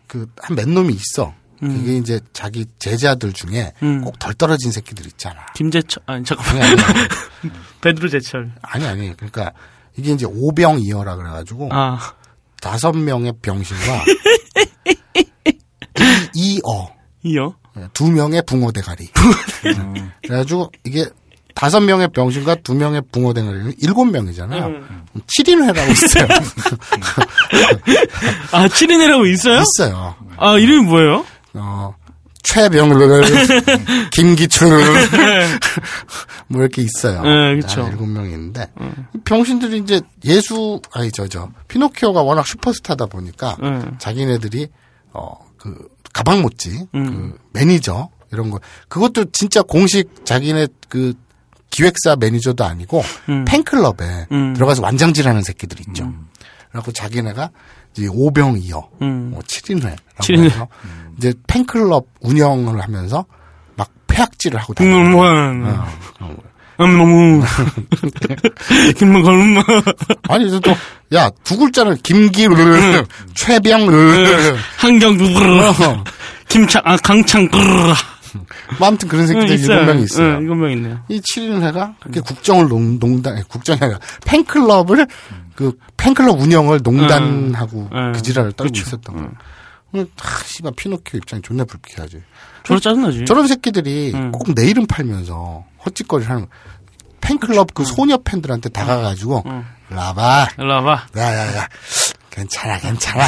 Speaker 3: 그한 몇 놈이 있어 그게 이제 자기 제자들 중에
Speaker 5: 음.
Speaker 3: 꼭 덜 떨어진 새끼들 있잖아
Speaker 5: 김재철 아니 잠깐만
Speaker 3: 그게 아니라
Speaker 5: 베드로 제철.
Speaker 3: 아니 아니 그러니까 이게 이제 오병이어라 그래가지고
Speaker 5: 아
Speaker 3: 다섯 명의 병신과 이- 이어
Speaker 5: 이요.
Speaker 3: 두 명의 붕어 대가리 음. 그래가지고 이게 다섯 명의 병신과 두 명의 붕어 대가리는 일곱 명이잖아요 칠인회라고 있어요
Speaker 5: 아 칠인회라고 있어요?
Speaker 3: 있어요
Speaker 5: 아 이름이 뭐예요?
Speaker 3: 어 최병 김기춘 뭐 이렇게 있어요
Speaker 5: 네, 그쵸. 네.
Speaker 3: 한 일곱 명이 있는데 병신들이 이제 예수 아니 저 저 피노키오가 워낙 슈퍼스타다 보니까
Speaker 5: 음.
Speaker 3: 자기네들이 어 그 가방 못지
Speaker 5: 음.
Speaker 3: 그 매니저 이런 거 그것도 진짜 공식 자기네 그 기획사 매니저도 아니고
Speaker 5: 음.
Speaker 3: 팬클럽에 들어가서 완장질하는 새끼들 있죠. 그래갖고 자기네가 이제 오병이어
Speaker 5: 음.
Speaker 3: 뭐 7인회라고
Speaker 5: 칠인회.
Speaker 3: 해서 이제 팬클럽 운영을 하면서 막 폐악질을 하고
Speaker 5: 음,
Speaker 3: 다니는 거예요.
Speaker 5: 김문관.
Speaker 3: 어, 그런 거예요.
Speaker 5: 음, 너무 김문관.
Speaker 3: 아니 그래서 또 야 두 글자를
Speaker 5: 음,
Speaker 3: 김기를 최병을
Speaker 5: 한경 김창 아 강창
Speaker 3: 뭐 아무튼 그런
Speaker 5: 음,
Speaker 3: 새끼들이 일곱 명이 있어요.
Speaker 5: 응, 일곱 명 있네요.
Speaker 3: 이 7인 회가 그렇게 국정을 농, 농단, 아니, 국정이 아니라 팬클럽을, 그, 팬클럽 운영을 농단하고
Speaker 5: 음.
Speaker 3: 그 지랄을 떨고
Speaker 5: 그쵸.
Speaker 3: 있었던 거예요. 음. 아, 씨발, 피노키오 입장이 존나 불쾌하지.
Speaker 5: 저로 짜증나지.
Speaker 3: 저런 새끼들이
Speaker 5: 음.
Speaker 3: 꼭 내 이름 팔면서 헛짓거리를 하는 거야. 팬클럽 그 소녀 팬들한테 다가가지고, 라바,
Speaker 5: 일로 와봐.
Speaker 3: 야, 야, 야, 괜찮아, 괜찮아.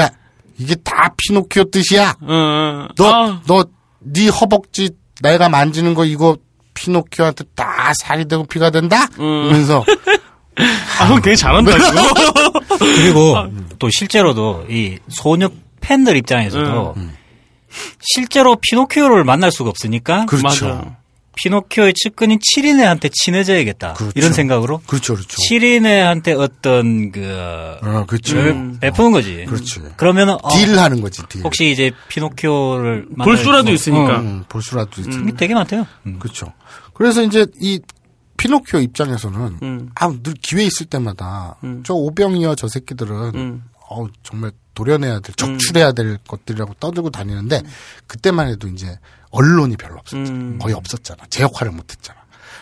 Speaker 3: 야, 이게 다 피노키오 뜻이야.
Speaker 5: 응, 응.
Speaker 3: 너,
Speaker 5: 아,
Speaker 3: 너, 네 허벅지 내가 만지는 거 이거 피노키오한테 다 살이 되고 피가 된다? 이러면서
Speaker 5: 아, 형 되게 잘한다, 이거.
Speaker 2: 그리고 또 실제로도 이 소녀 팬들 입장에서도 실제로 피노키오를 만날 수가 없으니까
Speaker 3: 그렇죠.
Speaker 5: 맞아요.
Speaker 2: 피노키오의 측근인 칠인애한테 친해져야겠다.
Speaker 3: 그렇죠.
Speaker 2: 이런 생각으로
Speaker 3: 그렇죠, 그렇죠.
Speaker 2: 칠인애한테 어떤 그
Speaker 3: 어, 그렇죠.
Speaker 2: 를 베푸는 거지.
Speaker 3: 그렇지.
Speaker 2: 그러면은 어,
Speaker 3: 딜하는 거지, 딜.
Speaker 2: 혹시 이제 피노키오를 만날
Speaker 5: 볼 수라도
Speaker 2: 수-
Speaker 5: 있으니까.
Speaker 2: 어,
Speaker 3: 음, 볼수라도 있지.
Speaker 2: 이게 되게 많대요. 음.
Speaker 3: 그렇죠. 그래서 이제 이 피노키오 입장에서는
Speaker 5: 음.
Speaker 3: 아, 늘 기회 있을 때마다 저 오병이어 저 새끼들은
Speaker 5: 음.
Speaker 3: 어우, 정말 도려내야 될, 적출해야 될 것들이라고 떠들고 다니는데 그때만 해도 이제 언론이 별로 없었잖아.
Speaker 5: 음.
Speaker 3: 거의 없었잖아. 제 역할을 못 했잖아.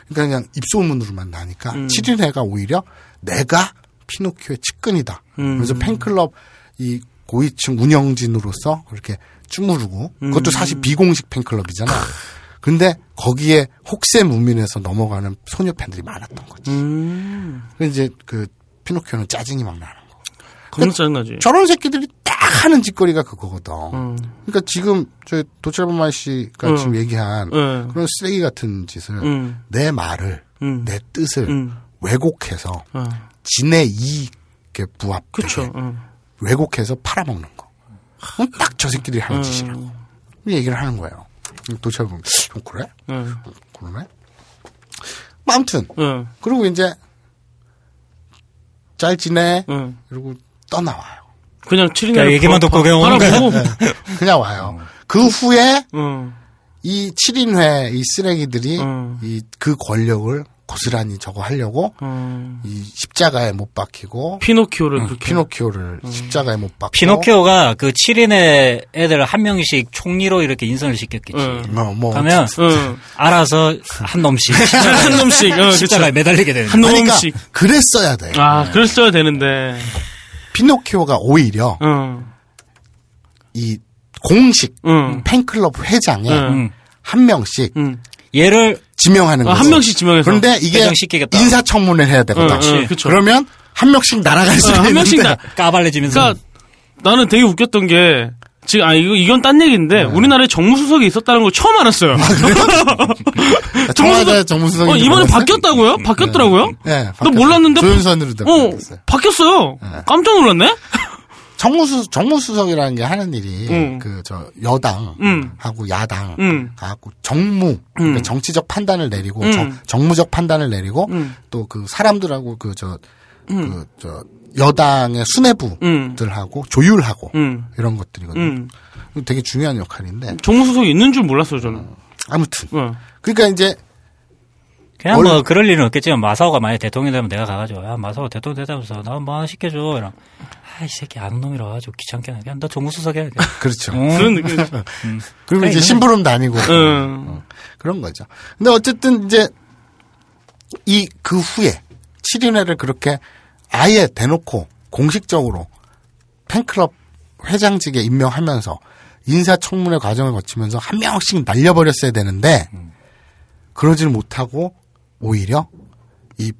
Speaker 3: 그러니까 그냥 입소문으로만 나니까 칠 7인회가 오히려 내가 피노키오의 측근이다. 그래서 팬클럽 이 고위층 운영진으로서 그렇게 쭈무르고 그것도 사실 비공식 팬클럽이잖아. 근데 거기에 혹세 문민에서 넘어가는 소녀 팬들이 많았던 거지. 그래서 이제 그 피노키오는 짜증이 막 나는 거.
Speaker 5: 겁나 짜증나지.
Speaker 3: 저런 새끼들이 딱 하는 짓거리가 그거거든. 그러니까 지금 저 도철범만 씨가
Speaker 5: 음.
Speaker 3: 지금 얘기한
Speaker 5: 응.
Speaker 3: 그런 쓰레기 같은 짓을
Speaker 5: 음.
Speaker 3: 내 말을
Speaker 5: 음.
Speaker 3: 내 뜻을
Speaker 5: 음.
Speaker 3: 왜곡해서
Speaker 5: 어.
Speaker 3: 진의 이익에 부합되게
Speaker 5: 그쵸. 어. 응.
Speaker 3: 왜곡해서 팔아먹는 거. 뭐 딱 저 새끼들이 하는
Speaker 5: 음.
Speaker 3: 짓이라고 이 얘기를 하는 거예요. 도철범 형 그래?
Speaker 5: 응.
Speaker 3: 그러네. 뭐 아무튼
Speaker 5: 응.
Speaker 3: 그리고 이제 잘 지내
Speaker 5: 응.
Speaker 3: 그리고 떠나와요.
Speaker 5: 그냥
Speaker 2: 야,
Speaker 5: 7인회
Speaker 2: 얘기만 듣고 그냥 오는
Speaker 3: 네. 그냥 와요. 그 후에
Speaker 5: 응.
Speaker 3: 이 7인회 이 쓰레기들이
Speaker 5: 음.
Speaker 3: 이 그 권력을 고스란히 저거 하려고
Speaker 5: 응.
Speaker 3: 이 십자가에 못 박히고
Speaker 5: 음. 피노키오를 음. 그렇게.
Speaker 3: 피노키오를 십자가에 못 박고
Speaker 2: 피노키오가 그 칠인의 애들 한 명씩 총리로 이렇게 인선을 시켰겠지.
Speaker 5: 응.
Speaker 3: 어, 뭐
Speaker 2: 그러면
Speaker 5: 응.
Speaker 2: 알아서 한 놈씩
Speaker 5: 한 놈씩. 응,
Speaker 2: 십자가에
Speaker 5: 그쵸.
Speaker 2: 매달리게 되는.
Speaker 5: 한
Speaker 2: 거야.
Speaker 3: 그러니까
Speaker 5: 놈씩.
Speaker 3: 그랬어야 돼.
Speaker 5: 아, 그랬어야 되는데.
Speaker 3: 피노키오가 오히려
Speaker 5: 음. 응.
Speaker 3: 이 공식
Speaker 5: 음.
Speaker 3: 팬클럽 회장에
Speaker 5: 음.
Speaker 3: 한 명씩
Speaker 5: 응.
Speaker 2: 얘를
Speaker 3: 지명하는
Speaker 5: 아,
Speaker 3: 거지.
Speaker 5: 한 명씩 지명해서.
Speaker 3: 그런데 이게
Speaker 2: 배정시키겠다.
Speaker 3: 인사청문회 해야 되거든.
Speaker 5: 응, 응, 음, 그쵸.
Speaker 3: 그러면 한 명씩 날아갈 수
Speaker 5: 응, 한
Speaker 3: 있는데
Speaker 5: 명씩 나,
Speaker 2: 까발려지면서
Speaker 5: 그러니까 나는 되게 웃겼던 게 지금 아 이거 이건 딴 얘기인데 우리나라에 정무수석이 있었다는 걸 처음 알았어요.
Speaker 3: 청와대 아, 네, 정무수석이
Speaker 5: 어, 이번에 바뀌었다고요? 바뀌었더라고요?
Speaker 3: 네,
Speaker 5: 나
Speaker 3: 바뀌었어요.
Speaker 5: 몰랐는데
Speaker 3: 조윤선으로
Speaker 5: 어,
Speaker 3: 바뀌었어요.
Speaker 5: 바뀌었어요. 깜짝 놀랐네.
Speaker 3: 정무수 정무수석이라는 게 하는 일이
Speaker 5: 음.
Speaker 3: 그 저 여당
Speaker 5: 음.
Speaker 3: 하고 야당
Speaker 5: 음.
Speaker 3: 하고 정무 그러니까 정치적 판단을 내리고
Speaker 5: 음.
Speaker 3: 정, 정무적 판단을 내리고
Speaker 5: 음.
Speaker 3: 또 그 사람들하고 그 저 그 저 여당의 수뇌부들하고 조율하고
Speaker 5: 음.
Speaker 3: 이런 것들이거든요.
Speaker 5: 음.
Speaker 3: 되게 중요한 역할인데
Speaker 5: 정무수석이 있는 줄 몰랐어요 저는.
Speaker 3: 아무튼
Speaker 5: 어.
Speaker 3: 그러니까 이제
Speaker 2: 그냥 뭐 그럴 일은 없겠지만 마사오가 만약 에 대통령 이 되면 내가 가가지고 야 마사오 대통령 되자면서 나 뭐 하나 시켜줘 이랑 아이 새끼 아는 놈이라 가지고 귀찮게 하냐 나 정무수석이야 그냥.
Speaker 3: 그렇죠.
Speaker 2: 응.
Speaker 5: 그런 느낌. 예.
Speaker 3: 그리고
Speaker 5: 네.
Speaker 3: 이제 심부름도 아니고
Speaker 5: 음. 응.
Speaker 3: 그런 거죠. 근데 어쨌든 이제 이 그 후에 7인회를 그렇게 아예 대놓고 공식적으로 팬클럽 회장직에 임명하면서 인사청문회 과정을 거치면서 한 명씩 날려버렸어야 되는데 그러질 못하고 오히려 이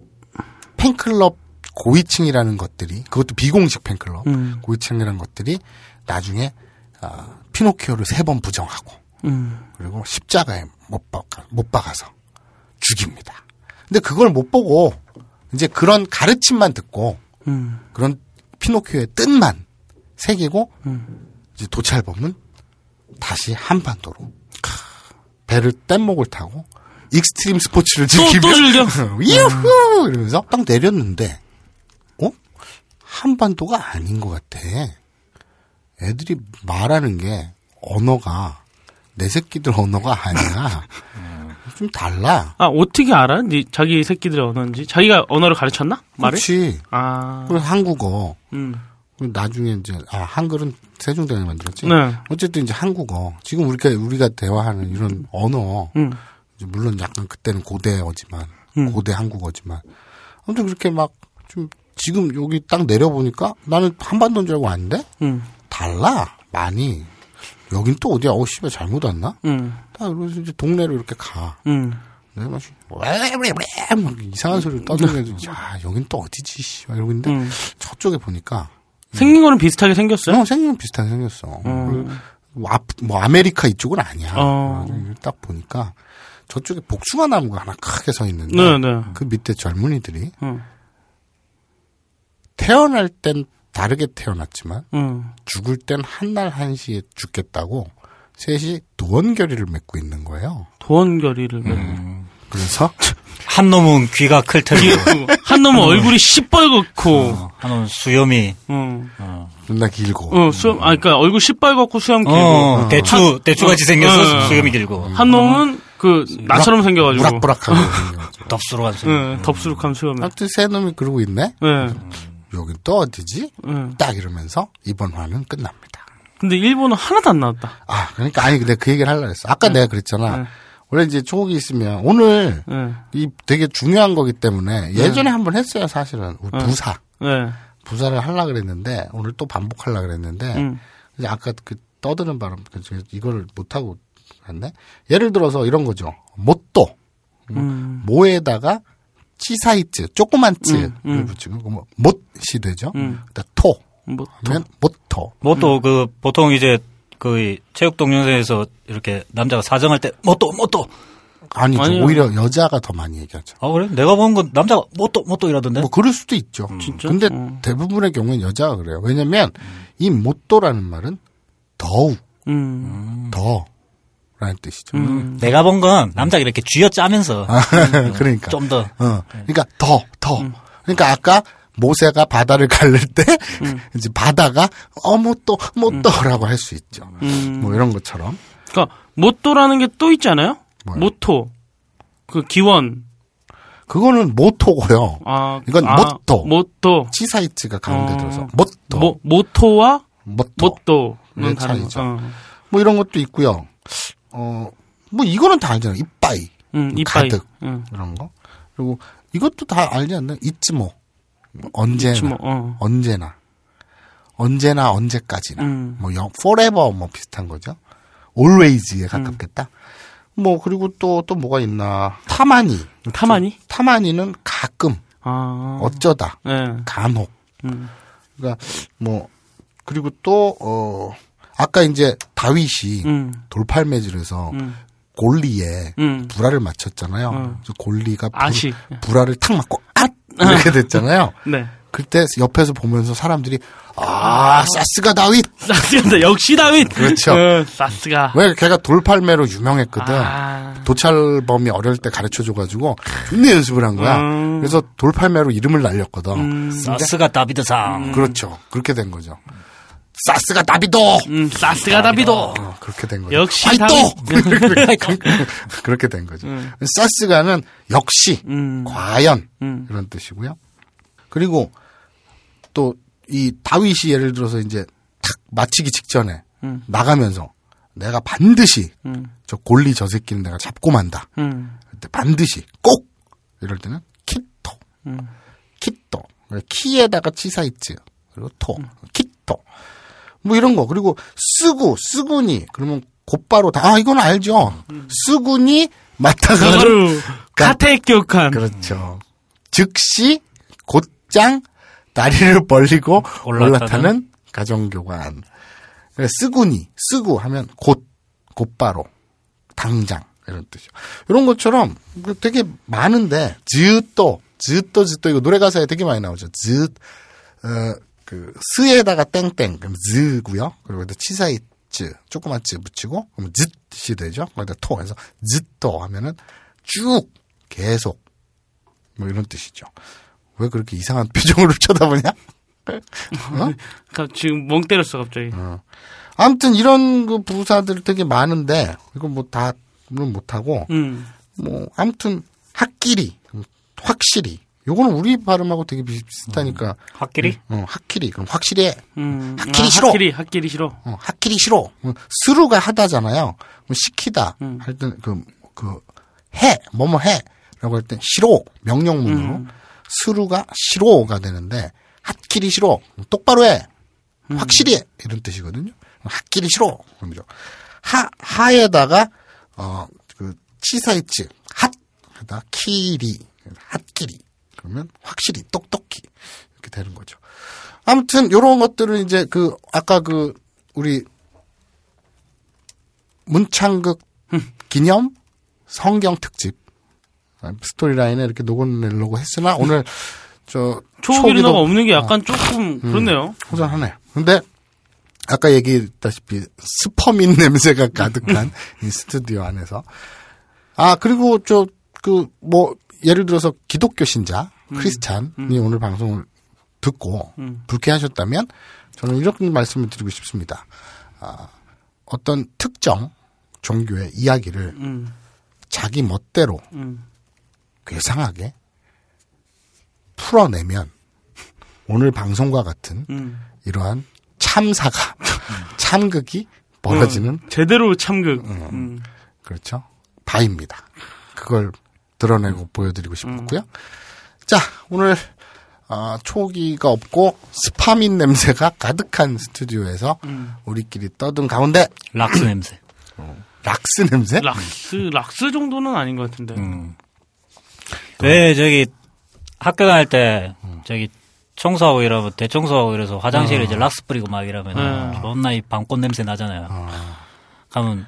Speaker 3: 팬클럽 고위층이라는 것들이 그것도 비공식 팬클럽
Speaker 5: 음.
Speaker 3: 고위층이라는 것들이 나중에 아, 피노키오를 세 번 부정하고
Speaker 5: 음.
Speaker 3: 그리고 십자가에 못 박아 못 박아서 죽입니다. 근데 그걸 못 보고 이제 그런 가르침만 듣고
Speaker 5: 음.
Speaker 3: 그런 피노키오의 뜻만 새기고
Speaker 5: 음.
Speaker 3: 이제 도찰범은 다시 한반도로 배를 뗏목을 타고 익스트림 스포츠를 즐기며
Speaker 5: 또 즐겨?
Speaker 3: 유후 어, 이러면서 딱 내렸는데 어 한반도가 아닌 것 같아. 애들이 말하는 게 언어가 내 새끼들 언어가 아니야. 좀 달라.
Speaker 5: 아 어떻게 알아? 네 자기 새끼들의 언어인지 자기가 언어를 가르쳤나? 말을?
Speaker 3: 그렇지.
Speaker 5: 아.
Speaker 3: 그리고 한국어.
Speaker 5: 음.
Speaker 3: 나중에 이제 아, 한글은 세종대왕이 만들었지.
Speaker 5: 네.
Speaker 3: 어쨌든 이제 한국어 지금 우리가 우리가 대화하는 이런 언어
Speaker 5: 음.
Speaker 3: 이제 물론 약간 그때는 고대어지만
Speaker 5: 음.
Speaker 3: 고대 한국어지만 아무튼 그렇게 막 좀 지금 여기 딱 내려보니까 나는 한반도인 줄 알고 왔는데
Speaker 5: 음.
Speaker 3: 달라 많이 여긴 또 어디야 어 씨발 잘못 왔나
Speaker 5: 음.
Speaker 3: 딱 그러면서 이제 동네로 이렇게 가
Speaker 5: 음.
Speaker 3: 내가 막 씨, 막 이상한 소리를 떠들면서 야 여긴 또 어디지 씨 이러고 있는데
Speaker 5: 음.
Speaker 3: 저쪽에 보니까
Speaker 5: 생긴 거는 비슷하게 생겼어요?
Speaker 3: 어, 생긴 건 비슷하게 생겼어. 그리고 뭐, 아, 뭐 아메리카 이쪽은 아니야.
Speaker 5: 어.
Speaker 3: 그래가지고 딱 보니까 저쪽에 복숭아 나무가 하나 크게 서 있는데
Speaker 5: 네, 네.
Speaker 3: 그 밑에 젊은이들이
Speaker 5: 음.
Speaker 3: 태어날 땐 다르게 태어났지만
Speaker 5: 음.
Speaker 3: 죽을 땐 한날 한시에 죽겠다고 셋이 도원결의를 맺고 있는 거예요.
Speaker 5: 도원결의를.
Speaker 3: 음. 그래서
Speaker 2: 한 놈은 귀가 클 테고
Speaker 5: 그 한
Speaker 3: 어.
Speaker 5: 놈은 얼굴이 시뻘겋고,
Speaker 2: 한 놈은 수염이
Speaker 5: 음.
Speaker 3: 존나 길고
Speaker 5: 어, 수염, 아, 그니까 얼굴 시뻘겋고 수염 길고.
Speaker 2: 어, 대추 대추 같이 생겨서
Speaker 5: 어.
Speaker 2: 수염이 길고
Speaker 5: 한 놈은
Speaker 3: 음.
Speaker 5: 그, 나처럼 생겨가지고.
Speaker 3: 부락부락하고 있는 거죠.
Speaker 2: 덥수룩한 수염.
Speaker 5: 예, 덥수룩한 수염에.
Speaker 3: 아무튼 세 놈이 그러고 있네.
Speaker 5: 예.
Speaker 3: 여긴 또 어디지?
Speaker 5: 예.
Speaker 3: 딱 이러면서 이번 화는 끝납니다.
Speaker 5: 근데 일본은 하나도 안 나왔다.
Speaker 3: 아, 그러니까 아니 근데 그 얘기를 하려고 했어. 아까 내가 그랬잖아.
Speaker 5: 네.
Speaker 3: 원래 이제 초국이 있으면 오늘
Speaker 5: 예.
Speaker 3: 이 되게 중요한 거기
Speaker 5: 네.
Speaker 3: 때문에 예전에 한 번 했어요, 사실은. 우리 부사.
Speaker 5: 예.
Speaker 3: 부사를 하려고 그랬는데 오늘 또 반복하려고 그랬는데
Speaker 5: 음.
Speaker 3: 이제 아까 그 떠드는 바람 그 중에 이걸 못 하고 갔네. 예를 들어서 이런 거죠. 못도
Speaker 5: 음.
Speaker 3: 모에다가 치사이츠 조그만 츠를
Speaker 5: 음, 음.
Speaker 3: 붙이고 그러면 못시 되죠.
Speaker 5: 음.
Speaker 3: 그다음 토
Speaker 5: 뭐,
Speaker 3: 하면 못토.
Speaker 2: 뭐 또 그 보통 이제 그 체육 동영상에서 이렇게 남자가 사정할 때 뭐 또 뭐 또
Speaker 3: 아니죠.
Speaker 5: 아니요.
Speaker 3: 오히려 여자가 더 많이 얘기하죠.
Speaker 2: 아 그래 내가 본 건 남자가 뭐 또 뭐 또 이러던데
Speaker 3: 뭐 그럴 수도 있죠.
Speaker 5: 진짜?
Speaker 3: 근데
Speaker 5: 음.
Speaker 3: 대부분의 경우엔 여자가 그래요. 왜냐면 이 못도라는 말은 더욱
Speaker 5: 음.
Speaker 3: 더라는 뜻이죠.
Speaker 2: 내가 본 건 남자가 이렇게 쥐어짜면서
Speaker 3: 그러니까
Speaker 2: 좀 더
Speaker 3: 어, 그러니까 더 더.
Speaker 5: 음.
Speaker 3: 그러니까 아까 모세가 바다를 갈릴 때
Speaker 5: 음.
Speaker 3: 이제 바다가 어뭐 또 뭐 또라고 할 수 있죠.
Speaker 5: 음.
Speaker 3: 뭐 이런 것처럼
Speaker 5: 그니까, 그러니까 모토라는 게 또 있지 않아요?
Speaker 3: 뭐요?
Speaker 5: 모토. 그 기원.
Speaker 3: 그거는 모토고요.
Speaker 5: 아.
Speaker 3: 이건
Speaker 5: 아,
Speaker 3: 모토.
Speaker 5: 모토.
Speaker 3: 치사이츠가 가운데
Speaker 5: 어.
Speaker 3: 들어서 모토
Speaker 5: 모, 모토와
Speaker 3: 모토
Speaker 5: 모토는
Speaker 3: 네,
Speaker 5: 다른
Speaker 3: 차이죠.
Speaker 5: 거. 어.
Speaker 3: 뭐 이런 것도 있고요. 어 뭐 이거는 다 알잖아요. 이빠이 뭐
Speaker 5: 음, 이빠이.
Speaker 3: 가득.
Speaker 5: 음.
Speaker 3: 이런 거. 그리고 이것도 다 알지 않나? 잊지 뭐. 뭐 언제나.
Speaker 5: 뭐, 어.
Speaker 3: 언제나. 언제나 언제까지나.
Speaker 5: 음.
Speaker 3: 뭐 영, forever 뭐 비슷한 거죠. always에 가깝겠다. 뭐 그리고 또 또 뭐가 있나? 타마니.
Speaker 5: 음. 타마니?
Speaker 3: 타마니는 가끔
Speaker 5: 아.
Speaker 3: 어쩌다
Speaker 5: 예.
Speaker 3: 간혹.
Speaker 5: 음.
Speaker 3: 그러니까 뭐 그리고 또어 아까 이제 다윗이
Speaker 5: 음.
Speaker 3: 돌팔매질에서
Speaker 5: 음.
Speaker 3: 골리에
Speaker 5: 음.
Speaker 3: 불화를 맞췄잖아요. 그래서 골리가 불,
Speaker 5: 아시.
Speaker 3: 불화를 탁 맞고 앗 이렇게 됐잖아요.
Speaker 5: 네.
Speaker 3: 그때 옆에서 보면서 사람들이 아 사스가 다윗
Speaker 5: 사스가 역시 다윗.
Speaker 3: 그렇죠.
Speaker 5: 어, 사스가.
Speaker 3: 왜 걔가 돌팔매로 유명했거든.
Speaker 5: 아.
Speaker 3: 도찰범이 어릴 때 가르쳐줘가지고 존나 연습을 한 거야.
Speaker 5: 음.
Speaker 3: 그래서 돌팔매로 이름을 날렸거든.
Speaker 2: 사스가 다비드상
Speaker 3: 그렇죠. 그렇게 된 거죠. 사스가 다비도
Speaker 5: 음, 사스가 다비도.
Speaker 3: 어, 그렇게 된 거죠.
Speaker 5: 역시
Speaker 3: 아이
Speaker 5: 다윗.
Speaker 3: 또 그렇게 된 거죠. 사스가는 역시
Speaker 5: 음.
Speaker 3: 과연
Speaker 5: 음.
Speaker 3: 이런 뜻이고요. 그리고 또 이 다윗이 예를 들어서 이제 탁 마치기 직전에
Speaker 5: 음.
Speaker 3: 나가면서 내가 반드시
Speaker 5: 음.
Speaker 3: 저 골리 저 새끼는 내가 잡고 만다.
Speaker 5: 음.
Speaker 3: 그때 반드시 꼭 이럴 때는 키토,
Speaker 5: 음.
Speaker 3: 키토 그러니까 키에다가 치사이츠 그리고 토 키토 뭐 이런 거 그리고 쓰구 쓰구니 그러면 곧바로 다 아 이건 알죠 쓰구니 마타가루
Speaker 5: 가루. 카테교칸.
Speaker 3: 그러니까 그렇죠. 즉시 곧장 다리를 벌리고
Speaker 2: 올라타는?
Speaker 3: 올라타는 가정교관. 그래서 쓰구니 쓰구 하면 곧 곧바로 당장 이런 뜻이요. 이런 것처럼 그 되게 많은데 즈또 즈또 즈또 이거 노래 가사에 되게 많이 나오죠. 즈 어, 그 스에다가 땡땡 그럼 즈고요. 그리고 여기다 치사이 즈 조그만 즈 붙이고 그럼 즈시 되죠. 거기다 토 해서 즈또 하면은 쭉 계속 뭐 이런 뜻이죠. 왜 그렇게 이상한 표정으로 쳐다보냐? 어?
Speaker 5: 가- 그러니까 지금 멍 때렸어, 갑자기.
Speaker 3: 아무튼 이런 그 부사들 되게 많은데 이거 뭐 다는 못하고
Speaker 5: 음.
Speaker 3: 뭐 아무튼 학끼리 확실히 요거는 우리 발음하고 되게 비슷하니까
Speaker 2: 확끼리?
Speaker 3: 어, 확실히 그럼 확실히 해.
Speaker 5: 음.
Speaker 3: 핫길이
Speaker 5: 아,
Speaker 3: 싫어.
Speaker 5: 핫길이, 핫길이 싫어.
Speaker 3: 어, 하키리 싫어. 어, 스루가 하다잖아요. 그럼 시키다
Speaker 5: 음.
Speaker 3: 할 때는 그, 그, 해, 뭐뭐 해. 라고 할 때 싫어. 명령문으로.
Speaker 5: 음.
Speaker 3: 스루가 싫어가 되는데, 하키리 싫어. 똑바로 해. 확실히 해. 이런 뜻이거든요. 하키리 싫어. 그럼죠. 하, 하에다가, 어, 그, 치사이츠. 핫. 하다. 키리. 핫키리. 그러면 확실히 똑똑히. 이렇게 되는 거죠. 아무튼 요런 것들을 이제 그 아까 그 우리 문창극
Speaker 5: 음.
Speaker 3: 기념 성경 특집 스토리라인에 이렇게 녹음내려고 했으나 오늘 저
Speaker 5: 초기르노가
Speaker 3: 초기도
Speaker 5: 없는 게 약간 조금 그렇네요.
Speaker 3: 호전하네요. 근데 아까 얘기했다시피 스퍼민 냄새가 가득한 이 스튜디오 안에서 아 그리고 저 그 뭐 예를 들어서 기독교 신자 크리스찬이 오늘 방송을 듣고 불쾌하셨다면 저는 이렇게 말씀을 드리고 싶습니다. 아, 어떤 특정 종교의 이야기를 자기 멋대로 괴상하게 풀어내면 오늘 방송과 같은 이러한 참사가 참극이 벌어지는
Speaker 5: 음. 제대로 참극. 음.
Speaker 3: 그렇죠 바입니다. 그걸 드러내고 보여드리고 싶었고요. 자 오늘 아, 초기가 없고 스파민 냄새가 가득한 스튜디오에서 우리끼리 떠든 가운데
Speaker 2: 락스 냄새.
Speaker 3: 락스 냄새
Speaker 5: 락스, 락스 정도는 아닌 것 같은데.
Speaker 2: 왜 저기 학교 다닐 때 저기 청소하고 이러면 대청소하고 이래서 화장실에 이제 락스 뿌리고 막 이러면 은 존나 이 방꽃 냄새 나잖아요. 가면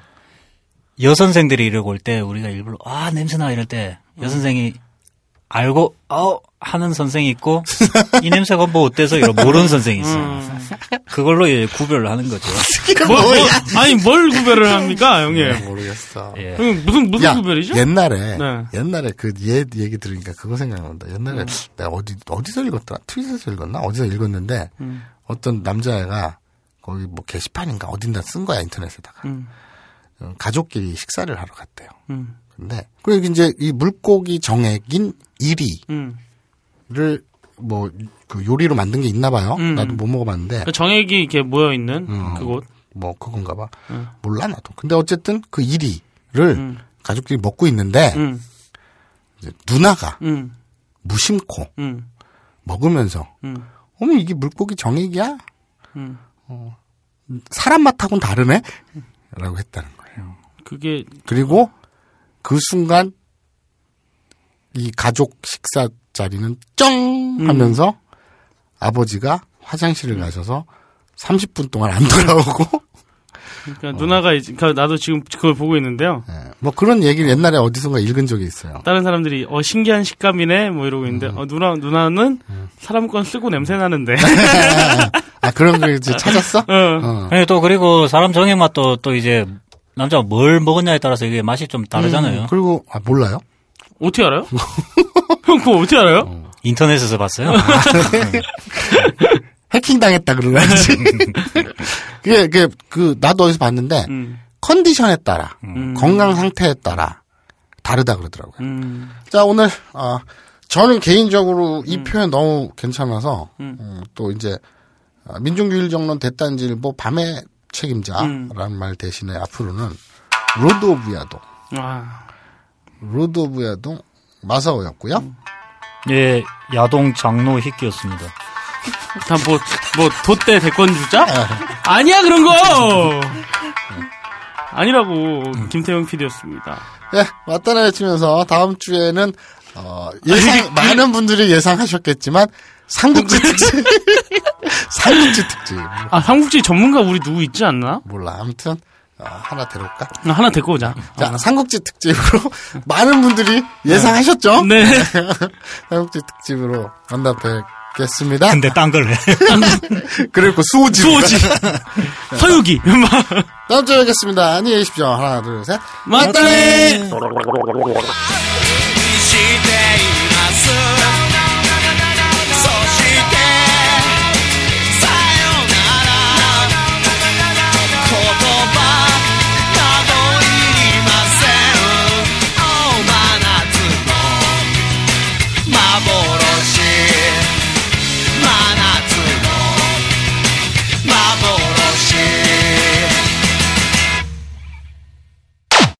Speaker 2: 여선생들이 이러고 올 때 우리가 일부러 아 냄새나 이럴 때 여선생이 알고 어 하는 선생이 있고 이 냄새가 뭐 어때서 이런 모르는 선생이 있어요. 그걸로 이제 구별을 하는 거죠.
Speaker 5: 뭐, 뭐, 아니, 뭘 구별을 합니까, 형님?
Speaker 3: 모르겠어.
Speaker 2: 예.
Speaker 5: 형님, 무슨, 무슨 구별이죠?
Speaker 3: 옛날에
Speaker 5: 네. 음.
Speaker 3: 옛날에 그 얘 얘기 들으니까 그거 생각난다. 옛날에 내가 어디 어디서 읽었더라? 트윗에서 읽었나? 어디서 읽었는데
Speaker 5: 음.
Speaker 3: 어떤 남자애가 거기 뭐 게시판인가 어딘가 쓴 거야 인터넷에다가
Speaker 5: 음.
Speaker 3: 어, 가족끼리 식사를 하러 갔대요.
Speaker 5: 음.
Speaker 3: 근데 그 이제 이 물고기 정액인 이리를
Speaker 5: 음.
Speaker 3: 뭐 그 요리로 만든 게 있나 봐요.
Speaker 5: 음.
Speaker 3: 나도 못 먹어봤는데
Speaker 5: 그러니까 정액이 이렇게 모여있는 그곳.
Speaker 3: 뭐 그건가 봐.
Speaker 5: 음.
Speaker 3: 몰라 나도. 근데 어쨌든 그 이리를 가족끼리 먹고 있는데
Speaker 5: 음.
Speaker 3: 이제 누나가
Speaker 5: 음.
Speaker 3: 무심코
Speaker 5: 음.
Speaker 3: 먹으면서
Speaker 5: 음.
Speaker 3: 어머 이게 물고기 정액이야?
Speaker 5: 음.
Speaker 3: 어, 사람 맛하고는 다르네? 라고 했다는 거예요.
Speaker 5: 그게
Speaker 3: 그리고 그 순간 이 가족 식사 자리는 쩡 하면서
Speaker 5: 음.
Speaker 3: 아버지가 화장실을 가셔서 30분 동안 안 돌아오고
Speaker 5: 그러니까 누나가 이제 그러니까 나도 지금 그걸 보고 있는데요.
Speaker 3: 예, 뭐 그런 얘기를 옛날에 어디선가 읽은 적이 있어요.
Speaker 5: 다른 사람들이 어 신기한 식감이네 뭐 이러고 있는데 어 누나 누나는 사람 건 쓰고 냄새 나는데.
Speaker 3: 아 그런 거 이제 찾았어?
Speaker 5: 어.
Speaker 2: 아니, 예, 또 그리고 사람 정액 맛도 또 이제 남자가 뭘 먹었냐에 따라서 이게 맛이 좀 다르잖아요.
Speaker 5: 네.
Speaker 3: 그리고 아 몰라요?
Speaker 5: 어떻게 알아요? 형 그거 어떻게 알아요?
Speaker 2: 인터넷에서 봤어요.
Speaker 3: 해킹 당했다 그러는지. 그게 그게 그 나도 어디서 봤는데
Speaker 5: 음.
Speaker 3: 컨디션에 따라
Speaker 5: 음.
Speaker 3: 건강 상태에 따라 다르다 그러더라고요.
Speaker 5: 음.
Speaker 3: 자 오늘 아 저는 개인적으로 이 표현 너무 괜찮아서 음, 또 이제 아, 민중규일정론 대단지일보 밤의 책임자라는
Speaker 5: 음.
Speaker 3: 말 대신에 앞으로는 로드 오브 야동,
Speaker 5: 아.
Speaker 3: 로드 오브 야동 마사오였고요.
Speaker 5: 음.
Speaker 2: 예, 야동 장로 희끼였습니다.
Speaker 5: 다뭐뭐 돛대 대권 주자? 아니야 그런 거. 아니라고 김태형 PD였습니다.
Speaker 3: 예, 왔다나 외치면서 다음 주에는 어, 예상 많은 분들이 예상하셨겠지만 삼국지 특집, 삼국지 특집
Speaker 5: 아 삼국지 전문가 우리 누구 있지 않나?
Speaker 3: 몰라 아무튼 어, 하나 데려올까?
Speaker 5: 하나 데리고 오자.
Speaker 3: 자, 삼국지 특집으로 많은 분들이 예상하셨죠?
Speaker 5: 네.
Speaker 3: 삼국지 특집으로 만나 뵙겠습니다.
Speaker 2: 근데 딴 걸 해.
Speaker 3: 그리고 수호지.
Speaker 5: 수호지 서유기
Speaker 3: 다음 주에 뵙겠습니다. 안녕히 계십시오. 하나, 둘, 셋.
Speaker 5: 맞다네.
Speaker 7: 아